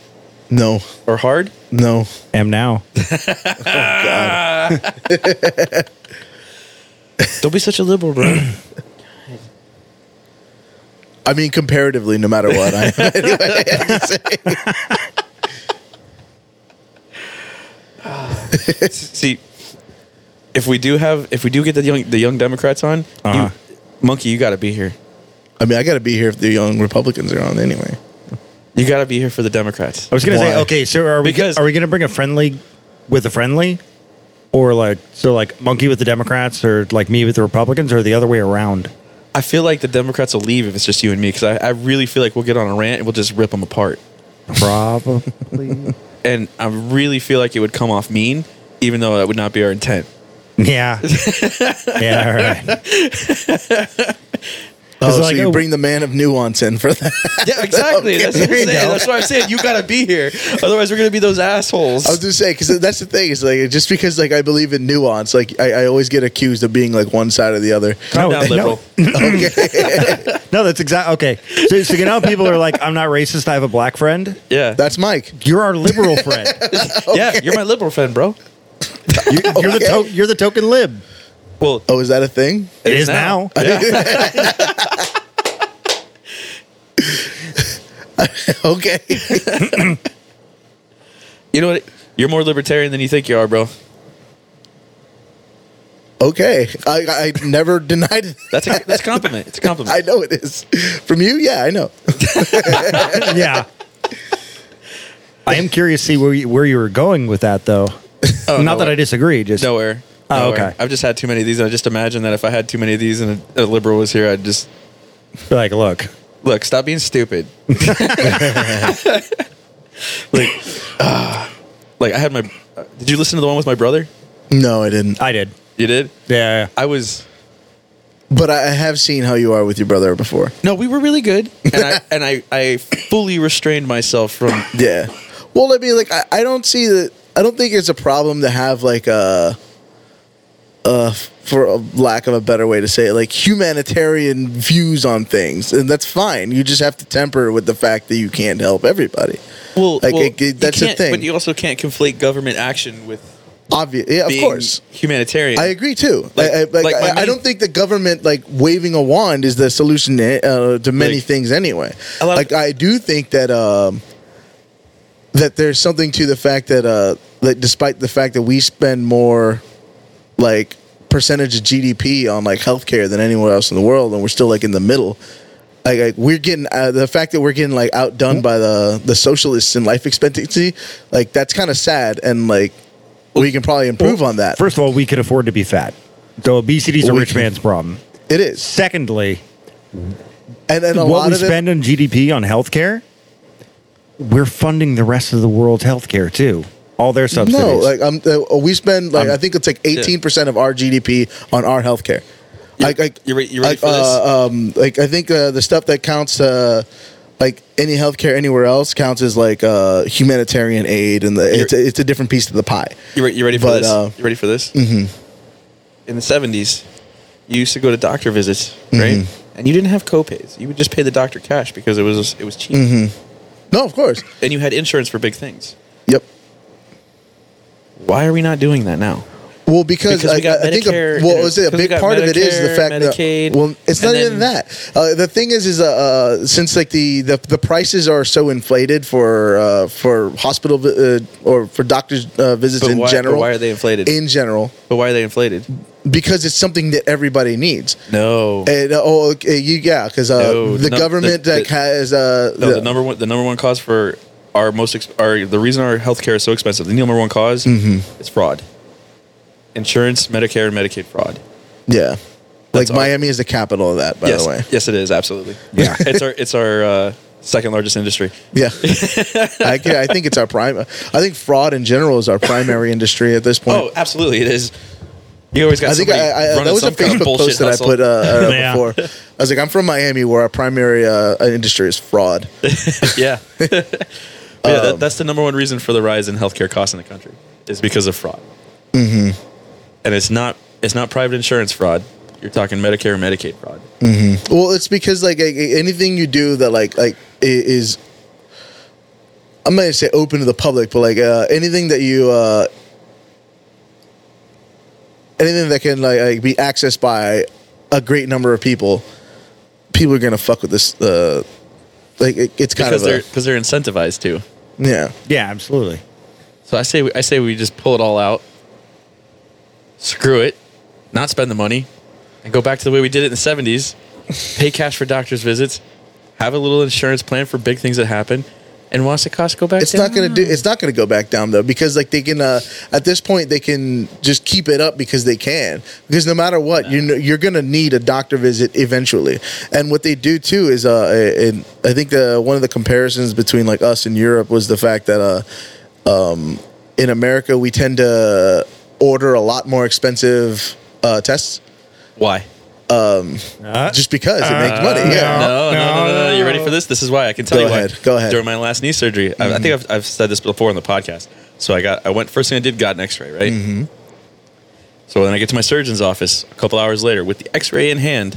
No,
or hard?
no.
Am now.
Don't be such a liberal, bro.
I mean, comparatively, no matter what. I, anyway, I have to say.
See, if we do have, if we do get the young, the young Democrats on,
Uh-huh.
you, monkey, you got to be here.
I mean, I got to be here if the young Republicans are on anyway.
You got to be here for the Democrats.
I was gonna
Why?
say, okay, so are we
Because-
are we gonna bring a friendly with a friendly, or like so like monkey with the Democrats, or like me with the Republicans, or the other way around?
I feel like the Democrats will leave if it's just you and me because I, I really feel like we'll get on a rant and we'll just rip them apart.
Probably.
And I really feel like it would come off mean, even though that would not be our intent.
yeah. yeah. All right.
Oh, so
like,
you
oh-
bring the man of nuance in for that?
Yeah, exactly. That's what I'm saying. That's what I'm saying. You got to be here. Otherwise, we're going to be those assholes.
I was just saying because that's the thing. Is like just because like I believe in nuance, like I, I always get accused of being like one side or the other.
No,
down,
no.
liberal.
No, that's exactly okay. So, so you know, how people are like, "I'm not racist. I have a black friend."
Yeah.
That's Mike.
You're our liberal friend.
Yeah, you're my liberal friend, bro.
You're, you're the to- you're the token lib.
Well,
Oh, is that a thing?
It is now.
Yeah.
Okay.
you know what? You're more libertarian than you think you are, bro.
okay. I, I never denied it.
That's a that's a compliment. It's a compliment.
I know it is. From you? Yeah, I know.
yeah. I am curious to see where you, where you were going with that, though.
Oh,
Not that I
nowhere.
disagree. Just
Nowhere.
Oh,
Nowhere.
okay.
I've just had too many of these, and I just imagine that if I had too many of these and a, a liberal was here, I'd just
like, look,
look. Stop being stupid. like, ah. like I had my. Did you listen to the one with my brother?
No, I didn't.
I did.
You did.
Yeah.
I was.
But I I have seen how you are with your brother before.
No, we were really good, and I and I, I fully restrained myself from.
Yeah. Well, I mean, like, I, I don't see that. I don't think it's a problem to have like a, uh, for a lack of a better way to say it, like humanitarian views on things, and that's fine. You just have to temper with the fact that you can't help everybody.
Well,
Like,
well,
it- it-
you
that's the
can't-
thing.
But you also can't conflate government action with
Obvious, yeah, of
being
course.
humanitarian.
I agree too.
Like-
I, I, like,
like my
I, I
main-
don't think the government like waving a wand is the solution to, uh, to many
Like-
things anyway.
A lot of-
Like I do think that um, that there's something to the fact that uh, that despite the fact that we spend more like percentage of GDP on like healthcare than anywhere else in the world, and we're still like in the middle. Like, like we're getting uh, the fact that we're getting like outdone by the the socialists in life expectancy, like that's kind of sad, and like we can probably improve on that.
First of all, we can afford to be fat. So obesity is a
We
rich
can-
man's problem.
it is,
Secondly,
and then a
what
lot
we
of it,
spend on GDP on healthcare, we're funding the rest of the world's healthcare too. All their subsidies.
No, like um, uh, we spend like
Um,
I think it's like eighteen percent of our GDP on our healthcare. Like, like
you re- you ready
like,
for this?
Uh, um, like I think uh, the stuff that counts, uh, like any healthcare anywhere else, counts as like uh, humanitarian aid, and the, it's a, it's a different piece of the pie.
You, re- you ready for
But,
this?
uh,
you ready for this? Mm-hmm. In the seventies, you used to go to doctor visits,
Mm-hmm.
right? And you didn't have copays. You would just pay the doctor cash because it was it was cheap,
Mm-hmm. No, of course.
and you had insurance for big things.
Yep.
Why are we not doing that now?
Well, because,
Because we
I,
got
I think
Medicare
a,
and
well,
it-
I would say a
because we
big
got
part of it is the
Medicare,
fact
Medicaid,
that well, it's not
and
even
then-
that. Uh, the thing is, is uh, uh, since like the, the the prices are so inflated for uh, for hospital vi- uh, or for doctors uh, visits
But
in
why, but
general.
why are they inflated?
in general
but why are they inflated?
because it's something that everybody needs.
No.
And, uh, oh, okay, you, yeah, because uh,
No,
the
no,
government
the-
like,
the-
has uh,
No,
the-
the number one the number one cause for our most ex- our the reason our healthcare is so expensive. The number one because
Mm-hmm.
is fraud. Insurance, Medicare, and Medicaid fraud.
yeah, like
all.
Miami is the capital of that. By
yes,
the way,
yes, it is absolutely.
Yeah.
it's our it's our uh, second largest industry.
yeah, I, ca- I think it's our prime. I think fraud in general is our primary industry at this point.
Oh, absolutely, it is. You always got.
I think
somebody
I, I,
running
that was a
some kind of
Facebook
bullshit
post that
hustle.
I put uh, uh,
Yeah.
before. I was like, I'm from Miami, where our primary uh, industry is fraud.
yeah. yeah, that,
Um,
that's the number one reason for the rise in healthcare costs in the country is because of fraud. Mm-hmm. And it's not it's not private insurance fraud. You're talking Medicare, and Medicaid fraud.
Well, it's because like a- a- anything you do that like like i- is, I'm not gonna say open to the public, but like uh, anything that you, uh, anything that can like, like be accessed by a great number of people, people are gonna fuck with this. Uh, like it, it's kind
Because
of
they're
a,
because they're incentivized to.
yeah.
Yeah, absolutely.
So I say we, I say we just pull it all out. Screw it. Not spend the money and go back to the way we did it in the 70s. Pay cash for doctor's visits. Have a little insurance plan for big things that happen. And watch the cost go back
It's
down.
not gonna do. It's not gonna go back down though, because like they can. Uh, at this point, they can just keep it up because they can. Because no matter what, you know, you're gonna need a doctor visit eventually. And what they do too is, uh, and I think the one of the comparisons between like us and Europe was the fact that, uh, um, in America we tend to order a lot more expensive uh, tests
Why?
Uh,
just because it makes
Uh,
money. Yeah.
No, no, no, no, no. You ready for this? This is why I can tell
Go
you
ahead.
why.
Go ahead.
During my last knee surgery, I, I think I've, I've said this before on the podcast. So I got, I went first thing I did, got an X-ray, right? Mm-hmm. So then I get to my surgeon's office a couple hours later with the X-ray in hand.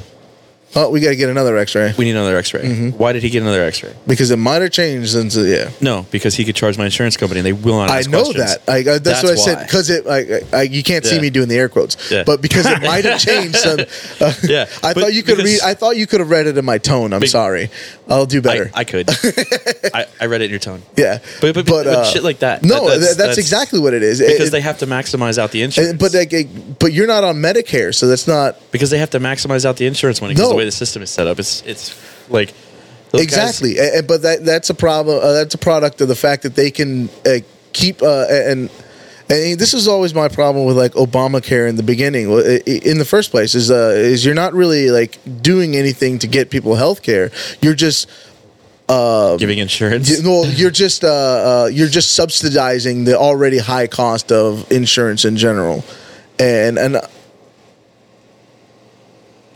Oh, we gotta get another X-ray
We need another X-ray.
Mm-hmm.
Why did he get another X-ray?
because it might have changed since. uh, Yeah.
No, because he could charge my insurance company, and they will not.
I
Ask
know
questions.
that. I, I, that's,
That's
what I said
why.
because it. I, I, I- you can't see
Yeah.
me doing the air quotes,
Yeah.
but because it might have changed. Some, uh,
Yeah,
I
but
thought you could
because-
read. I thought you could have read it in my tone. I'm
Be-
sorry. I'll do better.
I, I could. I, I read it in your tone.
yeah, uh,
But- but- but shit like that.
No,
That- that's-
tha- that's,
that's-
exactly what it is. It-
Because
it-
they have to maximize out the
and-
insurance.
but like, it- but you're not on Medicare, so that's not
because they have to maximize out the insurance money. Because
No.
the way the system is set up, it's it's like those guys-
exactly. A- a- but that that's a problem. Uh, that's a product of the fact that they can uh, keep uh, a- and. And this is always my problem with like Obamacare in the beginning, Well, i- i- in the first place, is uh, is you're not really like doing anything to get people health care. You're just
giving insurance.
you- well, you're just uh, uh, you're just subsidizing the already high cost of insurance in general, and and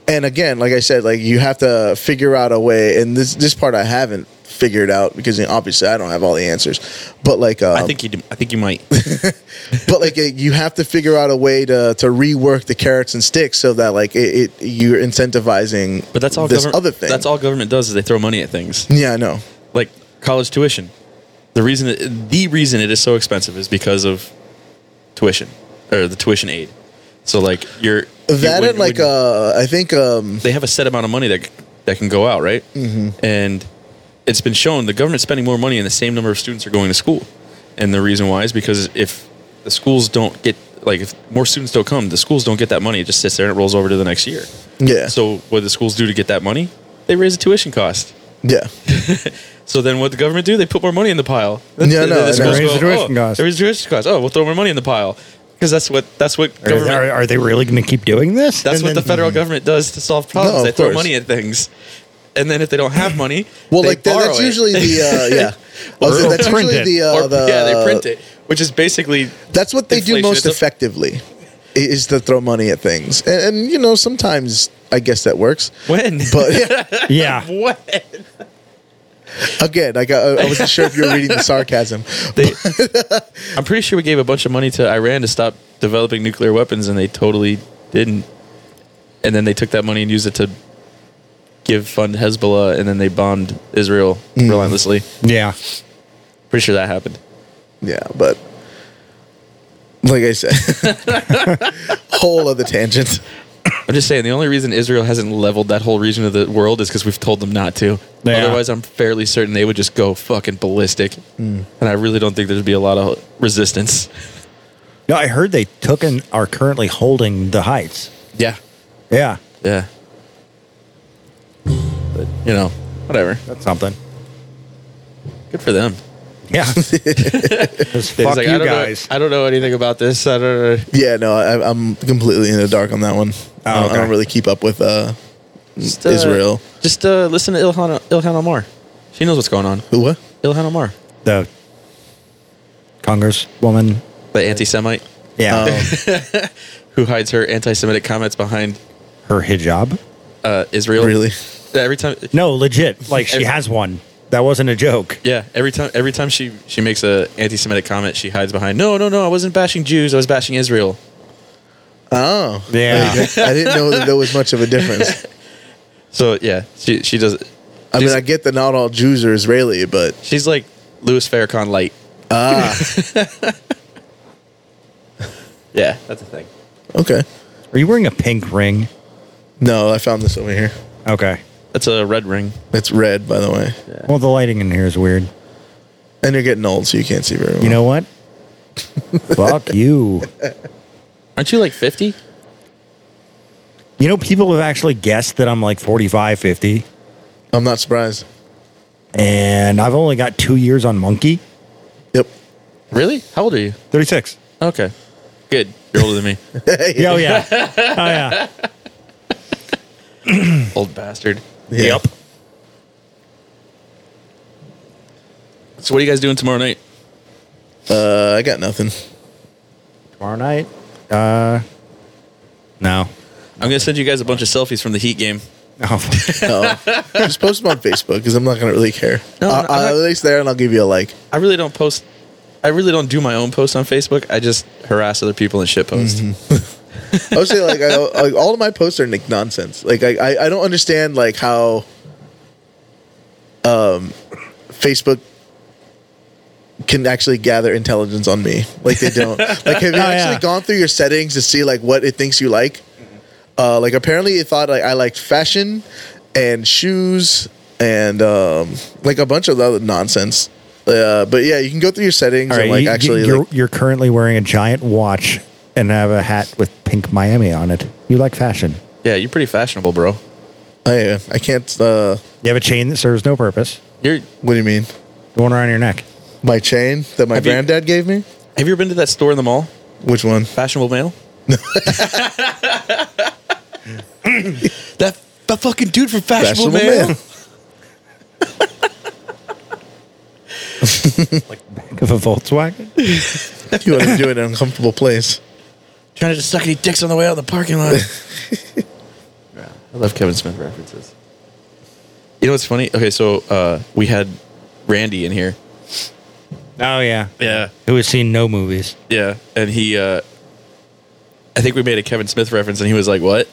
and again, like I said, like you have to figure out a way. And this this part I haven't figured out because you know, obviously I don't have all the answers, but like um,
I think you. Do, I think you might.
but like it, you have to figure out a way to to rework the carrots and sticks so that like it, it you're incentivizing.
But that's all.
this
government,
other thing.
That's all government does is they throw money at things
Yeah, I know.
like college tuition. The reason it, the reason it is so expensive is because of tuition or the tuition aid. So like you're you-
That
when-
and like
when-
uh, I think um,
they have a set amount of money that that can go out, right? Mm-hmm. And it's been shown the government's spending more money, and the same number of students are going to school. And the reason why is because if the schools don't get like if more students don't come, the schools don't get that money. It just sits there and it rolls over to the next year.
yeah,
So what do the schools do to get that money? They raise the tuition cost.
yeah.
So then what the government do? They put more money in the pile. Then
Yeah,
the-
no,
then the
I know.
schools
Raise the
go,
tuition
"Oh,
cost."
they raise the tuition cost. Oh, we'll throw more money in the pile because that's what that's what
are,
government.
are, are they really going to keep doing this?
That's
And
what
then-
the federal government does to solve problems.
No, of
they throw
course.
money at things, and then if they don't have money,
Well,
they
like that,
borrow
that's
it.
usually the uh, yeah.
Or-
I was-
or
that's
print
usually
it.
the,
Or-
uh, the
yeah, they print it, which is basically
That's what they do
Inflation
most
is up.
effectively, i- is to throw money at things, and, and you know sometimes I guess that works.
when.
But yeah,
yeah,
what
again, like I, I wasn't sure if you were reading the sarcasm.
they, I'm pretty sure we gave a bunch of money to Iran to stop developing nuclear weapons, and they totally didn't. And then they took that money and used it to give fund Hezbollah, and then they bombed Israel relentlessly.
yeah.
Pretty sure that happened.
Yeah, but like I said, whole other tangent.
I'm just saying the only reason Israel hasn't leveled that whole region of the world is because we've told them not to.
Yeah.
Otherwise, I'm fairly certain they would just go fucking ballistic, and I really don't think there'd be a lot of resistance.
No, I heard they took and are currently holding the heights.
Yeah,
Yeah,
yeah. But you know, whatever.
that's something.
Good for them.
Yeah. Just
They
fuck
just like, I
you
don't know-
guys.
I don't know anything about this. I don't know.
Yeah, no, I, I'm completely in the dark on that one. I, don't, I
okay.
don't really keep up with uh,
Just,
Israel.
Just uh, listen to Ilhan Ilhan Omar. She knows what's going on.
what.
Ilhan Omar,
the congresswoman.
the anti-Semite
Yeah.
Um,
who hides her anti-Semitic comments behind
her hijab.
uh, Israel.
Really?
Every time,
No, legit. Like she has one. That wasn't a joke.
yeah. Every time, every time she she makes a anti-Semitic comment, she hides behind. No, no, no. I wasn't bashing Jews. I was bashing Israel.
Oh,
Yeah.
I didn't know that there was much of a difference.
So yeah, she she does.
I mean,
she's,
I get that not all Jews are Israeli, but
she's like Louis Farrakhan light.
ah,
Yeah, that's a thing.
okay.
Are you wearing a pink ring?
No, I found this over here.
Okay.
That's a red ring.
It's red, by the way.
Well, the lighting in here is weird.
And you're getting old, so you can't see very well.
You know what? Fuck you.
Aren't you like fifty?
You know, people have actually guessed that I'm like 45, 50,
I'm not surprised.
and I've only got two years on Monkey.
Yep.
Really? How old are you?
36.
Okay, good. You're older than me,
Yeah, oh, yeah. Oh, yeah.
old bastard.
Yeah.
Yep.
So what are you guys doing tomorrow night?
Uh, I got nothing.
Tomorrow night? Uh, no.
I'm gonna send you guys a bunch of selfies from the Heat game.
No.
No. Just post them on Facebook because I'm not gonna really care.
No,
No,
I'm
I'll,
not-
I'll at least there, and I'll give you a like.
I really don't post. I really don't do my own posts on Facebook. I just harass other people and shit post.
I would say like, I, like all of my posts are like nonsense. Like I, I, I don't understand like how um, Facebook can actually gather intelligence on me. Like they don't. like have you actually
Oh, yeah.
gone through your settings to see like what it thinks you like? Uh, like apparently it thought like I liked fashion and shoes and um, like a bunch of other nonsense. Uh, but yeah, you can go through your settings
All right.
and like
you,
actually
you're,
like,
you're currently wearing a giant watch and have a hat with pink Miami on it. You like fashion.
Yeah, you're pretty fashionable, bro.
I, oh, I can't. Uh,
You have a chain that serves no purpose.
You're.
what do you mean?
The one around your neck.
My chain that my
Have you-
granddad gave me?
Have you ever been to that store in the mall,
Which one?
Fashionable Male? that that fucking dude from Fashionable, Male.
Back of a Volkswagen?
you want to do it in an uncomfortable place.
Trying to just suck any dicks on the way out of the parking lot. I love Kevin Smith references. You know what's funny? Okay, so uh, we had Randy in here.
Oh, yeah.
Yeah.
Who has seen no movies.
Yeah, and he, uh, I think we made a Kevin Smith reference, and he was like, "What?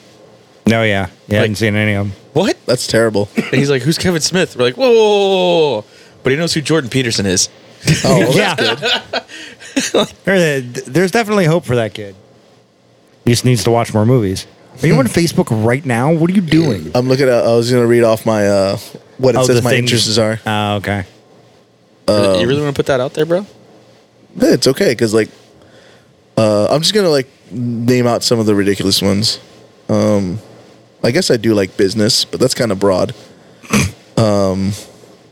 No, Oh, yeah. Yeah, I
Like-
hadn't seen any of them.
What?"
That's terrible.
And he's like, "Who's Kevin Smith?" We're like, "Whoa!" whoa, whoa, whoa." But he knows who Jordan Peterson is.
Oh, well,
yeah. There- There's definitely hope for that kid. He just needs to watch more movies. Are you on Facebook right now? What are you doing?
I'm looking at, I was going to read off my, uh, what it
Oh,
Uh, says
the
my
things-
interests are.
Oh, okay.
you really want to put that out there, bro?
Hey, it's okay because, like, uh, I'm just going to, like, name out some of the ridiculous ones. Um, I guess I do like business, but that's kind of broad. Um,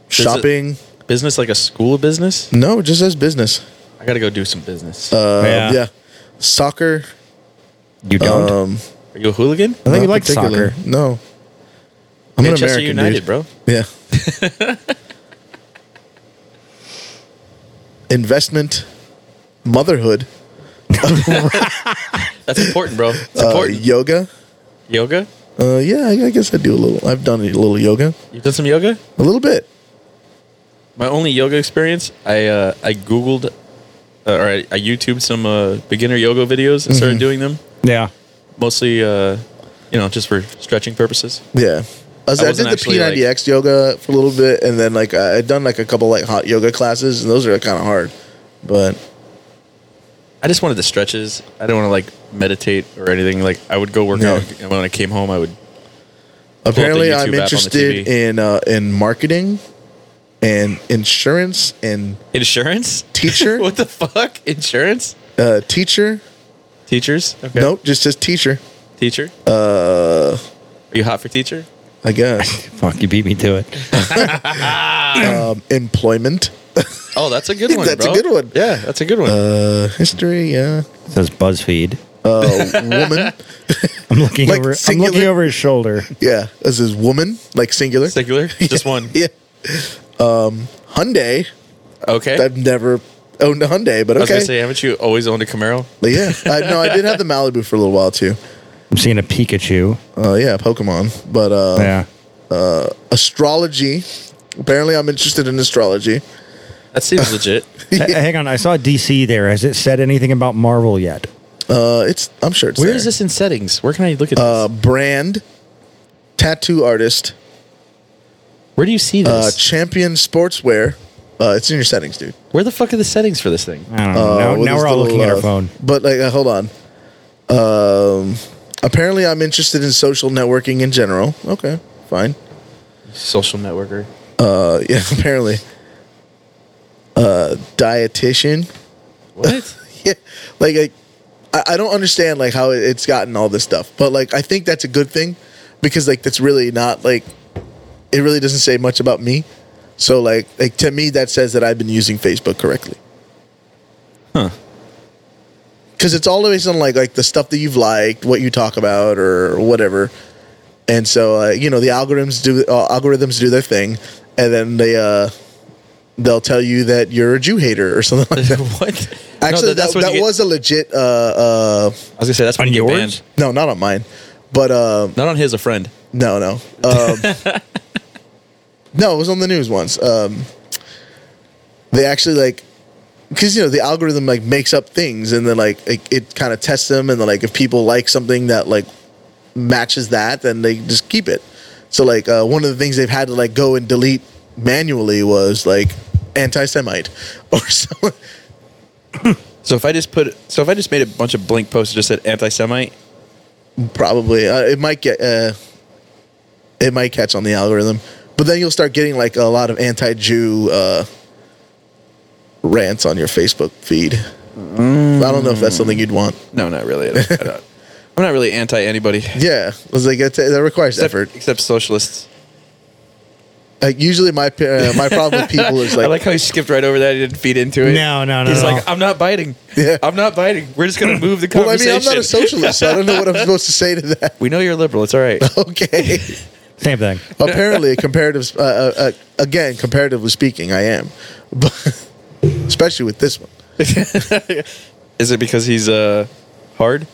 shopping.
Business like a school of business.
No, it just says business.
I gotta go do some business.
Uh,
Yeah.
yeah. Soccer.
You don't?
Um,
Are you a hooligan?
I think
Not
you like
particular.
soccer.
No. I'm
Manchester
an American
United,
dude.
bro.
Yeah. Investment, motherhood,
That's important, bro. It's
uh,
important.
yoga.
yoga.
Uh, yeah, I, I guess I do a little. I've done a little yoga,
You've done some yoga.
a little bit.
My only yoga experience, I uh, I googled, uh, or I, I YouTubed some uh, beginner yoga videos and
Mm-hmm.
started doing them.
yeah.
mostly uh you know just for stretching purposes
Yeah. I, was,
I
I,
wasn't
did the
actually, like-
P90X yoga for a little bit, and then like I- I'd done like a couple like hot yoga classes, and those are kind of hard. But
i just wanted the stretches i didn't want to like meditate or anything like i would go work
Yeah.
out and when i came home i would
apparently,
YouTube
I'm
app on the TV.
interested in uh, in marketing, and insurance, and
insurance
Teacher?
what the fuck insurance
uh, teacher.
teachers okay
Nope, just says teacher.
teacher uh are you hot for teacher
I guess.
Fuck, you beat me to it.
um, employment,
oh that's a good one
That's a
bro.
good one.
yeah that's a good one
uh, history, yeah.
It says BuzzFeed.
Uh, woman,
I'm looking
Like
over.
singular-
I'm looking over his shoulder.
yeah. This is woman, like singular.
singular just one
Yeah. Um, Hyundai.
okay
I've never owned a Hyundai, but
i was
okay.
gonna say haven't you always owned a camaro
But yeah, I, no, I did have the Malibu for a little while too.
I'm seeing a Pikachu.
Uh, yeah, Pokemon. But uh,
yeah.
astrology. Apparently, I'm interested in astrology.
That seems legit.
H- hang on, I saw DC there. Has it said anything about Marvel yet?
Uh, it's I'm sure it's
Where
there.
is this in settings? Where can I look at
Uh,
this?
brand, tattoo artist,
Where do you see
uh,
this?
champion sportswear. Uh, it's in your settings, dude.
Where the fuck are the settings for this thing?
I don't
Uh,
know. Now-
with
now
this
we're all
little,
looking at
uh,
our phone.
But like, uh, hold on. Um, apparently, I'm interested in social networking in general. Okay, fine.
Social networker.
Uh, yeah, apparently. Uh, dietitian.
What?
yeah, like I, I- I don't understand like how it- it's gotten all this stuff, but like I think that's a good thing because like that's really not like it really doesn't say much about me. So like like to me that says that I've been using Facebook correctly.
Huh.
Because it's all based on like like the stuff that you've liked, what you talk about, or whatever. And so uh, you know the algorithms do uh, algorithms do their thing, and then they uh, they'll tell you that you're a Jew hater or something like that.
what? No,
Actually, that,
what
that
you get-
was a legit. Uh, uh,
I was gonna say that's when
On
you get
yours?
banned.
no, not on mine, but uh,
Not on his, a friend.
no, no, um, no. It was on the news once. Um, they actually like because you know the algorithm like makes up things and then like it, it kind of tests them and then like if people like something that like matches that then they just keep it. So like uh, one of the things they've had to like go and delete manually was like anti-Semite or something.
So if I just put, so if I just made a bunch of blink posts that just said anti-Semite,
probably uh, it might get uh, it might catch on the algorithm but then you'll start getting like a lot of anti-jew uh, rants on your facebook feed i don't know if that's something you'd want
no, not really. I don't, I don't- I'm not really anti anybody. Except,
yeah it was like that, that requires effort
except socialists.
like usually my pa- uh, my problem with people is
I
like,
like how he skipped right over that. He didn't feed into it.
No, no, no,
He's
no.
like, I'm not biting.
Yeah.
I'm not biting. We're just gonna move the
well i
conversation.
mean i'm not a socialist so i don't know what i'm supposed to say to that
we know you're liberal. It's all right.
okay
Same thing.
apparently comparative uh, uh, uh, again comparatively speaking i am but especially with this one
Is it because he's uh hard?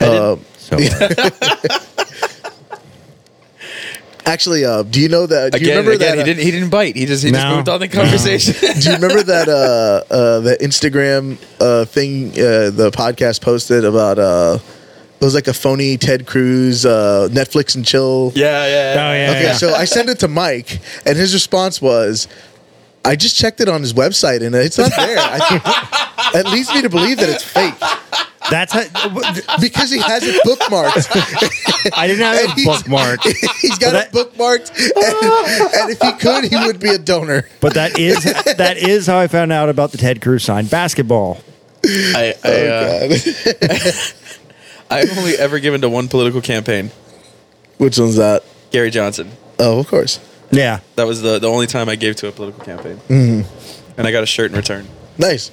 uh,
So
Actually, uh, do you know that? Do you
Again,
remember
again, he
that? uh,
didn't. He didn't bite. He just he just
No.
moved on the conversation.
do you remember that? Uh, uh, the Instagram uh, thing, uh, the podcast posted about uh, it was like a phony Ted Cruz uh, Netflix and chill.
yeah, yeah.
Oh, yeah.
Okay, so I sent it to Mike, and his response was, "I just checked it on his website, and it's not there." I, it leads me to believe that it's fake
that's how,
because he has it bookmarked.
I didn't have
He's-
a bookmark,
He's got it bookmarked,
Ah.
and, and if he could, he would be a donor.
but that is that is how I found out about the Ted Cruz sign basketball.
I I, uh, I've only ever given to one political campaign.
Which one's that?
Gary Johnson.
Oh, of course.
Yeah,
That was the, the only time I gave to a political campaign. And I got a shirt in return.
Nice.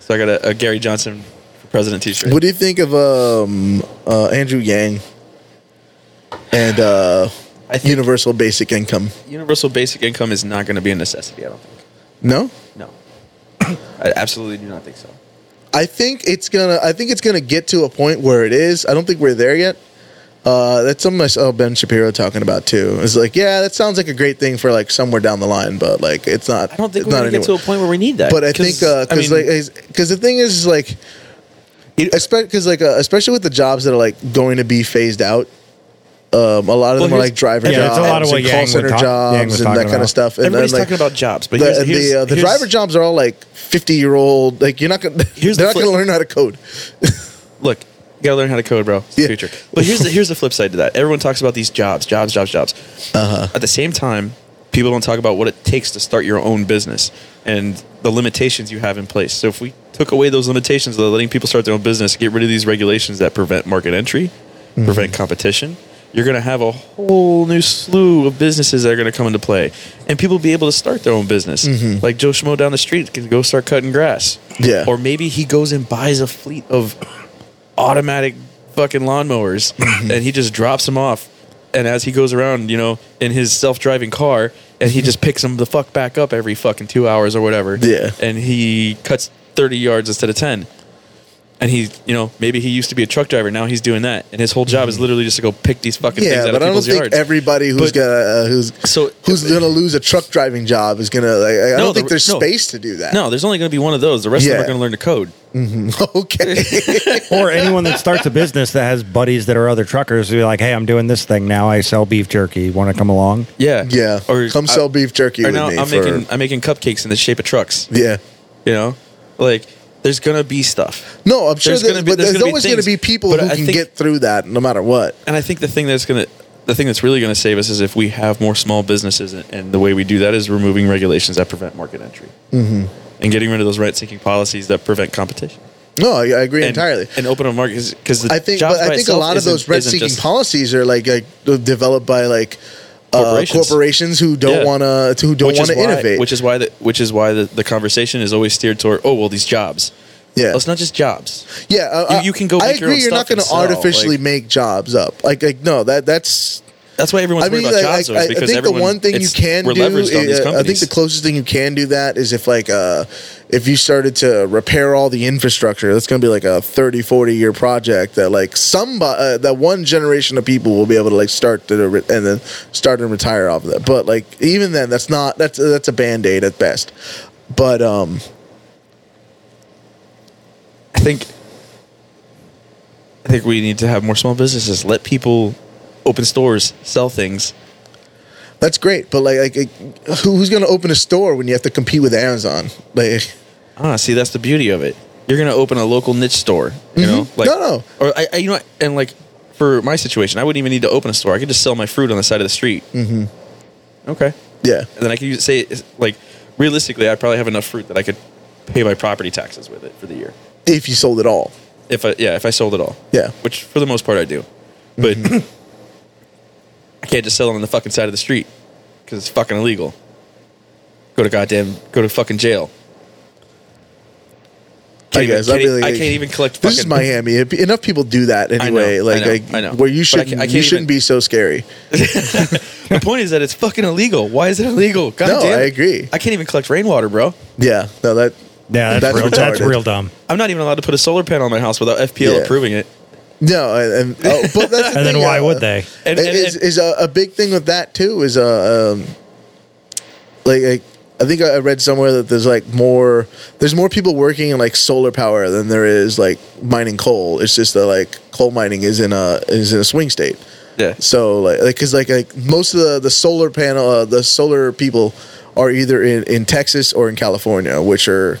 So I got a, a Gary Johnson for president t shirt.
What do you think of um, uh, Andrew Yang and uh,
I think-
universal basic income?
Universal basic income is not going to be a necessity, I don't think.
No,
No. I absolutely do not think so.
I think it's gonna. I think it's gonna get to a point where it is. I don't think we're there yet. Uh, that's something I saw Ben Shapiro talking about too. It's like, yeah, that sounds like a great thing for like somewhere down the line, but like it's not.
I don't think
it's
we're
not
going to get to a
anywhere.
point where we need that.
But I think because
I mean,
like because the thing is is, like, because like uh, especially with the jobs that are like going to be phased out, um, a lot of
Well,
them are
here's-
like driver
Yeah,
jobs,
it's a lot of what
and
Yang
call
was
center
talk- Yang
jobs,
was
and that
talking
kind of
about.
stuff. And
everybody's
then, like,
talking about jobs, but
the,
here's,
and
here's-
the, uh, the
here's-
driver jobs are all like fifty year old. Like you're not gonna,
Here's
they're
the
not
flip-
gonna learn how to code.
Look, you got to learn how to code, bro. It's
Yeah.
the future. But here's the, here's the flip side to that. Everyone talks about these jobs, jobs, jobs, jobs. Uh-huh. At the same time, people don't talk about what it takes to start your own business and the limitations you have in place. So if we took away those limitations of letting people start their own business, get rid of these regulations that prevent market entry,
Mm-hmm.
prevent competition, you're going to have a whole new slew of businesses that are going to come into play. And people will be able to start their own business. Like Joe Schmo down the street can go start cutting grass.
Mm-hmm. Yeah.
Or maybe he goes and buys a fleet of automatic fucking lawnmowers and he just drops them off and as he goes around you know in his self-driving car and he just picks them the fuck back up every fucking two hours or whatever
Yeah.
and he cuts 30 yards instead of 10 and he, you know, maybe he used to be a truck driver. Now he's doing that, and his whole job is literally just to go pick these fucking things
Mm-hmm. Yeah,
out of
but I don't
people's
think
yards.
everybody who's
But-
gonna uh, who's
So-
who's gonna lose a truck driving job is gonna. Like, I
No,
don't think
the-
there's
no.
space to do that.
no, there's only going to be one of those. The rest of them
Yeah.
are going to learn to code.
okay.
or anyone that starts a business that has buddies that are other truckers who be like, hey, I'm doing this thing now. I sell beef jerky. Want to come along?
Yeah,
yeah.
Or
Come
I-
sell beef jerky
Or
with
now
me
I'm
for.
making I'm making cupcakes in the shape of trucks.
yeah.
You know, like there's going to be stuff.
No, I'm sure
There's
that,
gonna be-
but
there's
there's,
gonna be
always going to
things,
be people
but
who
I
can
think-
get through that no matter what.
and I think the thing that's gonna the thing that's really gonna save us is if we have more small businesses, and- and the way we do that is removing regulations that prevent market entry
Mm-hmm.
and getting rid of those rent-seeking policies that prevent competition
No, I, I agree
And-
entirely.
and open up markets because
I think, but I think a lot of those rent-seeking policies are like, like developed by like uh,
Corporations.
corporations. who don't
Yeah.
want to who don't want to innovate.
which is why the which is why the, the conversation is always steered toward oh well these jobs
yeah,
well, it's not just jobs
yeah. uh,
you- you can go
I
make your
agree.
own
you're not
stuff and
going to
sell,
artificially
like-
make jobs up. Like, like no, that that's
that's why everyone's
I mean,
worried
like,
about jobs
I,
though, is
I- I
because
think
everyone
the one thing you
it's-
can
we're
do,
leveraged on these
uh, I
companies
think the closest thing you can do that is if like uh, if you started to repair all the infrastructure, that's going to be like a 30, 40 year project that like some uh, that one generation of people will be able to like start to re- and then start and retire off of that. But like even then, that's not that's that's a band aid at best. But um,
I think I think we need to have more small businesses let people open stores sell things
that's great. But like, like it- who, who's going to open a store when you have to compete with Amazon? Like.
Ah, see, that's the beauty of it. You're gonna open a local niche store, you know? Like,
Mm-hmm. No, no.
Or I, I, you know, what? and like for my situation, I wouldn't even need to open a store. I could just sell my fruit on the side of the street. Mm-hmm. Okay, and
Yeah,
then I could use, say, like, realistically, I probably have enough fruit that I could pay my property taxes with it for the year.
if you sold it all.
If I, yeah, if I sold it all.
Yeah. Mm-hmm.
Which for the most part I do, but I can't just sell them on the fucking side of the street because it's fucking illegal. Go to goddamn, go to fucking jail.
I
Can't even-
guess I'd
can't
be
e-
like,
I can't even collect
This is
fucking-
Miami. If- Enough people do that anyway.
know,
like,
I know,
like
I know.
where you
But I
should
ca- I
not
can't
you shouldn't
even-
be so scary.
the point is that it's fucking illegal. Why is it illegal? God
No,
damn.
I agree.
I can't even collect rainwater, bro.
Yeah, no, that
Yeah, that's, real, that's
retarded.
real dumb.
I'm not even allowed to put a solar panel on my house without FPL
Yeah.
approving it.
No, and, and oh, but that's the
And then
thing,
why
uh,
would they?
And- and-
is
and-
is a, a big thing with that too is uh, um, like, like I think I read somewhere that there's like more there's more people working in like solar power than there is like mining coal. It's just that like coal mining is in a is in a swing state.
Yeah.
So like because like, like most of the the solar panel uh, the solar people are either in in Texas or in California, which are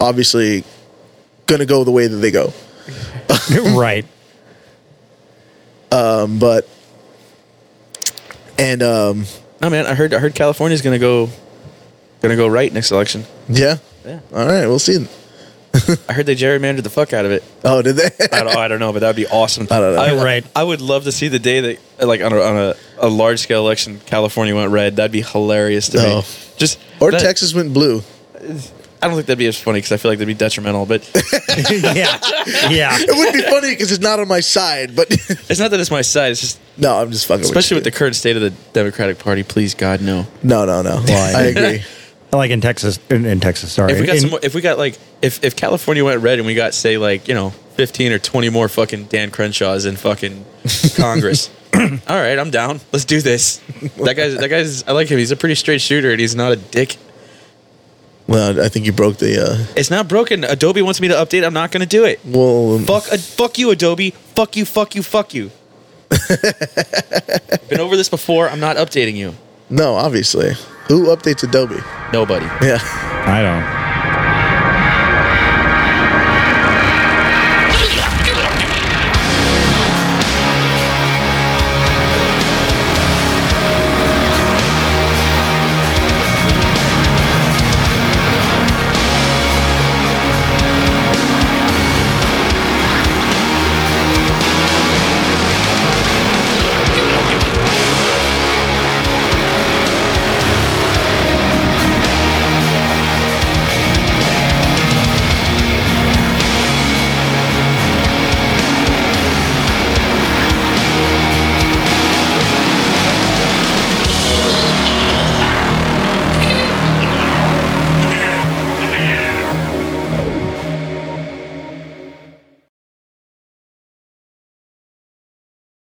obviously going to go the way that they go.
right.
Um, but and um,
No, man. I heard. I heard California's gonna go, gonna go right next election.
yeah,
Yeah.
all right, we'll see.
I heard they gerrymandered the fuck out of it.
Oh, did they?
I don't, I don't know, but that'd be awesome.
I don't know.
You're right.
I would love to see the day that, like, on a, on a, a large scale election, California went red. That'd be hilarious to
No.
me. Just
or
that-
Texas went blue.
I don't think that'd be as funny because I feel like that'd be detrimental. But
yeah. Yeah.
It would be funny because it's not on my side, but
it's not that it's my side. It's just
no, I'm just fucking.
especially with the
you.
current state of the Democratic Party. Please, God, no.
no, no, no.
Why?
I agree.
Like in Texas, in, in Texas, sorry.
If we got
In-
some, more, if we got like, if if California went red and we got say like you know fifteen or twenty more fucking Dan Crenshaws in fucking Congress, all right, I'm down. Let's do this. That guy's that guy's. I like him. He's a pretty straight shooter and he's not a dick.
Well, I think you broke the. Uh,
It's not broken. Adobe wants me to update. I'm not gonna do it.
well,
Fuck, uh, fuck you, Adobe. Fuck you, fuck you, fuck you. Been over this before. I'm not updating you.
no, obviously. Who updates Adobe?
Nobody.
Yeah,
I don't.